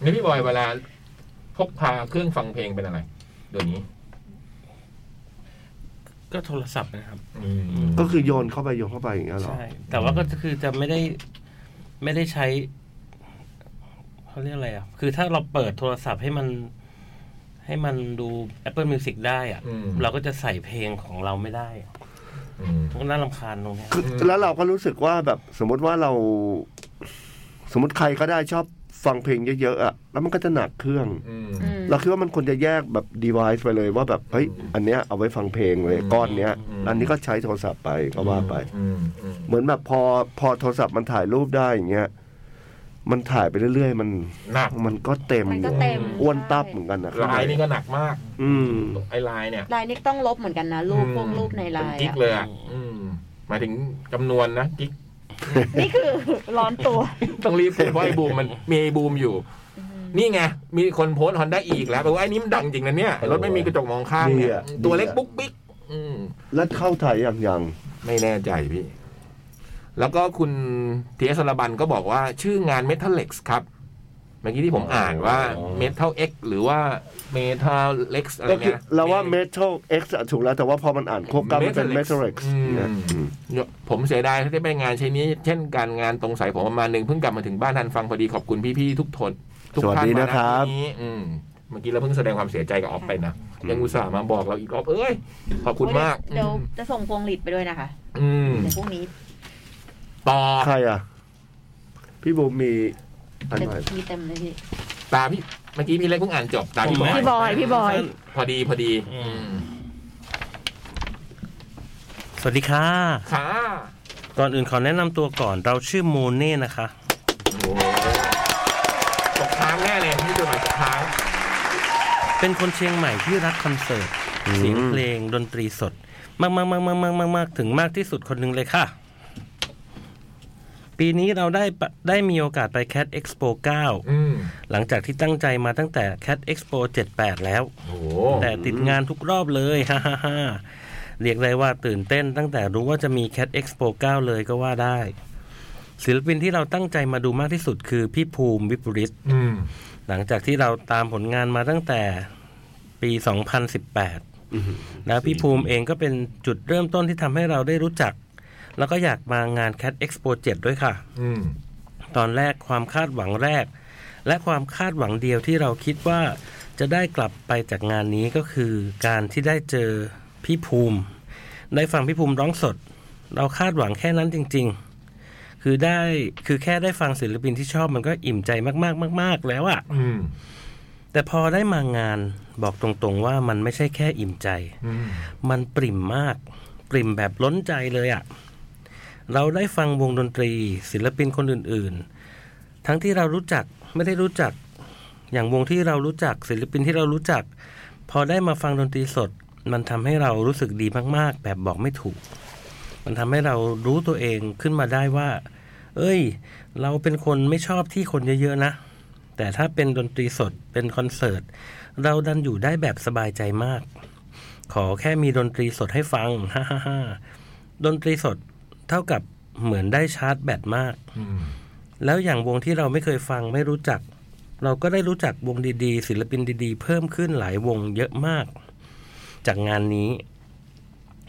S2: มนี่พี่บอยเวลาพกพาเครื่องฟังเพลงเป็นอะไรเดี๋ยวนี้
S4: ก็โทรศัพท์นะครับ
S2: อืม
S3: ก็คือโยนเข้าไปโยนเข้าไปอย่างเงี้ยเหรอ
S4: ใช่ แต่ว่าก็คือจะไม่ได้ไม่ได้ใช้เขาเรียกอะไรอ่ะ คือถ้าเราเปิดโทรศัพท์ให้มัน ให้มันดู Apple Music ได้อ่ะ
S2: อืม
S4: เราก็จะใส่เพลงของเราไม่ได้อะ
S2: อืม
S4: พวกน่ารำคาญตรงเนี้ย
S3: คือ
S2: อืม
S3: แล้วเราก็รู้สึกว่าแบบสมมติว่าเรา สมมติใครก็ได้ชอบฟังเพลงเยอะๆอ่ะแล้วมันก็จะหนักเครื่อง
S2: อืม
S5: อืม
S3: เราคิดว่ามันควรจะแยกแบบ device ไปเลยว่าแบบเฮ้ยอันเนี้ยเอาไว้ฟังเพลงเลย
S2: อืม
S3: ก้อนเนี้ย
S2: อืม
S3: อันนี้ก็ใช้โทรศัพท์ไปก็ว่าไป
S2: อืมอืม
S3: เหมือนแบบพอพอโทรศัพท์มันถ่ายรูปได้อย่างเงี้ยมันถ่ายไปเรื่อยๆ มัน
S2: หนัก
S3: มันก็เต็ม
S5: มันก็เต็ม
S3: อ้วนตับเหมือนกันนะ
S2: ลายนี่ก็หนักมาก
S3: อืม
S2: ไอไลน์เนี่ย
S5: ลายนี่ต้องลบเหมือนกันนะรูปพวกรูปในไลาย
S2: เป็นกิ๊กเลยอ่ะอืมหมายถึงจำนวนนะกิ๊ก
S5: นี่คือร้อนตัว
S2: ต้องรีบพูดเพราะไอ้บูมมันมีไอ้บูมอยู่ นี่ไง มีคนโพสฮอนด้าอีกแล้วแปลว่าไอ้นี่มันดังจริงนะเนี่ย รถไม่มีกระจกมองข้างเนี่
S3: ดี
S2: ย
S3: อะ
S2: ตัวเล็กปุ๊กปิ๊กอืม
S3: แล้วเข้าถ่ายอย่างยัง
S2: ไม่แน่ใจพี่ แล้วก็คุณเทียสรบันก็บอกว่าชื่องาน Metallex ครับ เมื่อกี้ที่ผมอ่านว่า Metal X หรือว่า Metallex อะไร
S3: ก็คือ
S2: เนี่ย
S3: เราว่า metal x อะถูกแล้วแต่ว่าพอมันอ่านควบกันมันเป็น metal
S2: Metal
S3: x
S2: X อืม ผมเสียดายที่ได้ไปงานเช่นนี้ เช่นการงานตรงสายผมประมาณหนึ่งเพิ่งกลับมาถึงบ้านทันฟังพอดีขอบคุณพี่ๆทุกทนทุกท่าน
S3: สวัสดี
S2: มา
S3: นะครับ
S2: ที่นี้อืมเมื่อกี้เราเพิ่งแสดงความเสียใจกับออฟไปนะยังอุตส่าห์มาบอกเราอีกรอบเอ้ยขอบคุณมาก
S5: เดี๋ยวจะส่งพวงหลีดไปด้วยนะคะ
S2: อืม
S5: ในพวกนี้
S2: ต่อ
S3: ใครอ่ะ พี่บูมมีอัน
S5: เต็ม
S3: ไหน
S5: มีเต็มเลยพี่
S2: ตาพี่เมื่อกี้พี่เล็กเพิ่งอ่านจบตาพี่บ
S5: พี่บ
S2: อ
S5: อย ย พี่บอย
S2: พอดีพอดี อืม
S4: สวัสดีค่ะ
S2: ค่ะ
S4: ก่อนอื่นขอแนะนำตัวก่อน เราชื่อโมเน่นะคะ
S2: ตกค้างแน่เลยนี่จดหมายตกค้าง
S4: เป็นคนเชียงใหม่ที่รักคอนเสิร์ต เสียงเพลงดนตรีสด มากมากมากมากมากมากถึงมากที่สุดคนหนึ่งเลยค่ะ ปีนี้เราได้ปะได้มีโอกาสไป Cat Expo
S2: อืม
S4: 9 หลังจากที่ตั้งใจมาตั้งแต่ Cat Expo 78 แล้ว
S2: โอ้โห
S4: แต่ติดงานทุกรอบเลย ฮ่าฮ่าฮ่าเรียกได้ว่าตื่นเต้นตั้งแต่รู้ว่าจะมี Cat Expo 9 เลยก็ว่าได้ ศิลปินที่เราตั้งใจมาดูมากที่สุดคือพี่ภูมิวิปริต
S2: อืม
S4: หลังจากที่เราตามผลงานมาตั้งแต่ปี 2018 แล้วพี่ภูมิเองก็เป็นจุดเริ่มต้นที่ทำให้เราได้รู้จัก แล้วก็อยากมางาน Cat Expo 7 ด้วยค่ะ
S2: อืม
S4: ตอนแรกความคาดหวังแรก และความคาดหวังเดียวที่เราคิดว่าจะได้กลับไปจากงานนี้ก็คือการที่ได้เจอพี่ภูมิ ได้ฟังพี่ภูมิร้องสด เราคาดหวังแค่นั้นจริง ๆ คือได้คือแค่ได้ฟังศิลปินที่ชอบมันก็อิ่มใจมากๆมาก ๆ แล้วอะ
S2: อืม
S4: แต่พอได้มางานบอกตรงๆว่ามันไม่ใช่แค่อิ่มใจ
S2: อืม
S4: มันปริ่มมาก ปริ่มแบบล้นใจเลยอะ่ะ เราได้ฟังวงดนตรี ศิลปินคนอื่นๆ ทั้งที่เรารู้จักไม่ได้รู้จัก อย่างวงที่เรารู้จักศิลปินที่เรารู้จัก พอได้มาฟังดนตรีสด มันทำให้เรารู้สึกดีมากๆ แบบบอกไม่ถูก มันทำให้เรารู้ตัวเองขึ้นมาได้ว่า เอ้ย เราเป็นคนไม่ชอบที่คนเยอะๆนะ แต่ถ้าเป็นดนตรีสดเป็นคอนเสิร์ต เราดันอยู่ได้แบบสบายใจมาก ขอแค่มีดนตรีสดให้ฟัง ฮ่าฮ่าฮ่าดนตรีสดเท่ากับเหมือนได้ชาร์จแบตมาก
S2: อืม
S4: แล้วอย่างวงที่เราไม่เคยฟังไม่รู้จัก เราก็ได้รู้จักวงดีๆ ศิลปินดีๆ เพิ่มขึ้นหลายวงเยอะมาก จากงานนี้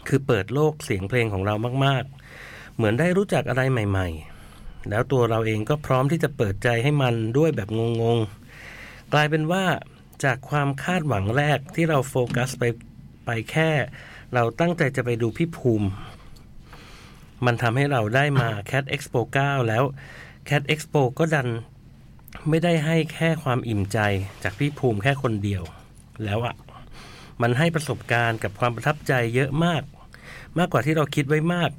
S4: คือเปิดโลกเสียงเพลงของเรามากๆ เหมือนได้รู้จักอะไรใหม่ๆ แล้วตัวเราเองก็พร้อมที่จะเปิดใจให้มันด้วยแบบงงๆ กลายเป็นว่าจากความคาดหวังแรกที่เราโฟกัสไปไปแค่ เราตั้งใจจะไปดูพี่ภูมิ มันทำให้เราได้มา Cat Expo 9 แล้ว Cat Expo ก็ดันไม่ได้ให้แค่ความอิ่มใจจากพี่ภูมิแค่คนเดียว แล้วอะ่ะ มันให้ประสบการณ์กับความประทับใจเยอะมาก มากกว่าที่เราคิดไว้มาก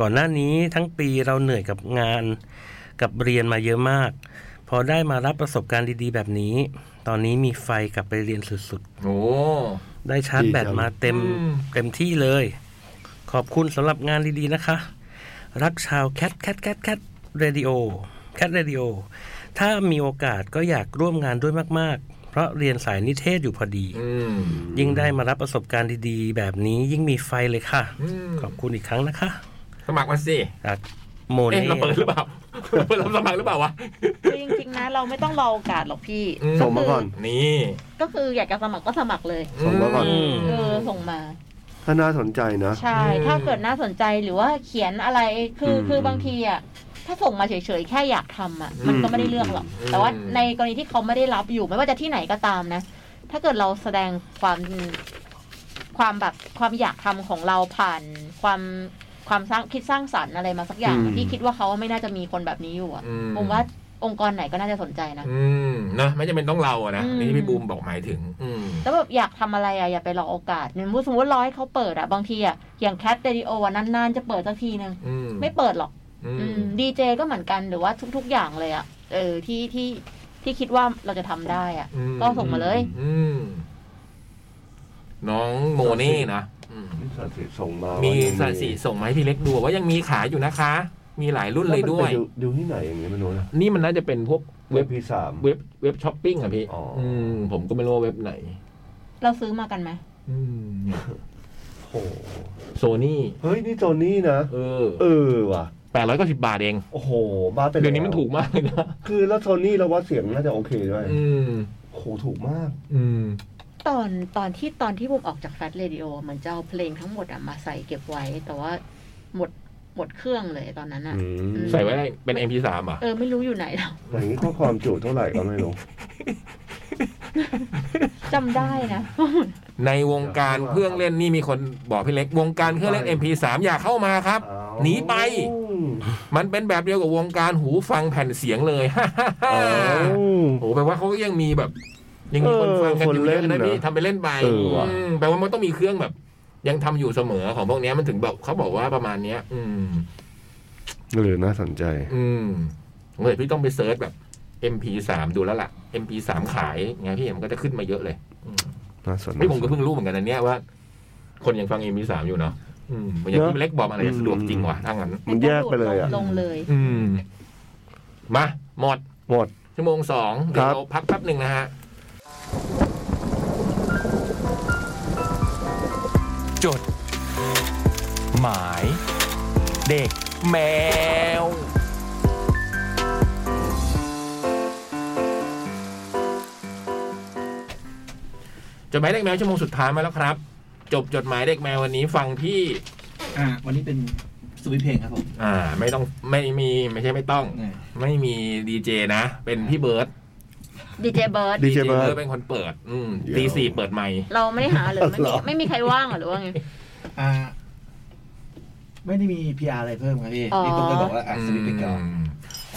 S4: ก่อนหน้านี้ทั้งปีเราเหนื่อยกับงานกับเรียนมาเยอะมาก พอได้มารับประสบการณ์ดีๆ แบบนี้ ตอนนี้มีไฟกลับไปเรียนสุด
S2: โอ้
S4: ๆ ได้ชาร์จ
S3: ดี
S4: แบต
S3: จัง
S4: มาเต็ม
S2: อืม
S4: เต็มที่เลย ขอบคุณสำหรับงานดีๆนะคะ รักชาวแคทแคทแคทแคทเรดิโอแคทเรดิโอถ้ามีโอกาสก็อยากร่วมงานด้วยมากๆ เพราะเรียนสายนิเทศอยู่พอดี
S2: อืม
S4: ยิ่งได้มารับประสบการณ์ดีๆ แบบนี้ยิ่งมีไฟเลยค่ะ
S2: อืม
S4: ขอบคุณอีกครั้งนะคะ
S2: สมัครมาสิ
S4: จากโม
S2: เอ๊ะ
S4: เน่
S2: เราเปิดหรือเปล่าเราเปิดรับสมัครหรือเปล่าวะ
S5: คือจริงๆนะเราไม่ต้องรอโอกาสหรอกพี่
S2: อืม
S3: ส่งมาก่อน
S2: นี่
S5: ก็คืออยากจะสมัครก็สมัครเลย
S3: ส่งมาก่อน
S2: ม
S5: เออส่งมา
S3: ถ้าน่าสนใจนะ
S5: ใช่
S2: อืม
S5: ถ้าเกิดน่าสนใจหรือว่าเขียนอะไรคืออ
S3: ม
S5: คือบางทีอ่ะถ้าส่งมาเฉยๆแค่อยากทำอ่ะ มันก็ไม่ได้เลือกหรอก
S2: อืม
S5: แต่ว่าในกรณีที่เขาไม่ได้รับอยู่ไม่ว่าจะที่ไหนก็ตามนะ ถ้าเกิดเราแสดงความความแบบความอยากทำของเราผ่านความความสร้างคิดสร้างสรรค์อะไรมาสักอย่าง
S3: อืม
S5: ที่คิดว่าเขาไม่น่าจะมีคนแบบนี้อยู่อ่ะ
S2: อื
S5: ผมว่าองค์กรไหนก็น่าจะสนใจนะ
S2: อืมนะไม่จำเป็นต้องเราอะนะ
S5: อืม
S2: นี่ที่พี่บูมบอกหมายถึง อืม
S5: แล้วแบบอยากทำอะไรอะอย่าไปรอโอกาสเหมือนสมมติร้อยเขาเปิดอะบางทีอะอย่างแคทเดดิโอะนานๆจะเปิดสักทีนึง
S2: อืม
S5: ไม่เปิดหรอก
S2: อืม
S5: ดีเจก็เหมือนกันหรือว่าทุก ๆ อย่างเลยอะเออที่ที่ที่คิดว่าเราจะทำได้อะ
S2: อืม
S5: ก็ส่งมาเลย
S2: อืมน้องโมเน่นะอืม
S3: สัตว์สิส่งมา
S2: มี
S3: ว่ายัง
S2: สายสีส่งมาให้พี่เล็กดูว่ายังมีขายอยู่นะคะ มีหลายรุ่นเลยด้วย
S3: แมันไปดูที่ไหนอย่างนี้ไม่รู้นะ
S2: นี่มันน่าจะเป็นพวก
S3: เว็
S2: เว็
S3: บบ พีสาม
S2: เว็บเว็บช้อปปิ้งอะพี่
S3: อ๋ออื
S2: อืมผมก็ไม่รู้ว่าเว็บไหน
S5: เราซื้อมากันไหม
S2: อืม
S3: โอ้โห
S2: โซนี่
S3: เฮ้ยนี่โจนี่นะ
S2: เออ
S3: เออว่ะ
S2: แปดร้อยเก้าสิบาทเอง
S3: โอ้โห บ้าไปแล้ว
S2: เดี๋ยวนี้มันถูกมากเลยนะ
S3: คือแล้วโทนี่เราว่าเสียงน่าจะโอเคด้วย
S2: อืม
S3: โหถูกมาก
S2: อืม
S5: ตอนตอนที่ตอนที่บุมออกจากแฟลตเรดิโอเหมือนจะเอาเพลงทั้งหมดอะมาใส่เก็บไว้ แต่ว่าหมดหมดเครื่องเลยตอนนั้นอะ อืม
S2: ใส่ไว้ได้เป็น MP3 อ่ะ
S5: เออไม่รู้อยู่ไหนแล้ว
S3: อย่างนี้ข้อความจุเท่าไหร่ก็ไม่รู้
S5: จำได้นะ
S2: ในวงการเครื่องเล่นนี่มีคนบอกพี่เล็ก วงการเครื่องเล่น MP3 อย่าเข้ามาครับ หนีไป มันเป็นแบบเดียวกับวงการหูฟังแผ่นเสียงเลย
S3: เอา
S2: โอ้โหแปลว่าเขาก็ยังมีแบบ ยังมีคนฟังกันอยู่เยอะนะพี่ทำไปเล่นไป
S3: เออว่ะ
S2: อืมแปลว่ามันต้องมีเครื่องแบบ ยังทำอยู่เสมอของพวกเนี้ยมันถึงแบบเขาบอกว่าประมาณเนี้ย อืม
S3: หรือน่าสนใจ
S2: อืมเฮ้ยพี่ต้องไปเซิร์ชแบบ MP3 ดูแล้วล่ะ MP3 ขายไงพี่มันก็จะขึ้นมาเยอะเลยอืม
S3: น่าสน
S2: นี่ผมก็เพิ่งรู้เหมือนกันนะเนี่ยว่า คนยังฟังเอ็มพีสามอยู่เนาะอืมมันยังพี่เล็กบอกมันอะไรสะดวกจริงวะถ้างั้น
S3: มันแยกไปเลยอ่ะ
S5: ลงเลย
S2: อืม มาหมด
S3: หมด
S2: ชั่วโมงสองเดี๋ยว
S3: ครับ
S2: เราพักแป๊บหนึ่งนะฮะ
S1: จด หมาย เด็กแมว
S2: จดหมายเด็กแมวชั่วโมงสุดท้ายมาแล้วครับ จบจดหมายเด็กแมววันนี้ฟังที่
S6: อ่า วันนี้เป็นสวิตช์เพลงครับผม
S2: อ่า ไม่ต้องไม่มีไม่ใช่ไม่ต้อง
S6: เนี่ย
S2: ไม่มีดีเจนะ เป็นพี่เบิร์ต
S5: ดีเจเบิร์ด
S3: ดีเจเบิร์ด
S2: เป็นคนเปิด อืมตีสี่เปิดไมค์
S5: เราไม่ได้หาหรือไม่
S3: เหร
S5: มี
S3: อ
S5: ไม่มีใครว่างเหรอหรือว่าไง
S6: อ่า ไม่ได้มี PR อะไรเพิ่มครับพี่
S5: อ๋อ
S6: นี่ผมก็บอกว่าอ่ะสวิตช์ไปก่อน
S2: อืม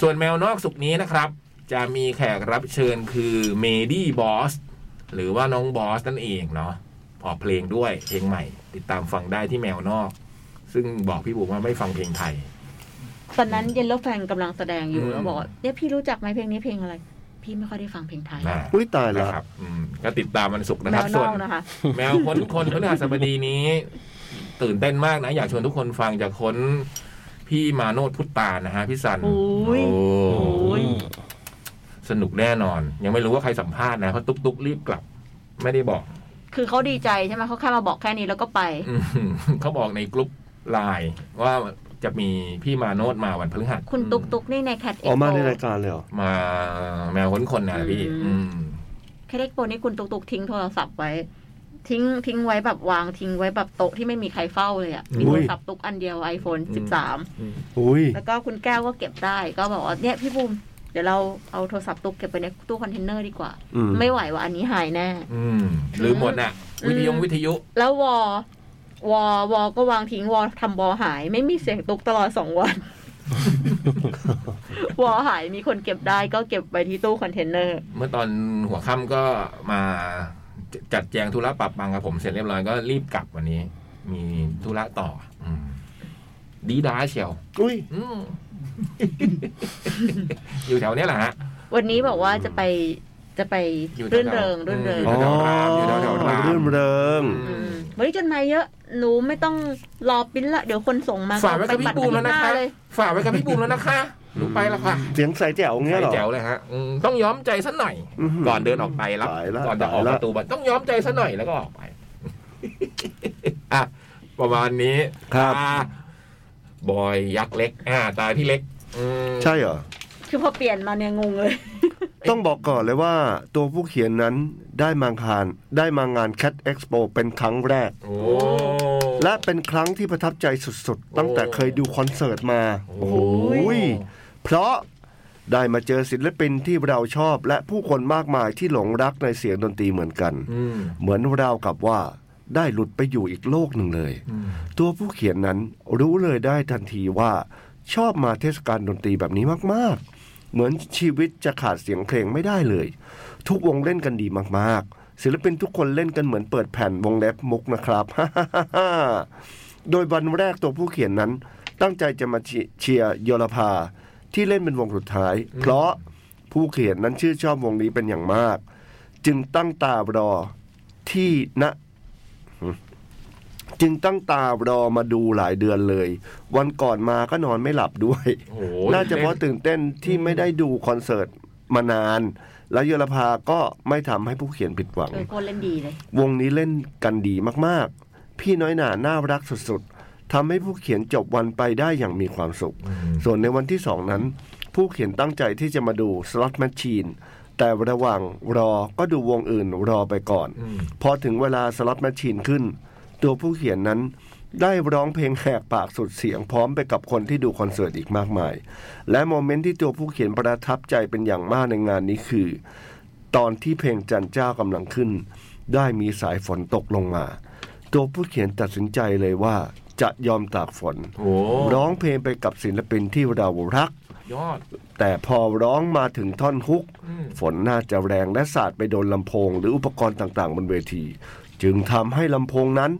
S2: ส่วนแมวนอกสุกร์นี้นะครับ จะมีแขกรับเชิญคือเมดี้บอสหรือว่าน้องบอสนั่นเองเนาะออกเพลงด้วยเพลงใหม่ ติดตามฟังได้ที่แมวนอก ซึ่งบอกพี่บุ๋มว่าไม่ฟังเพลงไทย
S5: ตอนนั้นเยลโลแฟนกำลังแสดงอยู่
S2: อืม
S5: แล้วบอกว่าเนี่ยพี่รู้จักไหมเพลงนี้เพลงอะไร พี่ไม่ค่อยได้ฟังเพลงไทย
S2: นะ
S3: อุ้ยตาย
S2: นะ
S3: ละ
S2: ครับอืมก็ติดตามวันศุกร์นะ
S5: แม
S2: ครับ
S5: ว
S2: ส่วน น
S5: อกนะคะ
S2: แมวค้นคนพฤหัสบดีนี้ ตื่นเต้นมากนะ อยากชวนทุกคนฟังจากค้นพี่มาโนดพุตตานะฮะพี่สัน
S5: โอ้ย
S2: โอ้
S5: โอ้ย
S2: สนุกแน่นอน ยังไม่รู้ว่าใครสัมภาษณ์นะเพราะตุ๊กตุ๊กรีบกลับ ไม่ได้บอก
S5: คือเขาดีใจใช่ไหมเขาแค่มาบอกแค่นี้แล้วก็ไป
S2: อืมเขาบอกในกลุ่มไลน์ว่าจะมีพี่มาโนดมาวันพฤหัส
S5: คุณตุ๊กตุ๊กนี่ในแคทเอ็
S3: ออกกมาใน
S5: โป
S3: รายการเลยเหรอ
S2: มาแมวค้นคนนะพี่ อืม
S5: แคทเอ็กโปนี่คุณตุ๊กตุ๊กทิ้งโทรศัพท์ไว้ ทิ้งทิ้งไว้แบบวางทิ้งไว้แบบโต๊ะที่ไม่มีใครเฝ้าเลยอ่ะมีโทรศัพท์ตุ๊กอันเดียว iPhone
S2: อืม
S5: 13
S3: อุ้ย
S5: แล้วก็คุณแก้วก็เก็บได้ก็บอกว่าเนี่ยพี่บูมเดี๋ยวเราเอาโทรศัพท์ตุ๊กเก็บไปในตู้คอนเทนเนอร์ดีกว่า
S3: อืม
S5: ไม่ไหวว่าอันนี้หายแน่
S2: อืมลืมหมดน่ะ วิทยุวิทยุ
S5: แล้ววอวอวอก็วางทิ้งวอทำวอหาย ไม่มีเสียงตุ๊กตลอดสองวัน วอหายมีคนเก็บได้ก็เก็บไปที่ตู้คอนเทนเนอร์
S2: เมื่อตอนหัวค่ำก็มาจจัดแจงธุระปรับปังกับผมเสร็จเรียบร้อยก็รีบกลับวันนี้ มีธุระต่อ อืมดีด้าเชียว
S3: อุ้ย
S2: อืม อยู่แถวเนี้ยแหละฮะ
S5: วันนี้บอกว่าจะไปจะไป
S2: อยู่แถว
S5: รื่นเริงรื่นเริง
S2: อยู่แถวๆรามอยู่แถวๆราม
S3: เรื่องเริง
S2: อืม
S5: วันนี้จดหมายเยอะหนูไม่ต้องรอปริ้นละเดี๋ยวคนส่งมา
S2: ฝากไว้กับพี่บูมแล้วนะ
S5: ไปปัด
S2: คะ
S5: หาเลย
S2: ฝากไว้กับพี่บูมแล้วนะคะหนูไปแล้วค่ะ
S3: เสียงใสแจ๋วเงี้ยเหรอ
S2: แจ๋วเลยฮะอืมต้องย้อมใจสักหน่อย
S3: อื้อหือ
S2: ก่อนเดินออกไปรับ
S3: ตายละ
S2: ก่อนจะออกป
S3: ตายละ
S2: ระตูบ้านต้องย้อมใจสักหน่อยแล้วก็ออก ไป อ่ะประมาณนี้
S3: ครับ
S2: ตาบอยยักษ์เล็ก อ่า ตาพี่เล็ก อืม
S3: ใช่เหรอ
S5: คือพอเปลี่ยนมาเนี่ยงงเลย
S3: ต้องบอกก่อนเลยว่าตัวผู้เขียนนั้นได้มางานได้มางาน Cat Expo เป็นครั้งแรก
S2: โอ้
S3: และเป็นครั้งที่ประทับใจสุดๆ ตั้งแต่เคยดูคอนเสิร์ตมา
S2: โอ้โห
S3: ยเพราะได้มาเจอศิลปินที่เราชอบ และผู้คนมากมายที่หลงรักในเสียงดนตรีเหมือนกัน
S2: อืม
S3: เหมือนเราวกับว่าได้หลุดไปอยู่อีกโลกหนึ่งเลย
S2: อืม
S3: ตัวผู้เขียนนั้นรู้เลยได้ทันทีว่าชอบมาเทศกาลดนตรีแบบนี้มาก ๆ เหมือนชีวิตจะขาดเสียงเพลงไม่ได้เลย ทุกวงเล่นกันดีมาก ๆ ศิลปินทุกคนเล่นกันเหมือนเปิดแผ่นวงเล็บมุกนะครับ โดยวันแรกตัวผู้เขียนนั้น ตั้งใจจะมาเชียร์โยลภาที่เล่นเป็นวงสุดท้าย เพราะผู้เขียนนั้นชื่นชอบวงนี้เป็นอย่างมาก จึงตั้งตารอที่ณ จึงตั้งตารอมาดูหลายเดือนเลย วันก่อนมาก็นอนไม่หลับด้วย
S2: โอ้โห
S3: น่าจะเพราะตื่นเต้นที่ไม่ได้ดูคอนเสิร์ตมานาน และโยลภาก็ไม่ทำให้ผู้เขียนผิดหวัง
S5: เออโคนเล่นดีเลย
S3: วงนี้เล่นกันดีมากๆ พี่น้อยหน่าน่ารักสุดๆทำให้ผู้เขียนจบวันไปได้อย่างมีความสุข
S2: อืม
S3: ส่วนในวันที่สองนั้น ผู้เขียนตั้งใจที่จะมาดูสล็อตแมชชีนแต่ระหว่างรอก็ดูวงอื่นรอไปก่อน
S2: อืม
S3: พอถึงเวลาสล็อตแมชชีนขึ้น ตัวผู้เขียนนั้น ได้ร้องเพลงแหกปากสุดเสียงพร้อมไปกับคนที่ดูคอนเสิร์ตอีกมากมาย และโมเมนต์ที่ตัวผู้เขียนประทับใจเป็นอย่างมากในงานนี้คือ ตอนที่เพลงจันเจ้ากำลังขึ้น ได้มีสายฝนตกลงมา ตัวผู้เขียนตัดสินใจเลยว่าจะยอมตากฝน
S2: โอ้
S3: ร้องเพลงไปกับศิลปินที่เรารัก
S2: ยอด
S3: แต่พอร้องมาถึงท่อนฮุก
S2: อืม
S3: ฝนน่าจะแรงและสาดไปโดนลำโพง หรืออุปกรณ์ต่างๆ บนเวที จึงทำให้ลำโพงนั้น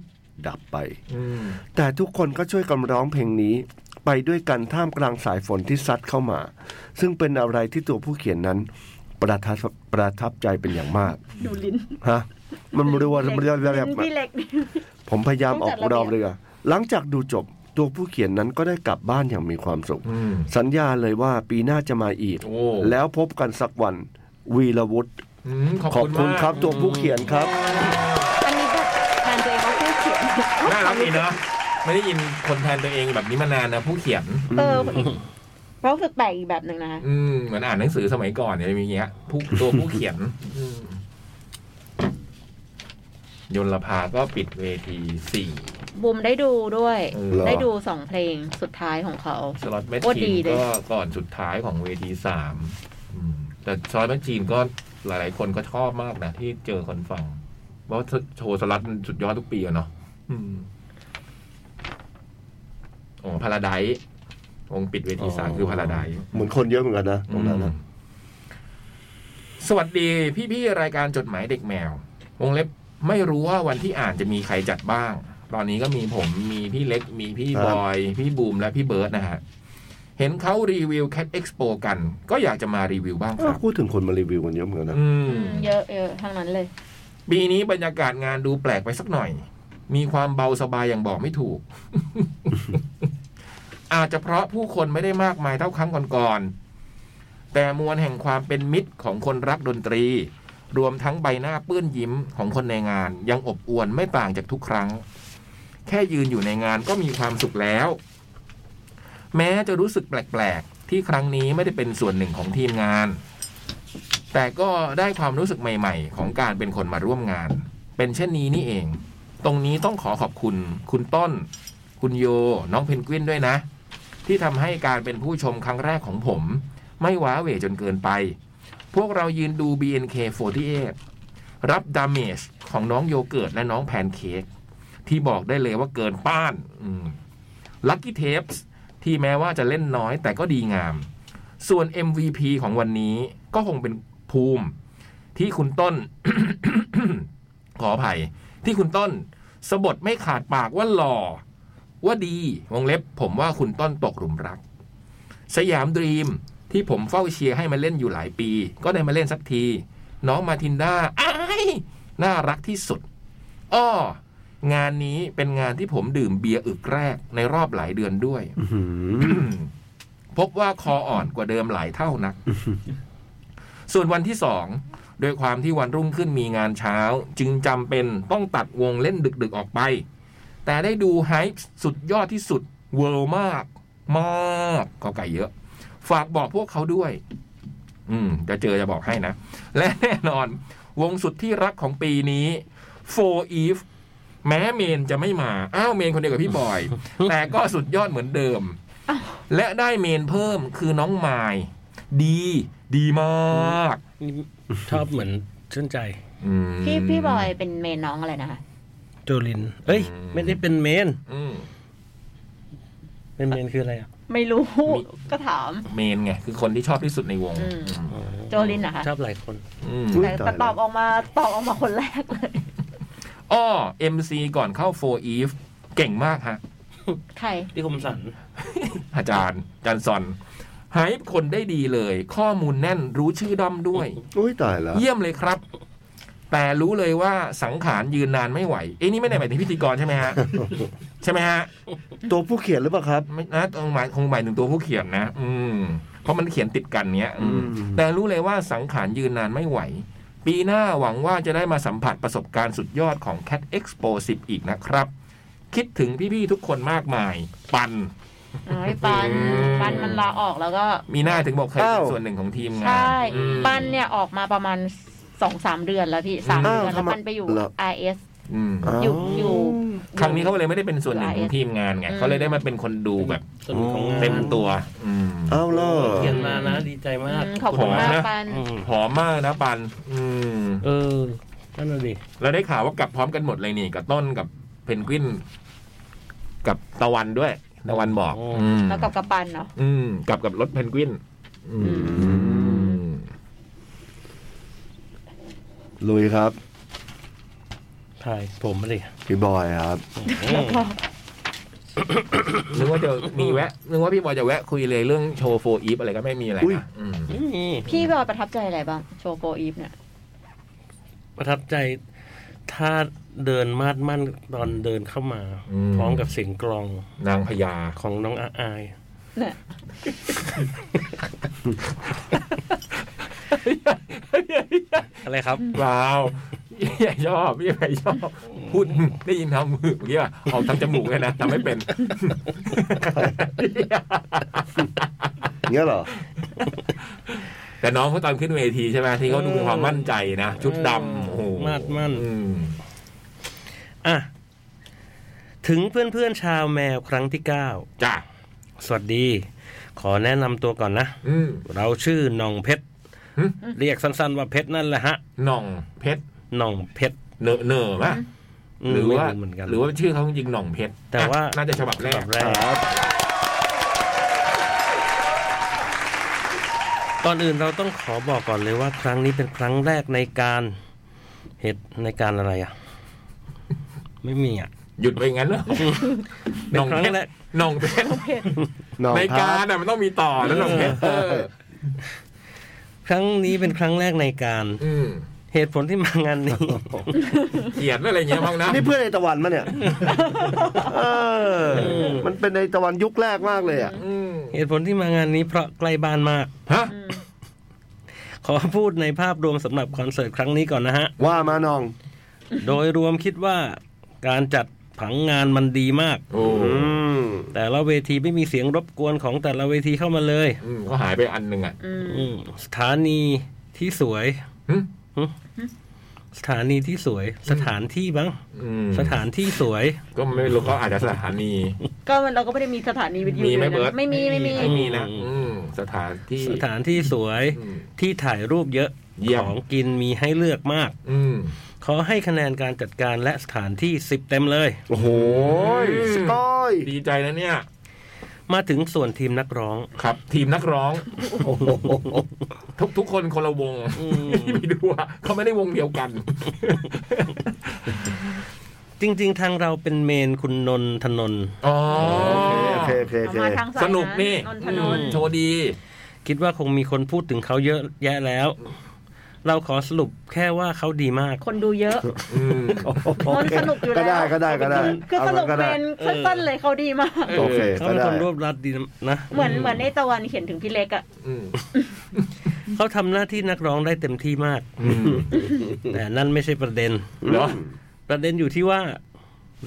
S3: ดับไป
S2: อืม
S3: แต่ทุกคนก็ช่วยกันร้องเพลงนี้ ไปด้วยกันท่ามกลางสายฝนที่ซัดเข้ามา ซึ่งเป็นอะไรที่ตัวผู้เขียนนั้น ประทับประทับใจเป็นอย่างมาก
S5: ดูลิ้น
S3: ฮะมันรัวเรือแบ
S5: ลิ้
S3: บ
S5: นพี่เล็ก
S3: ผมพยายามออกรอบเรือ หลังจากดูจบตัวผู้เขียนนั้นก็ได้กลับบ้านอย่างมีความสุข
S2: อืม
S3: สัญญาเลยว่าปีหน้าจะมาอีก
S2: โอ้
S3: แล้วพบกันสักวัน วีรวุฒิ
S2: อืมขอบ
S3: ขอบ
S2: คุณ
S3: คุณ
S2: มาก
S3: ครับตัวผู้เขียนครับ
S5: อันนี้ก็แทนตัวเองเขาพูดเขียน
S2: น่ารักดีเนาะไม่ได้ยินคนแทนตัวเองแบบนี้มานานนะผู้เขียน
S5: เอออีกเรารู้สึกแปลกอีกแบบหนึ่งนะคะ
S2: อืมเหมือนอ่านหนังสือสมัยก่อนเนี่ยมีอย่างเงี้ยผู้ตัวผู้เขียนอืมยนลภาก็ปิดเวทีสี่
S5: บูมได้ดูด้วย
S2: เออ
S3: เหรอ
S5: ได้ดูสองเพลงสุดท้ายของเขา
S2: สล็อตแมช
S5: โคตร
S2: ชี
S5: ดี
S2: น
S5: เลย
S2: ก็ก่อนสุดท้ายของเวทีสามอืมแต่สล็อตแมชชีนก็หลาย ๆ คนก็ชอบมากนะ ที่เจอคนฟัง เพราะว่าโชว์สล็อตมันสุดยอดทุกปีอะเนาะอืมโอ้พาราไดองค์ปิดเวทีสามคือพาราได
S3: เหมือนคนเยอะเหมือนกันนะตรงนั้นนะ
S2: สวัสดีพี่ๆรายการจดหมายเด็กแมว วงเล็บไม่รู้ว่าวันที่อ่านจะมีใครจัดบ้าง ตอนนี้ก็มีผมมีพี่เล็กมีพี่
S3: ครับ
S2: บอย พี่บูมและพี่เบิร์ดนะฮะ เห็นเขารีวิว Cat Expo กัน ก็อยากจะมารีวิวบ้างค
S3: ก็
S2: รับ
S3: พูดถึงคนมารีวิวกันเยอะเหมือนกันนะ
S2: อืม
S5: เยอะเยอะทั้งนั้นเลย
S2: ปีนี้บรรยากาศงานดูแปลกไปสักหน่อย มีความเบาสบายอย่างบอกไม่ถูก อาจจะเพราะผู้คนไม่ได้มากมายเท่าครั้งก่อนๆ แต่มวลแห่งความเป็นมิตรของคนรักดนตรี รวมทั้งใบหน้าเปื้อนยิ้มของคนในงาน ยังอบอวลไม่ต่างจากทุกครั้ง แค่ยืนอยู่ในงานก็มีความสุขแล้ว แม้จะรู้สึกแปลกๆ ที่ครั้งนี้ไม่ได้เป็นส่วนหนึ่งของทีมงาน แต่ก็ได้ความรู้สึกใหม่ๆ ของการเป็นคนมาร่วมงาน เป็นเช่นนี้นี่เอง ตรงนี้ต้องขอขอบคุณ คุณต้น คุณโย น้องเพนกวินด้วยนะ ที่ทำให้การเป็นผู้ชมครั้งแรกของผม ไม่ว้าเหวจนเกินไป พวกเรายืนดู BNK48 รับดาเมจของน้องโยเกิร์ตและน้องแพนเค้กที่บอกได้เลยว่าเกินป้านลัคกี้เทปส์ที่แม้ว่าจะเล่นน้อยแต่ก็ดีงาม ส่วน MVP ของวันนี้ก็คงเป็นภูมิที่คุณต้น ขออภัย ที่คุณต้นสะบดไม่ขาดปากว่าหล่อ ว่าดี วงเล็บ ผมว่าคุณต้นตกหลุมรัก สยามดรีมที่ผมเฝ้าเชียร์ให้มาเล่นอยู่หลายปี ก็ได้มาเล่นสักที น้องมาทินด้าอ้ายน่ารักที่สุด อ้อ งานนี้เป็นงานที่ผมดื่มเบียร์อึกแรกในรอบหลายเดือนด้วย พบว่าคออ่อนกว่าเดิมหลายเท่านัก ส่วนวันที่สองโดยความที่วันรุ่งขึ้นมีงานเช้า จึงจำเป็นต้องตัดวงเล่นดึกๆออกไป แต่ได้ดูไฮป์สุดยอดที่สุด เวิร์มาก มากก็ไก่เยอะ ฝากบอกพวกเขาด้วย อืม จะเจอจะบอกให้นะ และแน่นอน วงสุดที่รักของปีนี้ Four Eve แม้เมนจะไม่มา อ้าวเมนคนเดียวกับพี่บอย แต่ก็สุดยอดเหมือนเดิม และได้เมนเพิ่มคือน้องไมล์ดี ดีมาก
S4: ชอบเหมือนชื่นใจ
S2: อืม
S5: พี่พี่บอยเป็นเมนน้องอะไรนะคะ
S4: โจลิน เอ้ย ไม่ได้เป็นเมน
S2: อืม
S4: เป็นเมนคืออะไรอ่ะ
S5: ไม่รู้ ก็ถาม
S2: เมนไง คือคนที่ชอบที่สุดในวง
S5: อืม โจลินนะคะ
S4: ชอบหลายคน
S2: อืม
S3: อุ๊ย
S5: แต่แต่
S3: ตายแล้ว
S5: ตอบออกมาตอบออกมาคนแรกเลย
S2: อ้อ MC ก่อนเข้า 4 Eve เก่งมากฮะ
S5: ใคร
S4: ที่คมสัน
S2: อาจารย์อาจารย์ซอนไฮป์คนได้ดีเลย ข้อมูลแน่นรู้ชื่อด้อมด้วย
S3: อุ้ยตายแล้ว
S2: เยี่ยมเลยครับ แต่รู้เลยว่าสังขารยืนนานไม่ไหว เอ้นี่ไม่ได้หมายถึงพิธีกรใช่ไหมฮะ ใช่ไหมฮะ
S3: ตัวผู้เขียนหรือเปล่าครับ
S2: ไม่นะตรงหมายคงหมายถึงตัวผู้เขียนนะ อืม เพราะมันเขียนติดกันเนี้ยอืม
S3: อืม
S2: แต่รู้เลยว่าสังขารยืนนานไม่ไหว ปีหน้าหวังว่าจะได้มาสัมผัสประสบการณ์สุดยอดของ Cat Expo 10 อีกนะครับ คิดถึงพี่ ๆ ทุกคนมากมาย ปัน
S5: อ๋อพี่ปัน
S2: อืม
S5: ปันมันลาออกแล้วก็
S2: มีหน้าถึงบอกเคย
S3: อ้า
S2: เป็
S3: ว
S2: นส่วนหนึ่งของทีมงาน
S5: ใช่
S2: อืม
S5: ปันเนี่ยออกมาประมาณสองสามเดือนแล้วพี่สาม
S3: อ้าว
S5: เดือน แล้
S3: ทำ
S5: ว
S3: ไม
S5: ปันไปอยู่
S3: เหรอ
S5: RS
S2: อืม
S5: อยู่อยู่
S2: ครั้งนี้เขาเลยไม่ได้เป็นส่วนหนึ่งของทีมงานไงเขาเลยได้มาเป็นคนดูแบบ
S4: ส่วนของงาน
S2: เต็มตัว อืม
S3: อ้าวเหรอ
S4: เขียนมานะ ดีใจมาก
S5: อืมขอบคุณมาก
S2: ขอบคุณนะ
S5: ปัน
S4: อืม
S2: หอมมากนะปัน อืม
S4: เออ นั่นน่ะดิ
S2: แล้วได้ข่าวว่ากลับพร้อมกันหมดเลยนี่กับต้นกับเพนกวิน กับตะวันด้วย ตะวันบอก
S4: โอ้
S2: อืม
S5: แล้วกับกับปันเนาะ
S2: อืมกลับกับรถเพนกวิน อืม
S3: ลุยครับ
S4: ถ่ายผมมาดิ
S3: พี่บอยครับ
S2: นึกว่าจะมีแวะนึกว่าพี่บอยจะแวะคุยเลยเรื่องโชว์โฟอีฟอะไรก็ไม่มีอะไร
S3: อุ๊ย
S2: นะอืม
S4: ไม่มี
S5: พี่บอยประทับใจอะไรบ้าง โชว์โฟอีฟเนี่ย
S4: ประทับใจถ้าเดินมาดมั่นตอนเดินเข้ามา พร้อมกับเสียงกลอง
S2: นางพญา
S4: ของน้องอาอาย
S5: เนี่ย
S4: อะไรครับ
S2: เปล่าอย่าชอบอย่าชอบพูดได้ยินทางมือเมื่อกี้ว่าออกทางจมูกเลยนะทำไม่เป็น
S3: เงี้ยเหรอ
S2: แต่น้องเขาตอนขึ้นเวทีใช่ไหมที่เขาดูมีความมั่นใจนะชุดดำโอ้โห
S4: มาดมั่น
S2: อืม
S4: อ่ะ ถึงเพื่อนๆชาวแมวครั้งที่เก้า
S2: จ้ะ
S4: สวัสดี ขอแนะนำตัวก่อนนะ
S2: อืม
S4: เราชื่อหน่องเพชร
S2: หึ
S4: เรียกสั้นๆว่าเพชรนั่นแหละฮะ
S2: หน่องเพชร
S4: หน่องเพชร
S2: เหนอะเหนอะมะ
S4: ม
S2: หรือว่า
S4: ไม่เหมือนกัน
S2: หรือว่าชื่อเขาจริงๆหน่องเพชร
S4: แต่ว่า
S2: อ่ะน่าจะฉบับแร
S4: แบ
S2: ก
S4: บแรก
S3: ครับ
S4: ก่อนอื่นเราต้องขอบอกก่อนเลยว่า ครั้งนี้เป็นครั้งแรกในการเหตุในการอะไรอ่ะ ไม่มีอ่ะ
S2: หยุดไปงั้นเหรอหน่องเพชรหน่องเพชร
S3: นอน
S2: ใน
S3: พั
S2: การ
S3: ก
S2: น่ะมันต้องมีต่อแล้วน้องเพชรเออ
S4: ครั้งนี้เป็นครั้งแรกในการ
S2: อืม
S4: เหตุผลที่มางานนี้
S2: เขียนอะไรอย่างเงี้ยบ้างนะ
S3: นี่เพื่อนในตะวันมาเนี่ยเออมันเป็นในตะวันยุคแรกมากเลยอ่ะ
S2: อืม
S4: เหตุผลที่มางานนี้เพราะใกล้บ้านมาก
S2: ฮะ
S5: อืม
S4: ขอพูดในภาพรวมสำหรับคอนเสิร์ตครั้งนี้ก่อนนะฮะ
S3: ว่ามาน้อง
S4: โดยรวมคิดว่าการจัดผังงานมันดีมาก
S2: โอ้
S3: อืม
S4: แต่ละเวทีไม่มีเสียงรบกวนของแต่ละเวทีเข้ามาเลย
S2: อืมก็หายไปอันหนึ่งอ่ะ
S5: อืม
S4: อืมสถานีที่สวย
S2: หึ
S4: สถานีที่สวย สถานที่บ้าง
S2: อืม
S4: สถานที่สวย
S2: ก็ไม่รู้เขาอาจจะสถานี
S5: ก็มันเราก็ไม่ได้มีสถานีวิทยุ
S2: มีไหม
S5: ด้วยนะ
S2: เบิร์ต
S5: ไม่มีไม่มี
S2: ไม่มีนะอืมสถานที่
S4: สถานที่สวย
S2: อืม
S4: ที่ถ่ายรูปเยอะ
S2: เยี่ยม
S4: ของกินมีให้เลือกมาก
S2: อืม
S4: ขอให้คะแนนการจัดการและสถานที่ 10 เต็มเลย
S3: โอ้โหย
S2: อืม
S3: สก้อย
S2: ดีใจนะเนี่ย
S4: มาถึงส่วนทีมนักร้อง
S2: ครับ ทีมนักร้อง ทุกทุกคนคนละวงที่ไปดูอะเขาไม่ได้วงเดียวกัน
S4: จริง ๆ ทางเราเป็นเมนคุณนนทนนท์
S2: อ๋อ
S3: โอเคโอเคโอเค
S5: มาทางาย
S2: สนุกนี่
S5: นนทนนท์
S2: โชว์ดี
S4: คิดว่าคงมีคนพูดถึงเขาเยอะแยะแล้ว เราขอสรุปแค่ว่าเขาดีมาก
S5: คนดูเยอะ
S2: อืม
S5: นนท์สนุกอยู่แล้ว
S3: ก็ได้ก็ได้ก็ได้
S5: คือสรุป
S3: าก็ได้
S5: เป็นสั้นๆเลยเขาดีมาก
S2: เออ
S3: โอเค
S4: เขา
S3: ก็
S4: เป็น
S3: ได้
S4: คนรวบรัดดีนะ
S5: เหมือนเหมือนในตะวันเขียนถึงพี่เล็กอะ
S2: อืม
S4: เขาทำหน้าที่นักร้องได้เต็มที่มาก
S2: อืม
S4: แต่นั่นไม่ใช่ประเด็น
S2: เหรอ
S4: ประเด็นอยู่ที่ว่า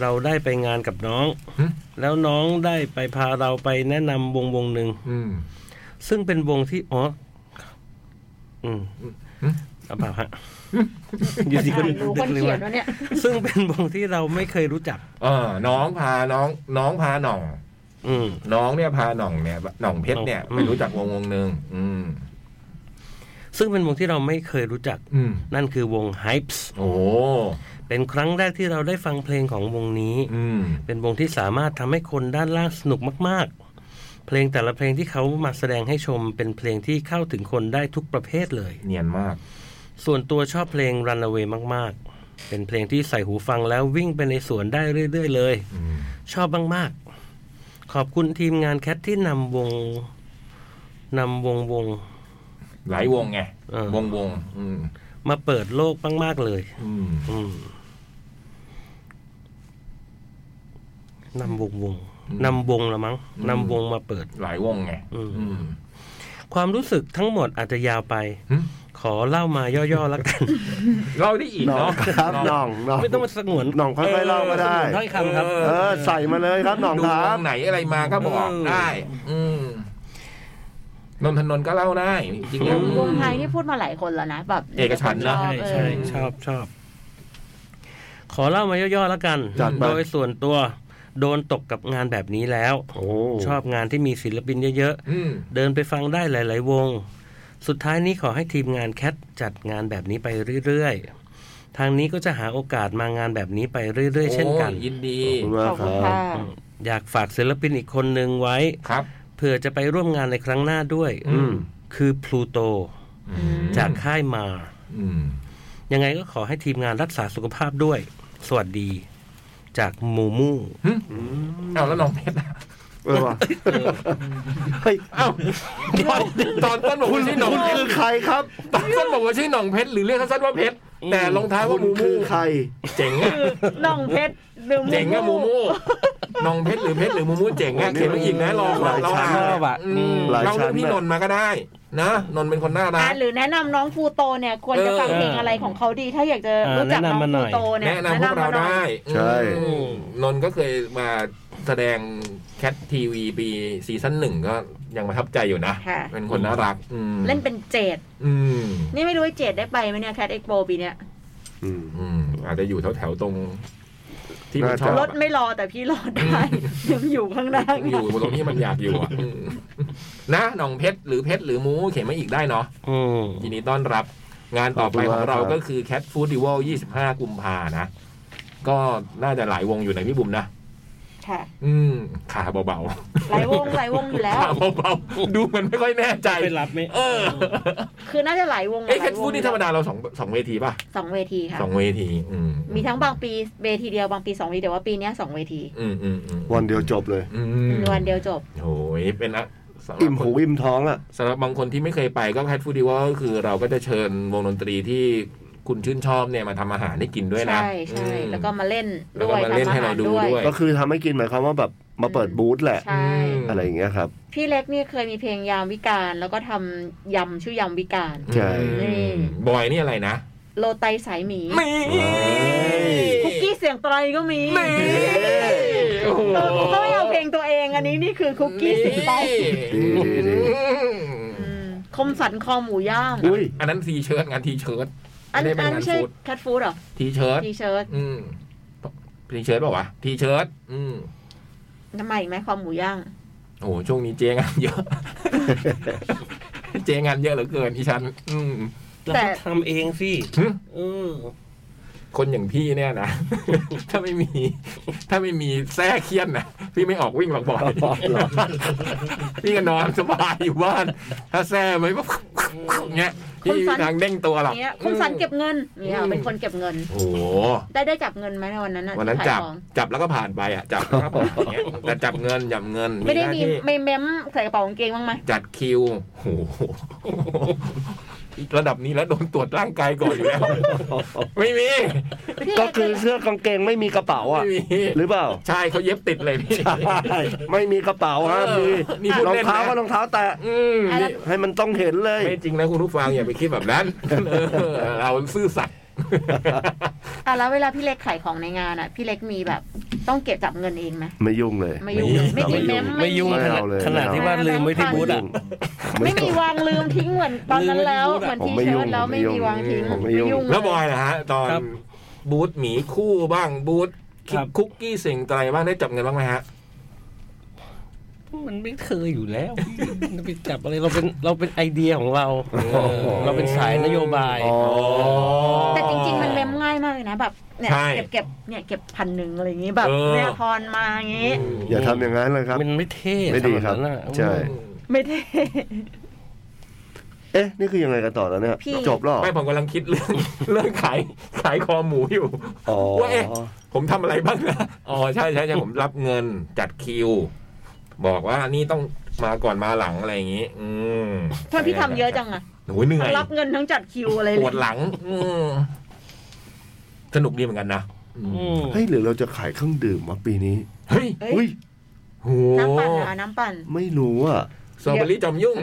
S4: เราได้ไปงานกับน้อง
S2: หึ
S4: แล้วน้องได้ไปพาเราไปแนะนำวงวงหนึ่ง
S2: อืม
S4: ซึ่งเป็นวงที่อ๋ออืม
S2: หึ
S4: เอาเปล่าฮะอยู่ดีก็
S5: อ่านรู้คน
S4: ลืม
S5: เขีย
S4: มาน
S5: วะเนี่ย
S4: ซึ่งเป็นวงที่เราไม่เคยรู้จัก
S2: เออน้องพาน้อง น้องพาหน่อง
S4: อืม
S2: น้องเนี่ยพาหน่องเนี่ยหน่องเพชรเนี่ย
S4: อืม
S2: ไปรู้จักวงวงหนึ่งอืม
S4: ซึ่งเป็นวงที่เราไม่เคยรู้จัก
S2: อืม
S4: นั่นคือวง Hypes
S2: โอ้
S4: เป็นครั้งแรกที่เราได้ฟังเพลงของวงนี้
S2: อืม
S4: เป็นวงที่สามารถทำให้คนด้านล่างสนุกมาก ๆ เพลงแต่ละเพลงที่เขามาแสดงให้ชม เป็นเพลงที่เข้าถึงคนได้ทุกประเภทเลย
S2: เนียนมาก
S4: ส่วนตัวชอบเพลง Runaway มาก ๆ เป็นเพลงที่ใส่หูฟังแล้ววิ่งไปในสวนได้เรื่อย ๆ เลย
S2: อืม
S4: ชอบมาก ๆ ขอบคุณทีมงานแคทที่นำวงนำวงวง
S2: หลายวงไง
S4: เออ
S2: วงวงอืม
S4: มาเปิดโลกมาก ๆ เลย
S2: อืม
S4: อืมนำวงวงนำวงละมั้ง
S2: อืม
S4: นำวงมาเปิด
S2: หลายวงไง
S4: อืม
S2: อืม
S4: ความรู้สึกทั้งหมดอาจจะยาวไป
S2: หึ
S4: ขอเล่ามาย่อ ๆ แล้วกัน
S2: เล่าได้อีก
S3: น้อง
S2: เนาะ
S3: ครับน้องน้อง
S4: ไม่ต้องมาสงวน
S3: หน่องค่อยๆเล่าก็ได้
S4: สงวนถ้อยคำครับ
S3: เออใส่มาเลยครับน้อง
S2: ดู
S3: ครั
S2: ว
S3: บ
S2: งไหนอะไรมาก็บอก
S4: เออ
S2: ได้ อืมนนทนนท์ก็เล่าได้จริงๆแล้ว
S5: วงไทยที่พูดมาหลายคนแล้วนะแบบ
S2: เอกฉันท์นะ
S5: ช
S4: ใช่
S5: อบเออ
S4: ใช่ชอบชอบ ขอเล่ามาย่อ ๆ แล้วกัน
S3: จัดไป
S4: โดยส่วนตัว โดนตกกับงานแบบนี้แล้ว
S3: โอ้
S4: ชอบงานที่มีศิลปินเยอะ
S2: อืม
S4: ๆ เดินไปฟังได้หลาย ๆ วง สุดท้ายนี้ขอให้ทีมงานแคทจัดงานแบบนี้ไปเรื่อย ๆ ทางนี้ก็จะหาโอกาสมางานแบบนี้ไปเรื่อย ๆ เช่นกัน
S2: โอ้ยินดี
S3: ขอบคุณมากค
S5: ขอบคุณ
S3: รับ
S5: ค่ะ
S4: อยากฝากศิลปินอีกคนหนึ่งไว้
S2: ครับ
S4: เผื่อจะไปร่วมงานในครั้งหน้าด้วย
S2: อืม
S4: คือพลูโตจากค่ายมา
S2: อืม
S4: ยังไงก็ขอให้ทีมงานรักษาสุขภาพด้วย สวัสดี จากมูมู
S2: เอาแล้วน้องเพชรล่ะ
S3: เออว่ะเฮ้ย
S2: เอ้าตอนต้นบอก
S3: คุณ
S2: ว่าชื่อหนอง
S3: คุณ
S2: เพช
S3: คื
S2: ร
S3: อใครครับ
S2: ตอนต้นบอกว่าชื่อหนองเพชรหรือเรียกสั้นๆว่าเพชรแต่ลงท้าย
S3: คุ
S2: ว่า
S3: ณ
S2: มู
S3: คื
S2: มู
S3: อใคร
S2: เจ๋งอะ
S5: น้องเพชรหรือ
S2: เจ๋งอะมูมูหนองเพชรหรือเพชรหรือมูมูเจ๋งอะเขียนมาอีกนะลอง
S3: หลาย
S2: เรา
S3: ชั้น
S2: อ่าน
S3: มากอะ
S2: อืม
S3: หลาย
S2: เรา
S3: ชั้
S2: เรื่อน งพี่
S3: อะ
S2: นนท์มาก็ได้ นะนนท์เป็นคนน่ารั
S5: อ่ะ
S2: ก
S5: หรือแนะนำน้องฟูโตเนี่ย ควรจะฟังเพลงอะไรของเขาดี ถ้าอยากจะรู้จักน้องฟูโตเนี่ย
S2: แนะนำพวกเรา
S5: หน่อย
S2: ได้
S3: ใช่
S2: อืมนนท์ก็เคยมาแสดงแคททีวีปีซีซั่นหนึ่งก็ยังประทับใจอยู่นะ
S5: ค่ะ
S2: เป็นคนน่ารักอืม
S5: เล่นเป็นเจด
S2: อืม
S5: นี่ไม่รู้ว่าเจดได้ไปไหมเนี่ยแคดเอ็กโปปีเนี้ย
S3: อืม
S2: อืมอาจจะอยู่แถวๆตรง ที่มันชอบ
S3: น่าจะ
S5: รถไม่รอแต่พี่รอ ได้ยังอยู่ข้างหน้า
S2: อยู่ตรงที่มันอยากอยู่อะอืมนะหนองเพชรหรือเพชรหรือหมูเขียนมาอีกได้เนาะ
S4: อืม
S2: ยินดีต้อนรับ งานต่อไป
S3: ข
S2: ขอ
S3: อบคุ
S2: ง
S3: ณมาก
S2: เรา
S3: ครับ
S2: ก็คือแคทฟู้ดดิวัล25 กุมภานะ ก็น่าจะหลายวงอยู่ในพี่บุ๋มนะ
S5: ค่ะ
S2: อืมขาเบา
S5: หลายวงหลายวงอยู่
S2: ๆ
S5: แล้ว
S2: ขาเบาๆดูมันไม่ค่อยแน่ใจ
S4: ไปรับไหม
S2: เออ
S5: คือน่าจะหลายวง
S2: เอ้ย
S5: ห
S2: แค
S5: ลาย
S2: ท
S5: วง
S2: ฟูดนี่ธรรมดาเราสองสองเวทีป่ะ
S5: สองเวทีค่ะ
S2: สองเวทีอืม
S5: มีทั้งบางปีเวทีเดียวบางปีสองเวทีแต่ว่าปีเนี้ยสองเวที
S2: อืมอืมอืม
S3: วันเดียวจบเลย
S2: อืม
S5: วันเดียวจบ
S2: โอ้ยเป็นอะสำหรับ
S3: อิ่ม
S2: คน
S3: หูอิ่มท้องอ่ะ
S2: สำหรับบางคนที่ไม่เคยไปก็แคทฟูดิวัลก็คือเราก็จะเชิญวงดนตรีที่คุณชื่นชอบเนี่ยมาทำอาหารให้กินด้วยนะ
S5: ใช่ใช่
S2: อืม
S5: แล้วก็มาเล่น
S2: แล้ว
S5: ด้
S2: ก็
S5: วย
S2: มาเล่นให้เราดู
S5: ทำอห
S2: ด้วย
S3: ก็คือทำให้กินหมายความว่าแบบมาเปิดบูธแหละ
S5: ใช่
S2: อืม
S3: อะไรอย่างเงี้ยครับ
S5: พี่เล็กนี่เคยมีเพลงยามวิการแล้วก็ทำยำชื่อยำวิการ
S3: ใช่
S2: อืมบอยนี่อะไรนะ
S5: โลไตสายหมี
S2: นี่
S5: คุกกี้เสียงไตรก็มี
S2: นี่โอ้โห
S5: ก็ไม่เอาเพลงตัวเองอันนี้นี่คือคุกกี้เสียงไตร
S3: ดีดีดี
S5: อืมคมสันคอหมูย่าง
S3: อุ้ย
S2: อันนั้นทีเชิร์ตงานทีเชิร์ต
S5: อัน
S2: ไม่ได้เป็น
S5: อัน
S2: งาน
S5: ใช่
S2: ฟู้ด
S5: แคทฟู้ดเหรอ
S2: ทีเชิร์ต
S5: ทีเชิ้ต
S2: อืมทีเชิร์ตเปล่าวะทีเชิร์ตอืม
S5: น้ำใหม่อีกไหมคอหมูย่าง
S2: โอ้โหช่วงนี้เจงานเยอะ เจงานเยอะเหลือเกินอีฉันอืม
S4: เรา
S5: แต่
S4: ก็ทำเองสิ
S2: หึ
S4: เออ
S2: คนอย่างพี่เนี่ยนะ ถ้าไม่มี ถ้าไม่มีแทร่เคียนนะพี่ไม่ออกวิ่งหรอกบอย
S3: อ๋อเหรอ
S2: พี่ก็นอนสบายอยู่บ้าน ถ้าแทร่ไม่ปุ๊บเงี้ยพี่ไม่มีทางเด้งตัวหรอก
S5: เนี้ยคมสันเก็บเงินเนี่ยเป็นคนเก็บเงิน
S2: โอ้โห
S5: ได้ได้จับเงินไหมในวันนั้นอะ
S2: วันนั้นจับ
S5: ที่ขายของ
S2: จับแล้วก็ผ่านไปอ่ะจับแล้วก็ผ่านอย่างเงี้ยแต่จับเงินจับเงิน
S5: ไม่ได้
S2: หน้า
S5: มี
S2: ที่
S5: ไม่เม้มใส่กระเป๋ากางเกงบ้างไหม
S2: จัดคิวโอ้โหระดับนี้แล้วโดนตรวจร่างกายก่อนอยู่แล้ว ไม่มี
S3: ก็คือเสื้อกางเกงไม่มีกระเป๋าอ่ะ
S2: ไม่มี
S3: หรือเปล่า
S2: ใช่เขาเย็บติดเลยพี่
S3: ใช่ ไม่มีกระเป๋าฮะ
S2: เออ
S3: มี
S2: นี่พูด
S3: รอง
S2: เล่นนะ
S3: เท้าก็รองเท้าแตะ
S2: อืม
S5: อันนั้น
S3: ให้มันต้องเห็นเลย
S2: ไม่จริงนะคุณผู้ฟังอย่าไปคิดแบบนั้น เออเราซื่อสัตย์
S5: อ่ะแล้วเวลาพี่เล็กขายของในงานอ่ะ พี่เล็กมีแบบต้องเก็บจับเงินเองไหม
S3: ไม่ยุ่งเลย
S5: ไม่ยุ่งเลย
S2: ไม่
S5: ไม่
S2: ยุ่ง
S5: มีเม้ม
S4: ไม่ยุ่ง
S3: ไม่
S4: ขนา
S3: เอา
S4: ด
S3: เลย
S4: ขนาด
S3: ไม่เอา
S4: ที่ว่าลืมไว้ที่บูธอ่ะ
S5: ไม่มีวางลืมทิ้งเหมือนตอนนั้นแล้ว
S4: ลืมไว้
S3: ผมไม่
S4: ที่บูธอะ
S5: เหมือนทีเชิ
S3: ยุ่
S5: ร์ต
S3: ง
S5: แล้ว
S3: ผมไม่
S5: ไม่
S3: ยุ่ง
S5: มีวางทิ้ง
S3: ผมไม่ยุ่ง
S2: แล้วบอยนะฮะ ตอน
S4: ครับ
S2: บูธหมีคู่บ้างบูธคิ
S4: ครั
S2: ก
S4: บ
S2: คุกกี้สิ่งไตรบ้างได้จับเงินบ้างไหมฮะ
S4: มันไม่เคยอยู่แล้วจะไปจับอะไรเราเป็นเราเป็นไอเดียของเราเออเราเป็นสายนโยบาย
S3: อ๋อ
S5: แต่จริง ๆ มันเม้มง่ายมากเลยนะแบบเนี่ย
S2: ใช่
S5: เก็บเก็บเนี่ยเก็บพันหนึ่งอะไรอย่างงี้แบบ
S2: เออ
S5: เนี่ยทอนมาอย่างงี้
S3: อย่าทำอย่างนั้นเลยครับ
S4: มันไม่เท่
S3: ไม่ดีครับ
S4: ทำแนั้นน่ะ
S3: ใช่
S5: ไม่ ได้
S3: เอ๊ะ นี่คือยังไงกันต่อแล้วเนี่ย
S5: พี่
S3: จบแล้วเหรอ
S2: ไม่ผมกำลังคิดเรื่อง เรื่องขายขายคอหมูอยู่
S3: อ๋อ
S2: ว่าเอ๊ะ ผมทำอะไรบ้างนะอ๋อใช่ใช่ใช่ผมรับเงินจัดคิว บอกว่านี่ต้องมาก่อนมาหลังอะไรอย่างนี้ อืม
S5: ทำไมพี่ทำเยอะจังอะ
S2: โอ้ยเหนื่อย
S5: รับเงินทั้งจัดคิวอะไร
S2: ป
S5: เล
S2: วย ดหลัง อืมสนุกดีเหมือนกันนะอืม
S4: อืม
S3: เฮ้ยหรือเราจะขายเครื่องดื่มวะปีนี้
S2: เฮ้ย
S5: เอ้ย
S3: อุ้ย
S2: โห
S5: น้ำปั่นนะน้ำปั่น
S3: ไม่รู้อ่ะ
S2: สตรอเบอรี่จอมยุ่ง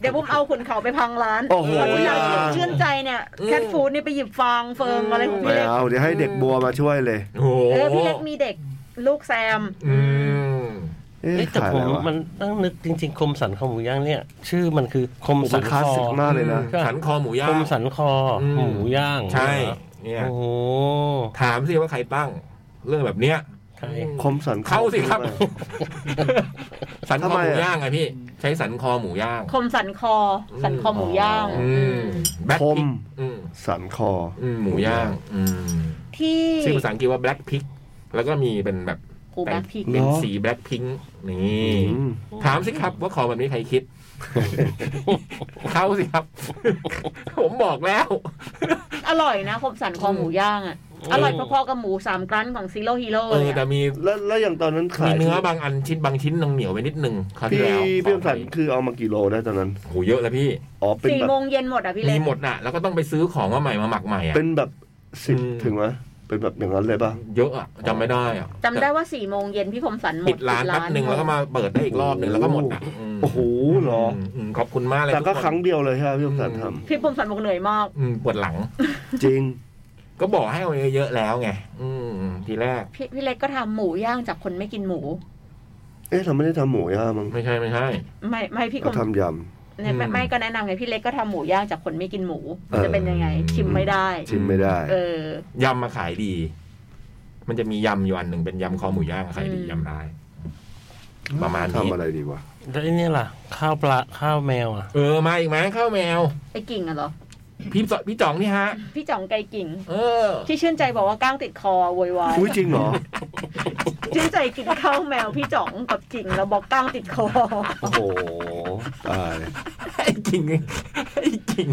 S5: เดี๋ยวผมเอาขุนเขาไปพังร้าน
S3: โอ้โห
S5: ตนที่เราชื่นใจเนี่ย
S2: อืม
S5: แคทฟู้ดนี่ไปหยิบฟางเฟิงอะไรของ
S3: ไม่
S5: พี่เล็ก
S3: เอา เดี๋ยวให้เด็กบัวมาช่วยเลย
S2: โอ้โห
S5: เออพี่เล็กมีเด็กลูกแซม
S2: อืม
S3: เอ๊ะ
S4: เอ้ยแต่
S3: ขายอะไร
S4: ผม
S3: วะ
S4: มันตั้งนึกจริง ๆ คมสันคอหมูย่างเนี่ย ชื่อมันคือคม
S3: ผม
S4: สั
S3: มัน น
S4: ค
S3: คลาส
S4: อ
S3: สิกมากเลยนะ
S2: ฉันคอหมูย่าง
S4: คมสันคออ
S2: ม
S4: หมูย่าง
S2: ใช่
S4: เหรอ
S2: เนี่ย
S4: โอ้โห
S2: ถามสิว่าใครตั้ง เรื่องแบบเนี้ย
S4: ใช่
S3: คมสัน
S2: เข้าสิครับ สันคอ
S3: ทำไม
S2: หมู
S3: อะ
S2: ย่างไงพี่ ใช้สันคอหมูย่าง
S5: คมสันคอ สันคอหมูย่าง
S2: อืมแบล็ค
S3: คม
S2: พิกอืม
S3: สันคอ
S2: อืมหมูย่าง อืม
S5: ที่
S2: ชื่อภาษาอังกฤษว่าแบล็คพิกแล้วก็มีเป็นแบบ
S5: กูแบล็คพิก
S3: เหรอ
S2: เป็นสีแบล็คพิงค์นี่
S3: อืม
S2: ถามสิครับว่าของแบบนี้ใครคิด เข้าสิครับ ผมบอกแล้ว
S5: อร่อยนะคมสันคอหมูย่างอ่ะ อร่อยพอๆกับหมูสามกรั้นของซีโร่ฮีโร่
S2: เออ แต่มี
S3: แล้วแล้วอย่างตอนนั้นขา
S2: มี
S3: ย
S2: เนื้อบางอันชิ้นบางชิ้นนางเหนียวไปนิดนึงคราวที่
S3: พี่
S2: แล้ว
S3: พี่คมสันคือเอามากี่โลได้ตอนนั้น
S2: โอ้โหเยอะแล้วพี่
S3: อ๋อ เป็น
S5: สี่
S3: แบบ
S5: โมงเย็นหมดอ่ะพี่
S2: มี
S5: เล็ก
S2: หมดน่ะ แล้วก็ต้องไปซื้อของมาใหม่มาหมักใหม่อ่ะ
S3: เป็นแบบสิบ
S2: อืม
S3: ถึงไหมเป็นแบบอย่างนั้นเลยป่ะ
S2: เยอะอ่ะจำไม่ได้อ่ะ
S5: จำได้ว่าสี่โมงเย็นพี่คมสันหมด
S2: ปิดร้านแป๊บหนึ่งแล้วก็มาเปิดได้อีกรอบหนึ่งแล้วก็หมดอ่ะม
S3: โอ้โหเหรอ
S2: มมขอบคุณมากเลย
S3: แต่ก็
S2: ทุน
S3: ครั้งเดียวเลยใช่ไหมพี่คมสัน
S2: อืม
S3: ท
S5: พี่คมสันบอกเหนื่อยมาก
S2: อืมปวดหลัง
S3: ำจริง
S2: ก็บอกให้เอาเยอะๆแล้วไงอืมทีแรก
S5: พี่พี่เล็กก็ทำหมูย่างจากคนไม่กินหมู
S3: เอ๊ะเราไม่ได้ทำหมูย่างมั้ง
S2: ไม่ใช่ไม่ใช่
S5: ไม่ไม่พี่ค
S3: เรา
S5: ม
S3: ทำย
S5: เนี่ยไม่
S2: อืม
S5: ไม่ก็แนะนำไงพี่เล็กก็ทำหมูย่างจากคนไม่กินหมู
S3: เออ
S5: จะเป็นยังไง ชิมไม่ได้
S3: ำชิมไม่ได้
S5: เออ
S2: ยำมาขายดี มันจะมียำอยู่อันหนึ่งเป็นยำคอหมูย่างอะขายดี
S5: อืม
S2: ยำร้าย ประมาณนี้
S3: ทำอะไรดีวะ
S4: แล้วไอ้เนี่ยล่ะ ข้าวปลาข้าวแมวอ่ะ
S2: เออ มาอีกไหมข้าวแมว
S5: ไอ้กิ่งอะเหรอ
S2: พี่จพี่จ่องนี่ฮะ
S5: พี่จ่องไกกิ่ง
S2: เออ
S5: ที่ชื่นใจบอกว่าก้างติดคอโวยวาย
S3: อุ้ยจริงเหรอ
S5: ชื่อใจกินข้าวแมวพี่จ๋องกับกิ่งแล้วบอกก้างติดคอ
S6: โอ้โหตาย
S2: ไอ้กิ่งไอ้กิ่ง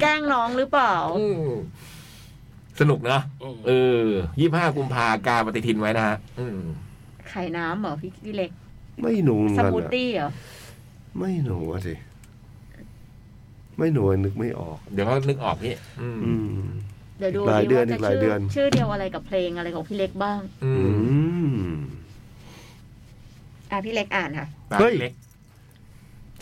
S5: แกล้งน้องหรือเปล่า
S2: อืมสนุกเนอะ
S4: อืม
S2: เออยี่ห้ากุมภากาปฏิทินไว้นะฮะอืม
S5: ไข่น้ำเหรอพี่พี่เล็ก
S3: ไม่หนูเหมือน
S5: ส
S3: กัน
S5: มูท
S3: อะ
S5: ตี้เหรอ
S3: ไม่หนูอะสิไม่หนูอะนึกไม่ออก
S2: เดี๋ยวเขานึกออกพี่อืม
S3: อืม
S5: เดี๋ยวดู
S3: หลายเดือน
S5: ว่
S3: อีกหลายเดือน
S5: ชื่อเดียวอะไรกับเพลงอะไรของพี่เล็กบ้าง
S2: อื
S3: อื
S2: ม
S3: ม
S5: อ่ะพี่เล็กอ่านค่ะ
S3: เฮ้ย
S2: เล็ก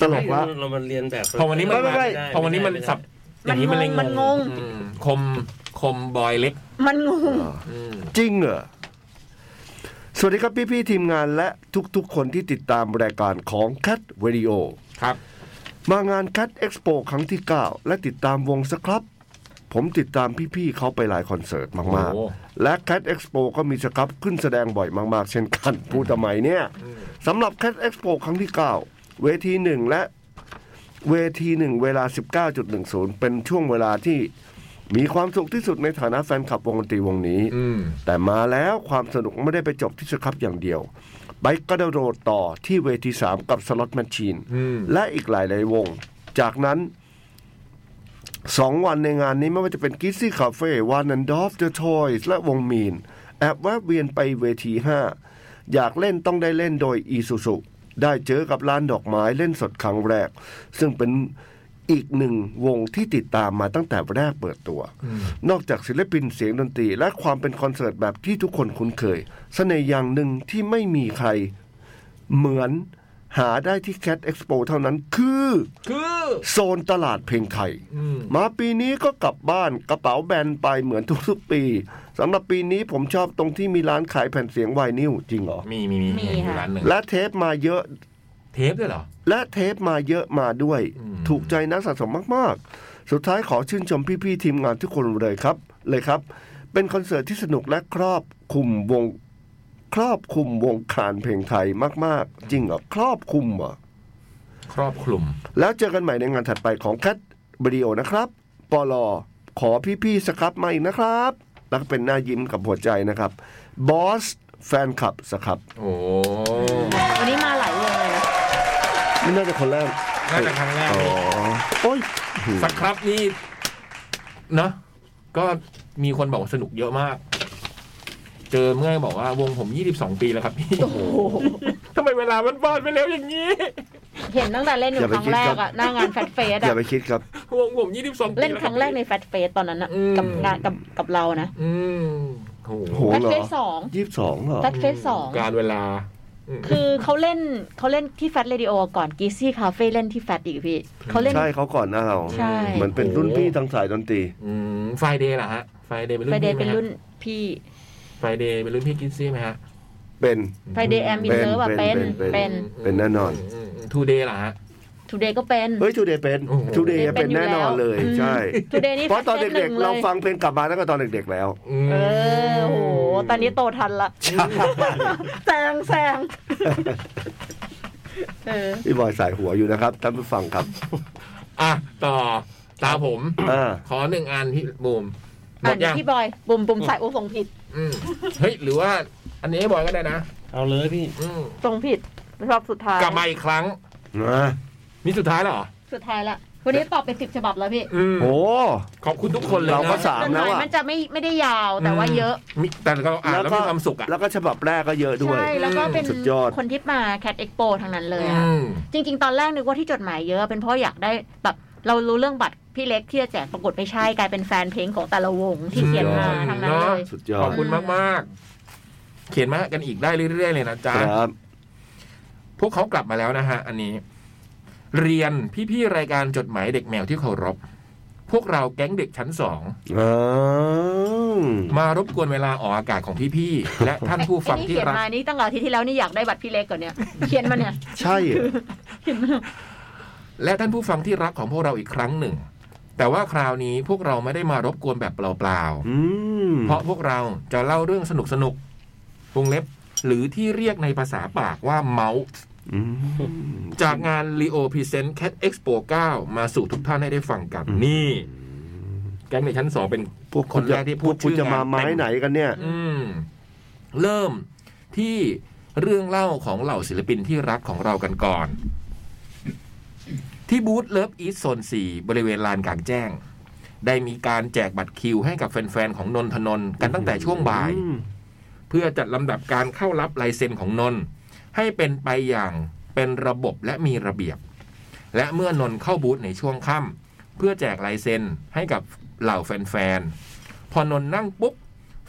S3: ตลกละ
S4: เรามาเรียนแบบ
S2: พอวันนี้มัน
S4: ด้
S3: ไม่ไม่
S4: ด้
S2: พอวันนี้มัน
S4: ไได้
S2: สับอย่างนี้มันเลย
S5: มันงง
S2: อืมคมคมบอยเล็ก
S5: มันงง
S3: อ่า
S2: อืม
S3: จริงเหรอ สวัสดีครับพี่ๆทีมงานและทุกๆคนที่ติดตามรายการของ Cat Radio
S2: ครับ
S3: มางาน Cat Expo ครั้งที่ 9 และติดตามวงสครับ ผมติดตามพี่ๆเขาไปหลายคอนเสิร์ตมาก
S2: โอ้
S3: ๆ และ Cat Expo ก็มีสครับขึ้นแสดงบ่อยมากๆ เช่นกัน พูดทำไมเนี่ยสำหรับ Cat Expo ครั้งที่ 9 เวทีหนึ่งและเวทีหนึ่งเวลา 19.10 เป็นช่วงเวลาที่มีความสุขที่สุดในฐานะแฟนคลับวงดนตรีวงนี้
S2: อืม
S3: แต่มาแล้วความสนุกไม่ได้ไปจบที่สครับอย่างเดียว ไปกระโดดต่อที่เวที 3 กับสล็อตแมชชีน
S2: อืม
S3: และอีกหลายหลายวง จากนั้น 2 วันในงานนี้ไม่ว่าจะเป็นกิซซี่คาเฟ่วานันดอฟเดอะทอยส์และวงมีน แอบแวะเวียนไปเวที 5 อยากเล่นต้องได้เล่นโดยอีซูซุได้เจอกับร้านดอกไม้เล่นสดครั้งแรก ซึ่งเป็นอีกหนึ่งวงที่ติดตามมาตั้งแต่แรกเปิดตัว นอกจากศิลปินเสียงดนตรี และความเป็นคอนเสิร์ตแบบที่ทุกคนคุ้นเคย เสน่ห์อย่างหนึ่งที่ไม่มีใคร เหมือนหาได้ที่ Cat Expo เท่านั้นคือ
S2: คือ
S3: โซนตลาดเพลงไทย
S2: อืม
S3: มาปีนี้ก็กลับบ้านกระเป๋าแบนไปเหมือนทุกๆปีสำหรับปีนี้ผมชอบตรงที่มีร้านขายแผ่นเสียงไวนิลจริงเหรอ
S2: มีมีมี
S5: มี
S2: มี
S5: ค่ะ
S2: ร้านหนึ่ง
S3: และเทปมาเยอะ
S2: เทปด้วยเหรอ
S3: และเทปมาเยอะมาด้วย
S2: อืม
S3: ถูกใจนักสะสมมาก ๆ สุดท้ายขอชื่นชมพี่ ๆ ทีมงานทุกคนเลยครับ เลยครับ เป็นคอนเสิร์ตที่สนุกและครอบคลุมวง ครอบคลุมวงการเพลงไทยมาก ๆ จริงเหรอ ครอบคลุมเหรอ
S2: ครอบคลุม
S3: แล้วเจอกันใหม่ในงานถัดไปของแคทบริโอนะครับปอลอขอพี่ ๆ สครับมาอีกนะครับ แล้วก็เป็นหน้ายิ้มกับหัวใจนะครับบอสแฟนคลับสครับ
S2: โอ้
S5: วันนี้มาหลายวงเลยนะ
S3: ไม่น่าจะคนแรก
S2: น่าจะครั้งแรก
S3: อ๋อ
S2: นี่
S3: โอ้ย
S2: สักครับนี่เนอะก็มีคนบอกว่าสนุกเยอะมาก เจอเมื่อบอกว่าวงผม 22 ปีแล้วครับพี่ทำไมเวลามันบอดไปเร็วอย่างนี้
S5: เห็นตั้งแต่เล่นอยู่
S3: อย่า
S5: ค
S3: ไป
S5: รั้ง
S3: คิด
S5: แร
S3: ครั
S5: ก
S3: บ
S5: อะหน้างานแฟตเฟส
S3: อ
S5: อะ
S3: ย่าไปคิดครับ
S2: วงผม 22 ปี
S5: เล่น
S2: ว
S5: ครั้งแรกในแฟตเฟสตอนนั้นอะกับงานกับกับเรานะ
S2: อืมโห
S3: โห
S5: แฟต
S3: เหรอ
S5: เฟสสอง
S3: ยี่สิบสองเหรอ
S5: แฟตเฟสสอง
S2: การเวลาอืม
S5: คือเขาเล่นเขาเล่นที่แฟตเรดิโอก่อนกีซี่คาเฟ่เล่นที่แฟตอีกพี่เขาเล่น
S3: ใช่เขาก่อนหน้าเรา
S5: ใช่
S3: เหมือนเป็นรุ่นพี่ทางสายดนตรี
S2: อืมไฟเดย์เหรอฮะไฟเดย์เป็นรุ่
S5: ไฟ
S2: น
S5: เด
S2: พี่
S5: ย์
S2: ไหมฮะ
S5: เป็นรุ่นพี่
S2: ไฟเดย์เป็นรุ่นพี่กินซี่ไหมฮะ
S3: เป็น
S5: ไฟเดย์แอมบิเลอร์อะเป็นเป็น
S3: เป็นแน่นอน
S2: ทูเดย์เหรอฮะ
S5: ทูเดย์ก็เป็น
S3: เฮ้ยทูเดย์เป็น
S2: โอ้โห
S3: ทูเดย์เป็นแน่นอนเลย
S5: อืม
S3: ใช่
S5: ทูเดย์นี่
S3: เพราะตอน
S5: แฟ
S3: เด็ก
S5: ส
S3: ๆ
S5: หลย
S3: เราฟังเพลงกลับมาตั้งแต่ตอนเด็กๆแล้ว
S5: เออโห ตอนนี้โตทันละแซงแซงเออ
S3: พี่บอยสายหัวอยู่นะครับท่านผู้ฟังครับ
S2: อ่ะ ต่อ ตาผม
S3: อ่า
S2: ขอหนึ่งอันพี่บูมหม
S5: อ่า
S2: ด
S5: น
S2: ยัง
S5: พี่บอย บุ่มบุ่มใส่โอ้ส่งผิด
S2: อืมเฮ้ย หรือว่า อันนี้ให้บอยก็ได้นะ
S4: เอาเลยพี่
S2: อืม
S5: ส่งผิดรอบสุดท้าย
S2: กลับมาอีกครั้ง
S3: นะ
S2: นี่สุดท้ายแล้วเหรอ
S5: สุดท้ายละ วันนี้ตอบเป็นสิบฉบับแล้วพี่
S2: อืม
S3: โอ้
S2: ขอบคุณทุกคนเลยนะ
S3: เราก็สาม
S5: จดห
S3: แล้ว
S5: มาย
S3: อะ
S5: มันจะไม่ไม่ได้ยาวแต่ว่าเยอะ
S2: มีแต่เราอ่านแล้วมีความสุขอ่ะ
S3: แล้วก็ฉบับแรกก็เยอะด้วย
S5: ใช่ แล้วก็เป็น
S3: สุดยอด
S5: คนที่มาแคดเอ็กโปทางนั้นเลย
S2: อื
S5: อะ
S2: ม
S5: จริง ๆ ตอนแรกนึกว่าที่จดหมายเยอะ เป็นเพราะอยากได้แบบเรารู้เรื่องบัตรพี่เล็กที่จะแจกปรากฏไม่ใช่กลายเป็นแฟนเพลงของแต่ละวงที่เขียนมาทางนั้นเลย
S3: สุดยอ
S2: ข
S3: ด
S2: อบคุณมาก ๆ เขียนมากันอีกได้เรื่อย ๆ เลยนะจ๊ะ
S3: ครับ
S2: พวกเขากลับมาแล้วนะฮะ อันนี้ เรียนพี่ ๆ รายการจดหมายเด็กแมวที่เคารพ พวกเราแก๊งเด็กชั้นสอง
S3: อ้าม
S2: ารบกวนเวลาออกอากาศของพี่ๆ และท่านผู้ฟัง
S5: ไอ้นี่
S2: ที่
S5: เขียน
S2: รัก
S5: มานี่ตั้งแต่อาทิตย์ที่แล้วนี่อยากได้บัตรพี่เล็กก่อนเนี่ย เขียนมาเนี่ย
S3: ใช่เหรอ
S2: และท่านผู้ฟังที่รักของพวกเราอีกครั้งหนึ่ง แต่ว่าคราวนี้พวกเราไม่ได้มารบกวนแบบเปล่า
S3: อืม
S2: ๆ เพราะพวกเราจะเล่าเรื่องสนุกๆวงเล็บ หรือที่เรียกในภาษาปากว่าเมาส์
S3: อืม
S2: จากงาน Leo Present Cat Expo 9 มาสู่ทุกท่านให้ได้ฟังกัน นี่ แก๊งในชั้นสองเป็น
S3: พวก
S2: คนแรกที่พูด
S3: พวคุณจะมาไม้
S2: ชื่องานเต็ม
S3: ไหนกันเนี่ย
S2: อืม เริ่ม ที่เรื่องเล่าของเหล่าศิลปินที่รักของเรากันก่อน ที่บูธเลิฟอีสโซน4บริเวณลานกลางแจ้ง ได้มีการแจกบัตรคิวให้กับแฟนๆ ของนนทนนท์กันตั้งแต่ช่วงบ่าย
S3: อืม
S2: เพื่อจัดลำดับการเข้ารับลายเซ็นของนนท์ให้เป็นไปอย่างเป็นระบบและมีระเบียบ และเมื่อนนท์เข้าบูธในช่วงค่ำเพื่อแจกลายเซ็นให้กับเหล่าแฟนๆ พอนนท์นั่งปุ๊บ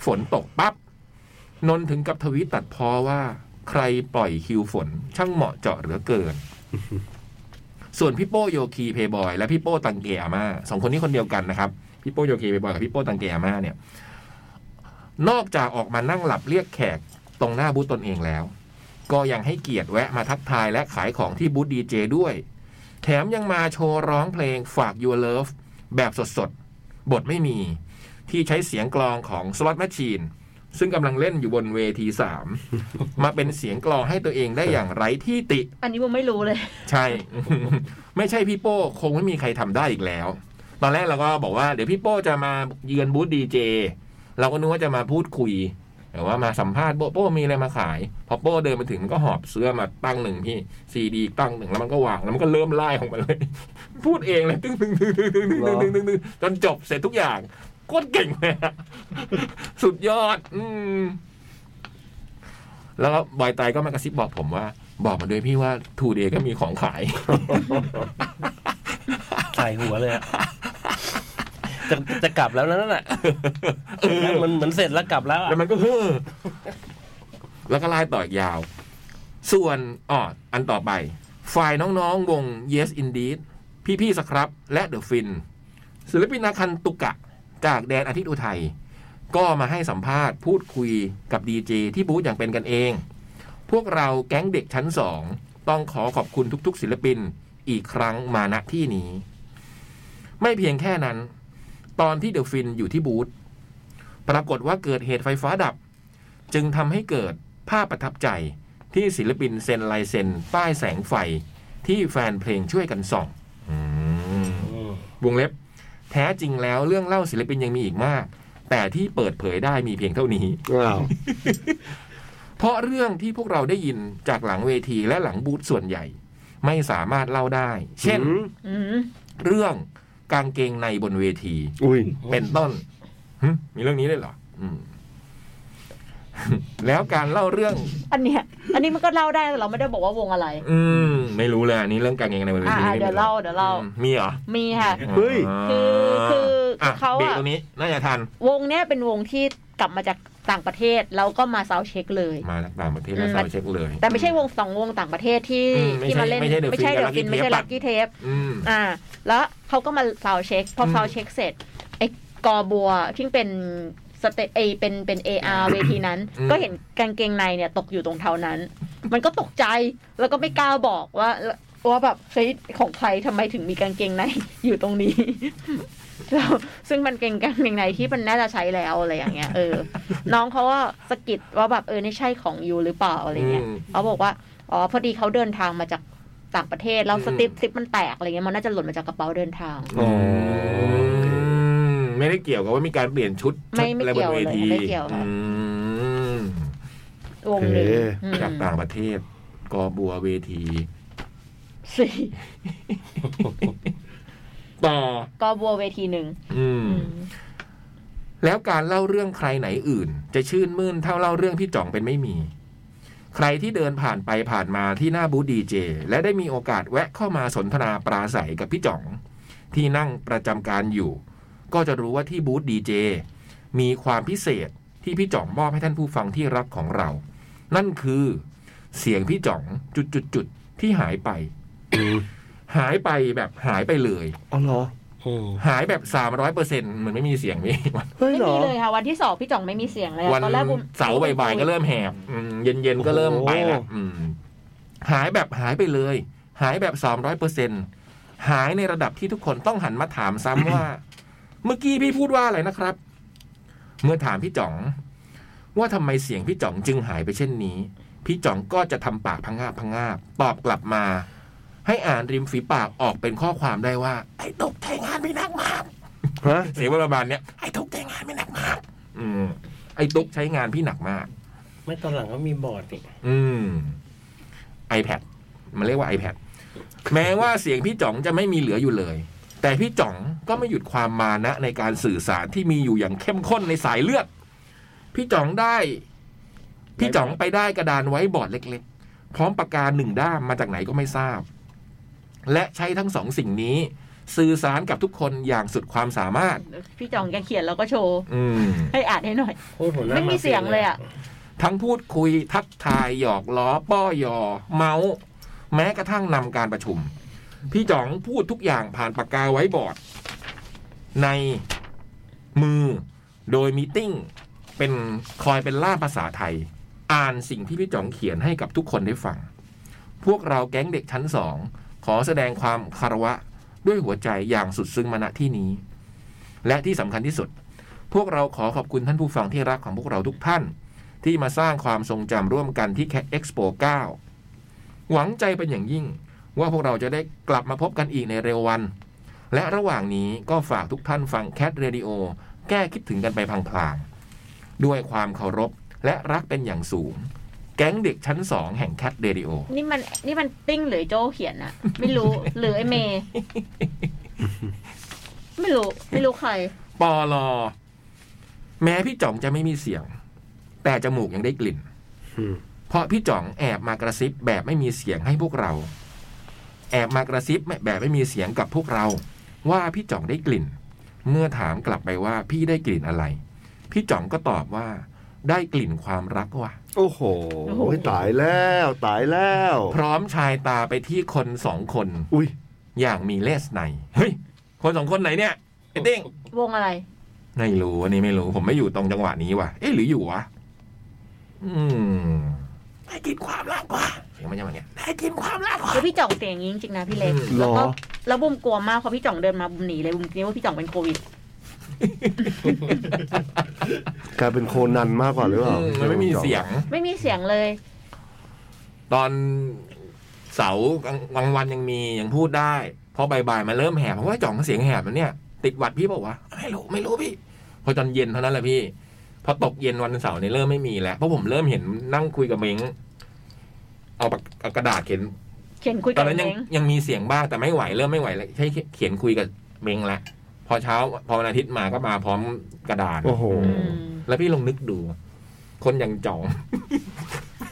S2: ฝนตกปั๊บ นนท์ถึงกับทวีตตัดพอว่า ใครปล่อยคิวฝน ช่างเหมาะเจาะเหลือเกิน ส่วนพี่โป้โยคีเพย์บอยและพี่โป้ตังเกอามาสองคนนี้คนเดียวกันนะครับ พี่โป้โยคีเพย์บอยกับพี่โป้ตังเกอามาเนี่ย นอกจากออกมานั่งหลับเรียกแขกตรงหน้าบูธตนเองแล้ว ก็ยังให้เกียรติแวะมาทักทายและขายของที่บูธดีเจด้วย แถมยังมาโชว์ร้องเพลงฝาก Your Love แบบสดๆ บทไม่มี ที่ใช้เสียงกลองของ Slot Machine ซึ่งกำลังเล่นอยู่บนเวที 3 มาเป็นเสียงกลองให้ตัวเองได้อย่างไร้ที่ติ
S5: อันนี้โมไม่รู้เลย
S2: ใช่ ไม่ใช่พี่โป้คงไม่มีใครทำได้อีกแล้ว ตอนแรกเราก็บอกว่าเดี๋ยวพี่โป้จะมาเยือนบูธดีเจเราก็นึกว่าจะมาพูดคุยแต่ว่ามาสัมภาษณ์โป้โป้มีอะไรมาขาย พอโป้เดินมาถึงมันก็หอบเสื้อมาตั้งหนึ่งพี่ซีดีตั้งหนึ่งแล้วมันก็วางแล้วมันก็เริ่มไล่ของมันเลย พูดเองเลยตึ้งตึ้งตึ้งตึ้งตึ้งตึ้งตึ้งตึ้งตึ้งตึ้งจนจบเสร็จทุกอย่างโคตรเก่งเลยอะสุดยอด อืม แล้วบอยไตก็มากระซิบบอกผมว่า บอกมาด้วยพี่ว่าทูเดย์ก็มีของขาย
S4: ใส่หัวเลยอะจะจะกลับแล้วนะนั่นแหละมันเหมือนเสร็จแล้วกลับแล้วอะ
S2: แล้วมันก็เฮ้อแล้วก็ไล่ต่ออีกยาว ส่วนอ๋ออันต่อไป ฝ่ายน้องๆ วง Yes Indeed พี่ๆสครับ และเดอะฟินศิลปินอาคันตุกะ จากแดนอาทิตย์อุทัย ก็มาให้สัมภาษณ์พูดคุยกับดีเจที่บูธอย่างเป็นกันเอง พวกเราแก๊งเด็กชั้นสองต้องขอขอบคุณทุกๆ ศิลปินอีกครั้งมาณที่นี้ ไม่เพียงแค่นั้น ตอนที่เดอะฟินอยู่ที่บูธ ปรากฏว่าเกิดเหตุไฟฟ้าดับ จึงทำให้เกิดภาพประทับใจที่ศิลปินเซ็นลายเซ็นป้ายแสงไฟที่แฟนเพลงช่วยกันส่องอืมวงเล็บ แท้จริงแล้วเรื่องเล่าศิลปินยังมีอีกมาก แต่ที่เปิดเผยได้มีเพียงเท่านี้
S3: อ้าว
S2: เพราะเรื่องที่พวกเราได้ยินจากหลังเวทีและหลังบูธส่วนใหญ่ ไม่สามารถเล่าได้ เช่น
S3: อืม
S5: อืม
S2: เรื่องกางเกงในบนเวที
S3: อุ้ย
S2: เป็นต้นหึมีเรื่องนี้ด้วยเหรออืม แล้วการเล่าเรื่อง
S5: อันเนี้ยอันนี้มันก็เล่าได้แต่เราไม่ได้บอกว่าวงอะไร
S2: อืม ไม่รู้เลยอันนี้เรื่องการเงินในบริษัท
S5: อ่า
S2: นี้
S5: อ่า
S2: ไม่มี
S5: เดี๋ยวเล่าเดี๋ยวเล่า
S2: อืมมีเหรอ
S5: มีค่ะ
S3: เฮ้ย
S5: คือคืออ่
S2: ะ
S5: เขาอะ
S2: เบรกตรงนี้ น่าจะทัน
S5: วงเนี้ยเป็นวงที่กลับมาจากต่างประเทศแล้วก็มาเซาท์เช็คเลย
S2: มาจากต่างประเทศแล้ว
S5: อืม
S2: สาวเช็คเลย
S5: แต่ไม่ใช่วงสองวงต่างประเทศที่
S2: อืมไม่
S5: ที่
S2: ใช่
S5: มาเล่น
S2: ไม่ใช่ The
S5: เด
S2: Fin
S5: อะฟิน
S2: กับ Lucky
S5: ไม่ใช่
S2: Tape อะ
S5: ลักกี้เทป
S2: อืม
S5: อ่า แล้วเขาก็มาเซาท์เช็คพอ
S2: อืม
S5: เซาท์เช็คเสร็จไอ้กอบัวที่เป็นสเตไอเป็นเป็นเออาร์เวทีนั้น ก็เห็นกางเกงในเนี่ยตกอยู่ตรงเท้านั้น มันก็ตกใจแล้วก็ไม่กล้าบอกว่าว่าแบบเฮ้ยของใครทำไมถึงมีกางเกงใน อยู่ตรงนี้ แล้วซึ่งมันเกงกางเกงในที่มันน่าจะใช้แล้วอะไรอย่างเงี้ยเออ น้องเขาก็สะกิดว่าแบบเออนี่ใช่ของยูหรือเปล่าอะไรเงี้ย
S2: อืม
S5: เขาบอกว่าอ๋อพอดีเขาเดินทางมาจากต่างประเทศแล้ว
S2: อืม
S5: สติปซิปมันแตกอะไรเงี้ยมันน่าจะหล่นมาจากกระเป๋าเดินทาง
S3: อ๋อ
S2: มไม่ได้เกี่ยวกับว่ามีการเปลี่ยนชุด
S5: ไม่ไม่
S2: อะรบนที
S5: เกี่ยวเลยไม่เกี่ยวค่ะ
S2: อืม
S5: วงหนึ่ง
S3: เอ๊ะ
S5: อืม
S2: จากต่างประเทศ กอบัวเวที
S5: สี่
S2: ต่อ
S5: ก็บัวเวทีหนึ่ง
S2: อืม แล้วการเล่าเรื่องใครไหนอื่น จะชื่นมื่นเท่าเล่าเรื่องพี่จ่องเป็นไม่มี ใครที่เดินผ่านไปผ่านมาที่หน้าบูธดีเจ และได้มีโอกาสแวะเข้ามาสนทนาปราศัยกับพี่จ่อง ที่นั่งประจำการอยู่ ก็จะรู้ว่าที่บูธดีเจ มีความพิเศษที่พี่จ่องมอบให้ท่านผู้ฟังที่รักของเรา นั่นคือเสียงพี่จ่องจุดๆๆที่หายไป หายไปแบบหายไปเลย
S3: อ๋อเหรอ
S2: หายแบบสามร้อยเปอร์เซ็นต์เหมือนไม่มีเสียงพี่
S3: เฮ้ย
S5: ไม่
S3: เหร
S5: มี
S3: อ
S5: เลยค่ะวันที่สองพี่จ่องไม่มีเสียงเลยอะ
S2: วัน
S5: ตอนแรกบุม
S2: เสาร์บ่ายๆก็เริ่มแหบอืมเย็นๆก็เริ่มไปละ
S3: โอ้โห
S2: อืมหายแบบหายไปเลย หายแบบสามร้อยเปอร์เซ็นหายในระดับที่ทุกคนต้องหันมาถามซ้ำ ว่า เมื่อกี้พี่พูดว่าอะไรนะครับ เมื่อถามพี่จ๋อง ว่าทำไมเสียงพี่จ๋องจึงหายไปเช่นนี้ พี่จ๋องก็จะทำปากพังงาบพังงาบตอบกลับมา ให้อ่านริมฝีปากออกเป็นข้อความได้ว่า ไอ้ตกแต่งงานไม่นักมาก
S3: ฮะ
S2: เสียงประมาณเนี้ยไอ้ตุ๊กใช้งานไม่หนักมาก อืมไอ้ตุ๊กใช้งานพี่หนักมาก
S4: ไม่ตอนหลังก็มีบอร์ดนี่
S2: อืม iPad มันเรียกว่า iPad แม้ว่าเสียงพี่จ๋องจะไม่มีเหลืออยู่เลย แต่พี่จ๋องก็ไม่หยุดความมานะในการสื่อสารที่มีอยู่อย่างเข้มข้นในสายเลือด พี่จ๋องได้ พี่จ๋องไปได้กระดานไว้บอร์ดเล็กๆ พร้อมปากกาหนึ่งด้ามมาจากไหนก็ไม่ทราบ และใช้ทั้งสองสิ่งนี้ สื่อสารกับทุกคนอย่างสุดความสามารถ
S5: พี่จ่องแกเขียนแล้วก็โชว์
S2: อืม
S5: ให้อ่านให้หน่อย
S4: โคตรหัวห
S5: ไม่มี
S4: น้าาฟี
S5: เสียงเลยอ่ะ
S2: ทั้งพูดคุยทักทายหยอกล้อ ป้อยอ เมาส์แม้กระทั่งนำการประชุม พี่จ๋องพูดทุกอย่างผ่านปากกาไว้บอร์ด ในมือโดยมีตติ้ง เป็นคอยเป็นล่ามภาษาไทย อ่านสิ่งที่พี่จ๋องเขียนให้กับทุกคนได้ฟัง พวกเราแก๊งเด็กชั้นสองขอแสดงความคารวะด้วยหัวใจอย่างสุดซึ้งมาณที่นี้ และที่สำคัญที่สุด พวกเราขอขอบคุณท่านผู้ฟังที่รักของพวกเราทุกท่าน ที่มาสร้างความทรงจำร่วมกันที่แค Expo 9 หวังใจเป็นอย่างยิ่ง ว่าพวกเราจะได้กลับมาพบกันอีกในเร็ววัน และระหว่างนี้ก็ฝากทุกท่านฟังแค t เรดิโอแก้คิดถึงกันไปพลางๆ ด้วยความเคารพและรักเป็นอย่างสูง แก๊งเด็กชั้นสองแห่งแค t เรดิโอ
S5: นี่มันนี่มันติ้งหรือโจเขียนอะไม่รู้ หรือไอเมย์ไม่รู้ ไม่รู้ใคร
S2: ปอลอ แม้พี่จ่องจะไม่มีเสียง แต่จมูกยังได้กลิ่น
S4: อืม
S2: เพราะพี่จ่องแอบมากระซิบแบบไม่มีเสียงให้พวกเรา แอบมากระซิบแบบไม่มีเสียงกับพวกเรา ว่าพี่จ่องได้กลิ่น เมื่อถามกลับไปว่าพี่ได้กลิ่นอะไร พี่จ่องก็ตอบว่า ได้กลิ่นความรักว่ะ
S3: โอ้โห
S5: โอ้โห
S3: ตายแล้วตายแล้ว
S2: พร้อมชายตาไปที่คนสองคน
S3: อุ้ย
S2: อย่างมีเลสในเฮ้ย คนสองคนไหนเนี่ยไอ้เด้ง
S5: วงอะไร
S2: ไม่รู้อันนี้ไม่รู้ ผมไม่อยู่ตรงจังหวะนี้ว่ะเอ๊ะหรืออยู่วะอืมได้กลินความรักว่ะเสียงมันจะแบบเนี้ยได้กลินความรักว่ะ
S5: แล้วพี่จ่องเสียงอย่างนี้จริงๆนะพี่เล็ก
S3: หร
S5: แล้ว
S3: อ
S5: ก็แล้วบุมกลัวมากเพราะพี่จ่องเดินมาบุมหนีเลยบุมคิดว่าพี่จ่องเป็นโควิด
S3: กลายเป็นโคนันมากกว่าหรือเปล่า
S2: อื
S3: มั
S2: มันไม่มีเสียง
S5: ไม่มีเสียงเลย
S2: ตอนเสาร์กลางวันยังมียังพูดได้ พอบ่ายๆมาเริ่มแหบเพราะว่าจ่องเสียงแหบแล้วเนี่ย ติดหวัดพี่บอกว่าวะไม่รู้ไม่รู้พี่ พอตอนเย็นเท่านั้นแหละพี่ พอตกเย็นวันเสาร์เนี่ยเริ่มไม่มีแล้วเพราะผมเริ่มเห็นนั่งคุยกับเม้งเอาปากเอากระดาษเขียน
S5: เขียนคุย
S2: ตอ
S5: กัน บ
S2: นั้นยัง
S5: เม้ง
S2: ยังมีเสียงบ้างแต่ไม่ไหวเริ่มไม่ไหวแล้วใช้เขียนคุยกับเม้งละพอเช้า พอวันอาทิตย์มาก็มาพร้อมกระดาษ
S3: โอ้โห
S5: อืม
S2: แล้วพี่ลองนึกดู คนอย่างจ่อง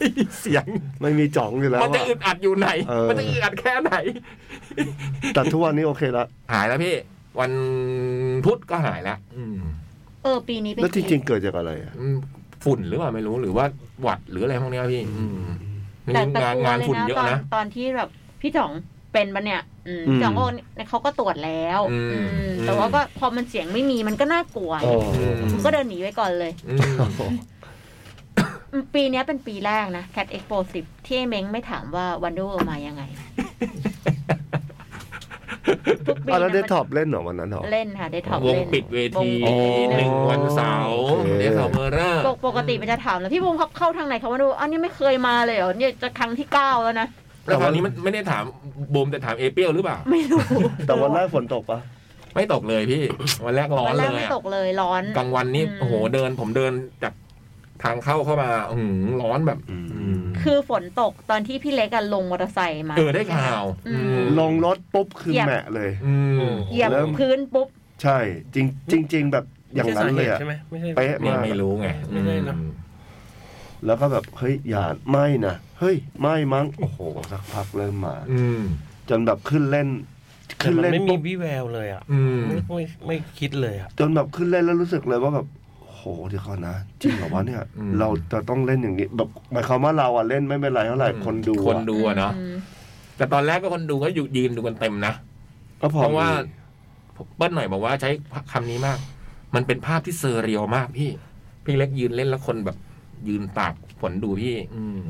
S2: ไม่มีเสียง
S3: ไม่มีจ่องอยู่แล้ว
S2: มันจะ
S3: อะ
S2: อึดอัดอยู่ไหน
S3: เออ
S2: มันจะอึดอัดแค่ไหน
S3: แต่ทุกวันนี้โอเคละ
S2: หายแล้วพี่ วันพุธก็หายแล้วอืม
S5: เออปีนี้เป็น
S3: แล้วจริงๆเกิดจากอะไรอะ
S2: อืมฝุ่นหรือเปล่าไม่รู้หรือว่าหวัดหรืออะไรพวกเนี้ยพี่ อืมนี่
S5: แต่แต่
S2: งาน
S5: ก
S2: งาน
S5: ลัวเลย
S2: ฝุ่น
S5: นะ
S2: เย
S5: ต
S2: อะ
S5: อน
S2: นะ
S5: ตอนที่แบบพี่จ่องเป็นปะเนี่ย อืมพี่จ่องก็เนี่ยเขาก็ตรวจแล้ว
S2: อืม
S5: อืม
S2: อืม
S5: แต่ว่าก็พอมันเสียงไม่มีมันก็น่ากลัว
S3: อ๋อ
S5: บุ๋มก็เดินหนีไว้ก่อนเลย
S2: อืม
S5: อืมปีเนี้ยเป็นปีแรกนะ Cat Expo 10 ที่เม้งไม่ถามว่า Wonder World มายังไง ทุกปี
S3: อ่ะแล้ว
S5: นะ
S3: เดสก์ท็อปเล่นเหรอวันนั้นเหรอ
S5: เล่นค่ะ ได้ถอม
S2: วง
S5: เล่น
S2: ปิดเวที
S5: วง
S2: หนึ่งวันเสาร์
S3: โอเค
S2: เดซเมอร์เรอร์
S5: ปกปกติมันจะถามแล้วพี่วงเขาเข้าทางไหนเขาว่าดูอันนี้ไม่เคยมาเลยเหรอเนี่ยจะครั้งที่เก้าแล้วนะ
S2: แล้วคราวนี้มันไม่ได้ถามบูมแต่ถามเอเปียวหรือเปล่า
S5: ไม่รู้
S3: แต่วันแรกฝนตกปะ
S2: ไม่ตกเลย พี่ วันแรกร้อ
S5: วัน นแร
S2: เล
S5: ก
S2: ย
S5: ไม่
S2: อะ
S5: ตกเลยร้อน
S2: กลางวันนี่
S5: อืม
S2: โอ้โหเดิน ผมเดินจากทางเข้าเข้ามาอื้อหือร้อนแบบ
S5: คือฝนตกตอนที่พี่เล็กอะลงมอเตอร์ไซค์มา
S2: เออได้ข่าว
S5: อืม
S2: อืม
S3: ลงรถปุ๊บคือ
S5: เหยียบ
S3: แหมะเลย
S2: อืม
S5: เหยียบ
S3: เริ่ม
S5: พื้นปุ๊บ
S3: ใช่ จริงจริงจริงแบบอย่างนั้นเลยอะ
S4: ไม่ใช่สาหตุใช่ไหมไม่ใช่
S3: เป๊ะ
S2: ไม่
S3: มาก
S2: ไม่รู้ไง
S4: ไม่ได้เนอะ
S2: อืม
S3: แล้วก็แบบ เฮ้ยอย่าไม่นะเฮ้ย ไม่มั้งโอ้โหสักพักเริ่มมา
S2: อืม
S3: จนแบบขึ้นเล่น
S4: แต่
S3: ขึ้น
S4: มัน
S3: เล่น
S4: ไม่มี
S3: ปุ๊บ
S4: วิแววเลยอ่ะ
S2: อืม
S4: ไม่ไม่ไม่คิดเลยอ่ะ
S3: จนแบบขึ้นเล่นแล้วรู้สึกเลยว่าแบบโหเดี๋ยวก่อนนะจริงเหรอวะเนี่ย
S2: อืม
S3: เราจะต้องเล่นอย่างนี้แบบหมายความว่าเราอะเล่นไม่เป็นไรเท่าไหร่คนดูอะ
S2: คนดูอะเนาะ
S5: อืม
S2: แต่ตอนแรกก็คนดูก็อยู่ยืนดูกันเต็มนะ
S3: ก็พอ
S2: เพราะว่า
S3: มี
S2: เปิ้ลหน่อยบอกว่าใช้คำนี้มาก มันเป็นภาพที่เซอร์เรียลมากพี่ พี่เล็กยืนเล่นแล้วคนแบบ ยืนตากฝนดูพี่ อืม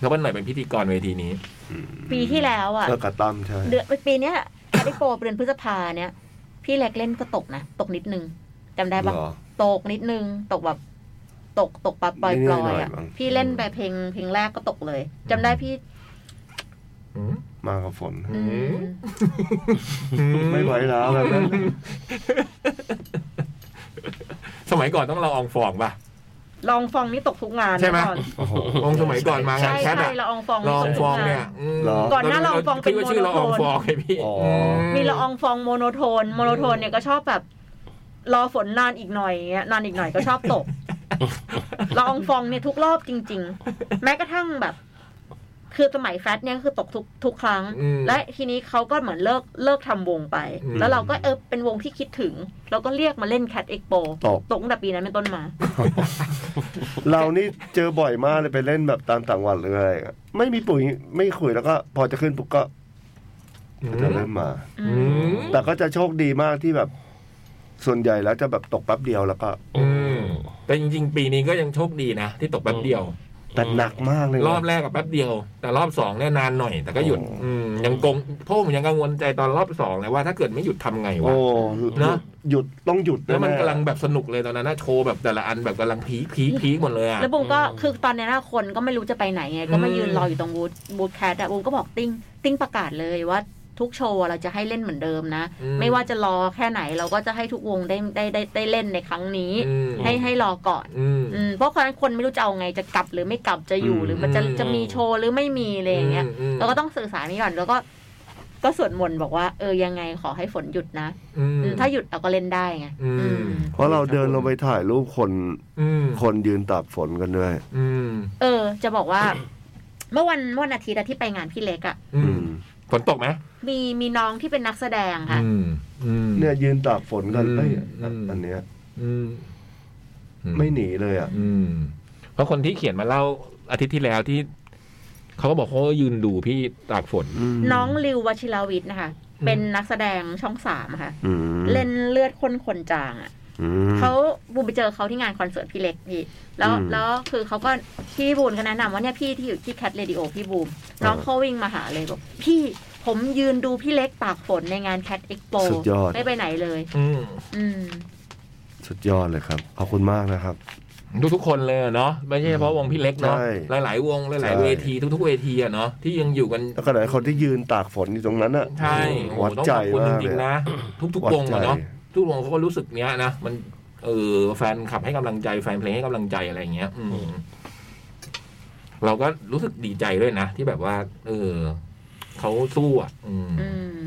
S2: แล้วเปิ้ลหน่อยเป็นพิธีกรเวทีนี้
S5: ปีที่แล้วอะ
S3: เออกระตั้มใช่
S5: เดือนปีเนี้ยคาริโปเดือนพฤษภาเนี่ย พี่เล็กเล่นก็ตกนะ ตกนิดนึงจำได้ปะ
S3: เหรอ
S5: ตกนิดนึง ตกแบบ ตกตกปลาปล่อย
S3: นิดๆ
S5: ปล่อย
S3: หน่อย
S5: อ่ะ
S3: มั้ง
S5: พี่เล่นไปเพลงเพลงแรกก็ตกเลยจำได้พี่
S2: อืม
S3: มากับฝน
S2: อืม
S3: ไม่ไหวแล้วแบบนั้น
S2: สมัยก่อนต้องเราอองฟองป่ะ
S5: ลองฟองนี่ตกทุกงาน
S2: ใช่ไหม
S5: แน่นอน
S4: โอ้โห
S2: วงสมัยก่อนมางา
S5: ใช่
S2: นแคท
S5: ใช่
S2: อะ
S5: ละอองฟอง
S2: ลอ
S5: นี่ต
S2: งฟ
S5: กทุ
S2: อง
S5: กา
S2: เนี่ยม
S3: เหรอ
S5: ก่อนหน้าลองฟองเป็น
S2: คิดว่าชื่อละออง
S5: โมโนโทน
S2: ฟองไงพี่
S3: อ๋ออื
S5: มีละอองฟองโมโนโทน โมโนโทนเนี่ยก็ชอบแบบ รอฝนนานอีกหน่อยอย่างเงี้ยนานอีกหน่อยก็ชอบตกละอองฟองเนี่ยทุกรอบจริง ๆ แม้กระทั่งแบบ คือสมัยแฟตเนี่ยก็คือตกทุกทุกครั้ง
S2: อืม
S5: และทีนี้เขาก็เหมือนเลิกเลิกทำวงไป
S2: อืม
S5: แล้วเราก็เออเป็นวงที่คิดถึง แล้วก็เรียกมาเล่นแคดเอ็กโป
S3: ตก
S5: ตกตั้งแต่ปีนั้นเป็นต้นมา
S3: เรานี่เจอบ่อยมากเลยไปเล่นแบบตามต่างจังหวัดหรืออะไรอะไม่มีปุ๋ยไม่คุยแล้วก็พอจะขึ้นปุ๊บก็
S2: อื
S3: จะ
S2: ม
S3: เริ่มมา
S5: อื
S2: อื
S5: ม
S2: ม
S3: แต่ก็จะโชคดีมากที่แบบ ส่วนใหญ่แล้วจะแบบตกแป๊บเดียวแล้วก็
S2: อืมแต่จริง ๆ ปีนี้ก็ยังโชคดีนะ ที่ตกแป๊บเดียว
S3: แต่หนักมากเลยนะ
S2: รอบแรกกับแป๊บเดียว แต่รอบสองเนี่ยนานหน่อย แต่ก็หยุด
S3: โอ้
S2: อืมยังกงเพราะผมยังกังวลใจตอนรอบสองเลยว่าถ้าเกิดไม่หยุดทำไงวะ
S3: โอ้
S2: นะ
S3: หยุดต้องหยุด
S2: แล้วมัน
S3: ๆ
S2: กำลังแบบสนุกเลยตอนนั้นนะโชว์แบบแต่ละอันแบบกำลังพีคพีคพีคหมดเลยอะ
S5: แล้วบุมก็คือตอนนี้นอะคนก็ไม่รู้จะไปไหนไงก็มา
S2: อืม
S5: ยืนรออยู่ตรงบูธบูธแคทอะบุมก็บอกติ้งติ้งประกาศเลยว่า ทุกโชว์อะเราจะให้เล่นเหมือนเดิมนะ
S2: อื
S5: ไม่ว่าจะรอแค่ไหนเราก็จะให้ทุกวงได้ได้ได้ได้เล่นในครั้งนี้
S2: อืม
S5: ให้ให้รอก่อน
S2: อืม
S5: อืมเพราะคนนั้นคนไม่รู้จะเอาไงจะกลับหรือไม่กลับจะอยู่
S3: อืม
S5: หรือมันจะ
S2: อืม
S5: จะมีโชว์หรือไม่มีอะไรอย่างเงี้ย
S2: มม
S5: เราก็ต้องสื่อสารนี้ก่อนแล้วก็ ก็สวดมนต์บอกว่าเออยังไงขอให้ฝนหยุดนะ
S2: อืม
S5: อืมถ้าหยุดเราก็เล่นได้ไง
S2: อืม
S5: อืม
S3: เพราะเราเดินลงไปถ่ายรูปคน
S2: อืม
S3: คนยืนตากฝนกันด้วย
S2: อืม
S5: เออ จะบอกว่า เมื่อวันเมื่อวันอาทิตย์อะที่ไปงานพี่เล็กอะ
S2: อื
S3: อื
S2: ม
S3: ม
S2: ฝนตกไหม
S5: มีมีน้องที่เป็นนักแสดงค่ะ
S2: อืมอืม
S3: เนี่ยยืนตากฝนกัน
S2: อืม
S3: เอ้ย
S2: อืม
S3: อันเนี้ย
S2: อืมอื
S3: ไม่หนีเลยอ่ะ
S2: อืมเพราะคนที่เขียนมาเล่าอาทิตย์ที่แล้วที่เขาก็บอกเขายืนดูพี่ตากฝน
S3: ม
S5: น้องลิววชิรวิทย์นะคะ
S2: อืม
S5: เป็นนักแสดงช่องสามค่ะ
S3: อืม
S5: เล่นเลือดคนขนจางอ่ะ
S3: อืม
S5: เขาบูมไปเจอเขาที่งานคอนเสิร์ตพี่เล็กพี่ แล้ว
S3: อืม
S5: แล้วคือเขาก็พี่บูนก็แนะนำว่าเนี่ยพี่ที่อยู่ที่แคทเรดิโอพี่บูมน้อง
S3: อ่า
S5: เขาวิ่งมาหาเลยบอกพี่ผมยืนดูพี่เล็กตากฝนในงานแคทเอ็กโป
S3: สุดยอด
S5: ไม่ไปไหนเลย
S2: อืม
S5: อืม
S3: สุดยอดเลยครับ ขอบคุณมากนะครับ
S2: ทุกทุกๆคนเลยอะเนาะไม่ใช่เฉพาะวงพี่เล็กเนาะ
S3: ใช่
S2: หลายหลายๆวงหลายหลาย
S3: ใช่
S2: เวทีทุก ๆ เวทีอะเนาะที่ยังอยู่กัน
S3: แล้วก็ไหนคนที่ยืนตากฝนอยู่ตรงนั้นอ่ะ
S2: ใช่โอ้โห
S3: วัด
S2: ต้อง
S3: ใจ
S2: ขอบคุณจ
S3: มาก
S2: ริ
S3: เล
S2: ง
S3: ย
S2: ๆนะ ทุก
S3: วั
S2: ๆว
S3: ด
S2: ง
S3: ใจ
S2: อะเนาะทุกวงเขาก็รู้สึกเนี้ยนะมันเออแฟนขับให้กำลังใจแฟนเพลงให้กำลังใจอะไรอย่างเงี้ย อืมเราก็รู้สึกดีใจด้วยนะที่แบบว่า เออเขาสู้อ่ะ อืม
S5: อืม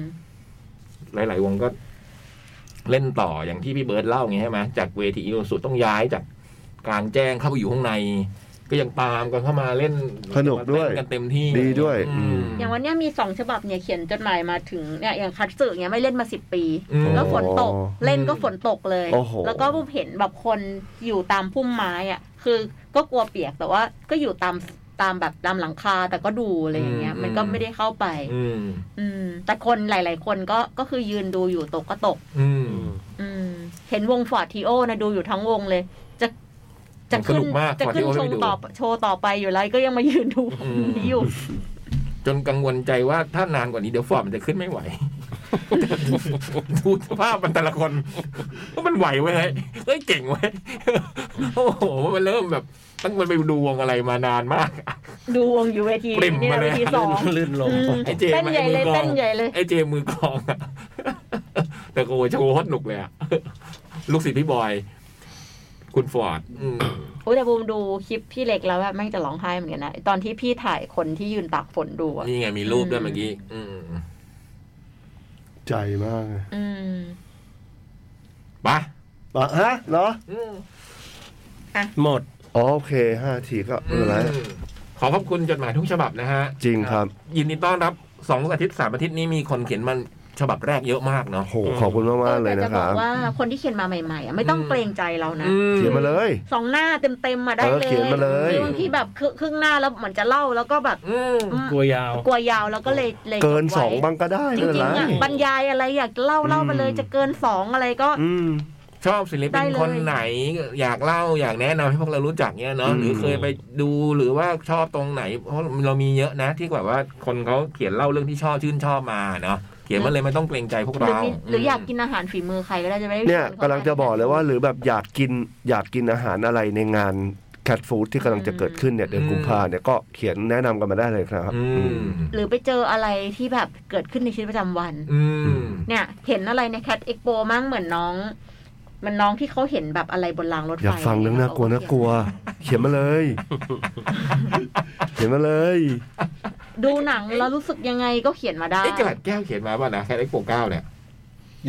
S2: หลาย ๆ วงก็เล่นต่ออย่างที่พี่เบิร์ดเล่าอย่างเงี้ยใช่ไหมจากเวทีอีโนสุต้องย้ายจากกลางแจ้งเข้าไปอยู่ข้างใน ก็ยังตามกันเข้ามาเล่น
S3: สนุกด้วย
S2: เต้นกันเต็มที่
S3: ดีด้วย
S2: อืม
S3: ม
S5: อย่างวันเนี้ยมีสองฉบับเนี่ยเขียนจดหมายมาถึงเนี่ยอย่างคัตสึเนี่ยไม่เล่นมาสิบปี
S2: อืม
S5: แล้วฝนตก
S3: โอ้
S5: เล่นก็ฝนตกเลย
S3: โอ้โห
S5: แล้วก็ผมเห็นแบบคนอยู่ตามพุ่มไม้อ่ะ คือก็กลัวเปียกแต่ว่าก็อยู่ตามตามแบบตามหลังคาแต่ก็ดูอะไรอย่างเงี้ย
S2: อืม
S5: มันก็ไม่ได้เข้าไป
S2: อืม
S5: อืม แต่คนหลาย ๆ คนก็ก็คือยืนดูอยู่ตกก็ตก
S2: อืม
S5: อืม เห็นวงฟอร์ทีโอนะดูอยู่ทั้งวงเลย จะจะ
S2: ส
S5: ขึ้น
S2: นุกมาก
S5: จะ
S2: ขอ
S5: ขึ้
S2: ที่
S5: น
S2: โอ้
S5: ช
S2: ให้
S5: ง
S2: ไปดู
S5: ต่อโชว์ต่อไปอยู่แล้วก็ยังมายืนดู
S2: อืม
S5: นี้อยู่
S2: จนกังวลใจว่าถ้านานกว่านี้เดี๋ยวฟอร์มมันจะขึ้น ไม่ไหว ดูสภาพมันแต่ละคนว่ามันไหวเว้ยเฮ้ยเก่งเว้ย โอ้โหมันเริ่มแบบตั้งมันไปดูวงอะไรมานานมาก
S5: ดูวงอยู่เวที
S2: ปริ่ม
S5: นี่
S2: มา
S5: นะ
S2: เลย
S5: เวทีสอง
S4: ลื่นลง
S5: อืม
S2: ไอ้เจมส์
S5: เต้นใหญ่เลย
S2: ไอ้มือกลอง
S5: เต้นใหญ่เลย
S2: ไอ้เจมือกลองอะ แต่โอ้โหโชว์โคตรหนุกเลยอะลูกศิษย์พี่บอย คุณฟอร์ดอืม
S5: โอ้ยแต่บูมดูคลิปพี่เล็กแล้วแบบแม่งจะร้องไห้เหมือนกันนะ ตอนที่พี่ถ่ายคนที่ยืนตากฝนดูอ่ะ
S2: นี่ไงมีรูปด้วยเมื่อกี้อืม
S3: ใจมากเลย
S5: อืม
S2: ไปะ
S3: ปะฮะเหรอ
S4: หมด
S3: อ๋อโอเคห้าทีก็ไม่เป็นไร
S2: ขอขอบคุณจดหมายทุกฉบับนะฮะ
S3: จริงครับ
S2: ยินดีต้อนรับสองอาทิตย์สามอาทิตย์นี้มีคนเขียนมันฉบับแรกเยอะมากเนาะ
S3: โหขอบคุณมากมากๆเลย
S5: แต่
S3: นะค
S5: จะบอ
S3: รั
S5: ก
S3: บ
S5: ว่าคนที่เขียนมาใหม่ๆอ่ะไม่ต้อง
S2: อืม
S5: เกรงใจเรานะ
S2: อืม
S3: เขียนมาเลย
S5: สองหน้าเต็มๆมาได้
S3: เออ
S5: เลย
S3: เขียนมาเลย
S5: คือบางทีแบบครึ่งครึ่งหน้าแล้วเหมือนจะเล่าแล้วก็แบบ
S2: อืม
S5: อืม
S4: กลัวยาว
S5: กลัวยาวแล้วก็เลยเลย
S3: เกิน
S5: บไว้
S3: สองบางก็ได้
S5: จ
S3: ไม่เป็น
S5: ริ
S3: ไร
S5: งๆอ่ะบรรยายอะไรอยากเล่าเล่าไปเลย
S3: อืม
S5: จะเกินสองอะไรก็
S3: อืม
S2: ชอบศิล
S5: ได้
S2: ปิน
S5: เลย
S2: คนไหน อยากเล่าอยากแนะนำให้พวกเรารู้จักเนี่ยเนาะ
S3: อืม
S2: หรือเคยไปดูหรือว่าชอบตรงไหน เพราะเรามีเยอะนะ ที่แบบว่าคนเขาเขียนเล่าเรื่องที่ชอบชื่นชอบมาเนาะเขียนมาเลยไม่ต้องเกรงใจพวก
S5: หรือ
S2: เรา
S5: มีหรืออยาก
S2: ม
S5: กินอาหารฝีมือใครก็ได้จะไม่ได้
S3: เนี่ย
S5: ชวขา
S3: กำลังจะบอกเลยว่าหรือแบบอยากกินอยากกินอาหารอะไรในงานแคทฟู้ดที่กำลังจะเกิดขึ้นเนี่ยเดือนกุมภาเนี่ยก็เขียนแนะนำกันมาได้เลยครับ
S2: อื
S3: อื
S2: ม
S3: ม
S5: หรือไปเจออะไรที่แบบเกิดขึ้นในชีวิตประจำวัน
S2: อืม
S5: เนี่ย เห็นอะไรในแคดเอ็กโปมั่งเหมือนน้อง มันน้องที่เขาเห็นแบบอะไรบนรางรถไฟ
S3: อยากฟังเรื่องน่ากลัวน่ากลัว เขียนมาเลย เขียนมาเลย
S5: ดูหนังแล้วรู้สึกยังไงก็เขียนมาได้
S2: ไอ้กระดาษแก้วเขียนมาป่ะนะแคทเอ็กโปเก้าเนี่ย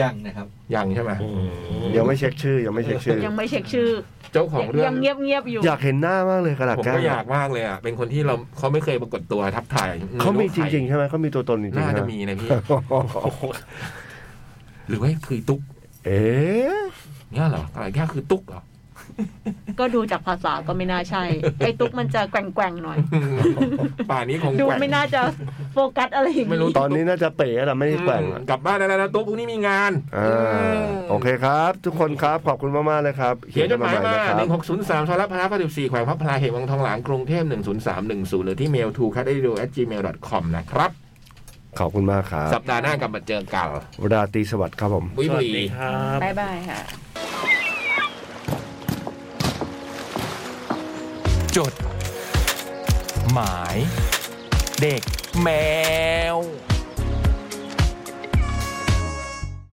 S6: ยังนะครับ
S2: ยังใช่ไหม
S3: ยังไม่เช็คชื่อ ยังไม่เช็คชื่อ
S5: ยังไม่เช็คชื่อ
S2: เจ้าของเรื่อง
S5: ยังเงียบเงียบๆอยู่
S3: อยากเห็นหน้ามากเลยกระดาษ
S2: ผม
S3: แก้ว
S2: ก็อยากมากเลยอ่ะ เป็นคนที่เราเขาไม่เคยปรากฏตัวทับถ่าย
S3: เขามีจริง ๆ ใช่ไหมเขามีตัวตนจริงๆ
S2: น่า
S3: ใช่ไห
S2: จะ
S3: ม
S2: มีนะพี่
S3: โอ้โห
S2: หรือว่าคือตุ๊ก
S3: เอ๊ะ
S2: เนี่ยเหรอกระดาษแก้วคือตุ๊กเหรอ
S5: ก็ดูจากภาษาก็ไม่น่าใช่ ไอ้ตุ๊กมันจะแกว่งๆหน่อย
S2: ป่านนี้คง
S5: ดู
S2: แกว่ง
S5: ไม่น่าจะโฟกัสอะไรอย่าง
S2: ไม่รู้
S5: นี้
S3: ตอนนี้น่าจะเป๋แต่ไม่ได้แกว่งอะ
S2: กลับบ้านได้แล้วนะตุ๊กพรุ่งนี้มีงาน
S3: อ่าโอเคครับ ทุกคนครับขอบคุณมากๆเลยครับ
S2: เขียนจดหมายมา
S3: เขีนจดหนะครั
S2: 1603ชลัพพลาพระ14แขวงพระพลาเขตวังทองหลางกรุงเทพ10310 หรือที่ mail to c a t a d i o gmail com นะครับ
S3: ขอบคุณมากครับ
S2: สัปดาห์หน้ากลับมาเจอกัน
S3: ราตรีสวัสดิ์ครับผม
S2: บุย
S4: สวั
S2: บุ
S4: ส
S2: ย
S4: ดีครับ
S5: บายบายค่ะ
S1: จด หมาย เด็กแมว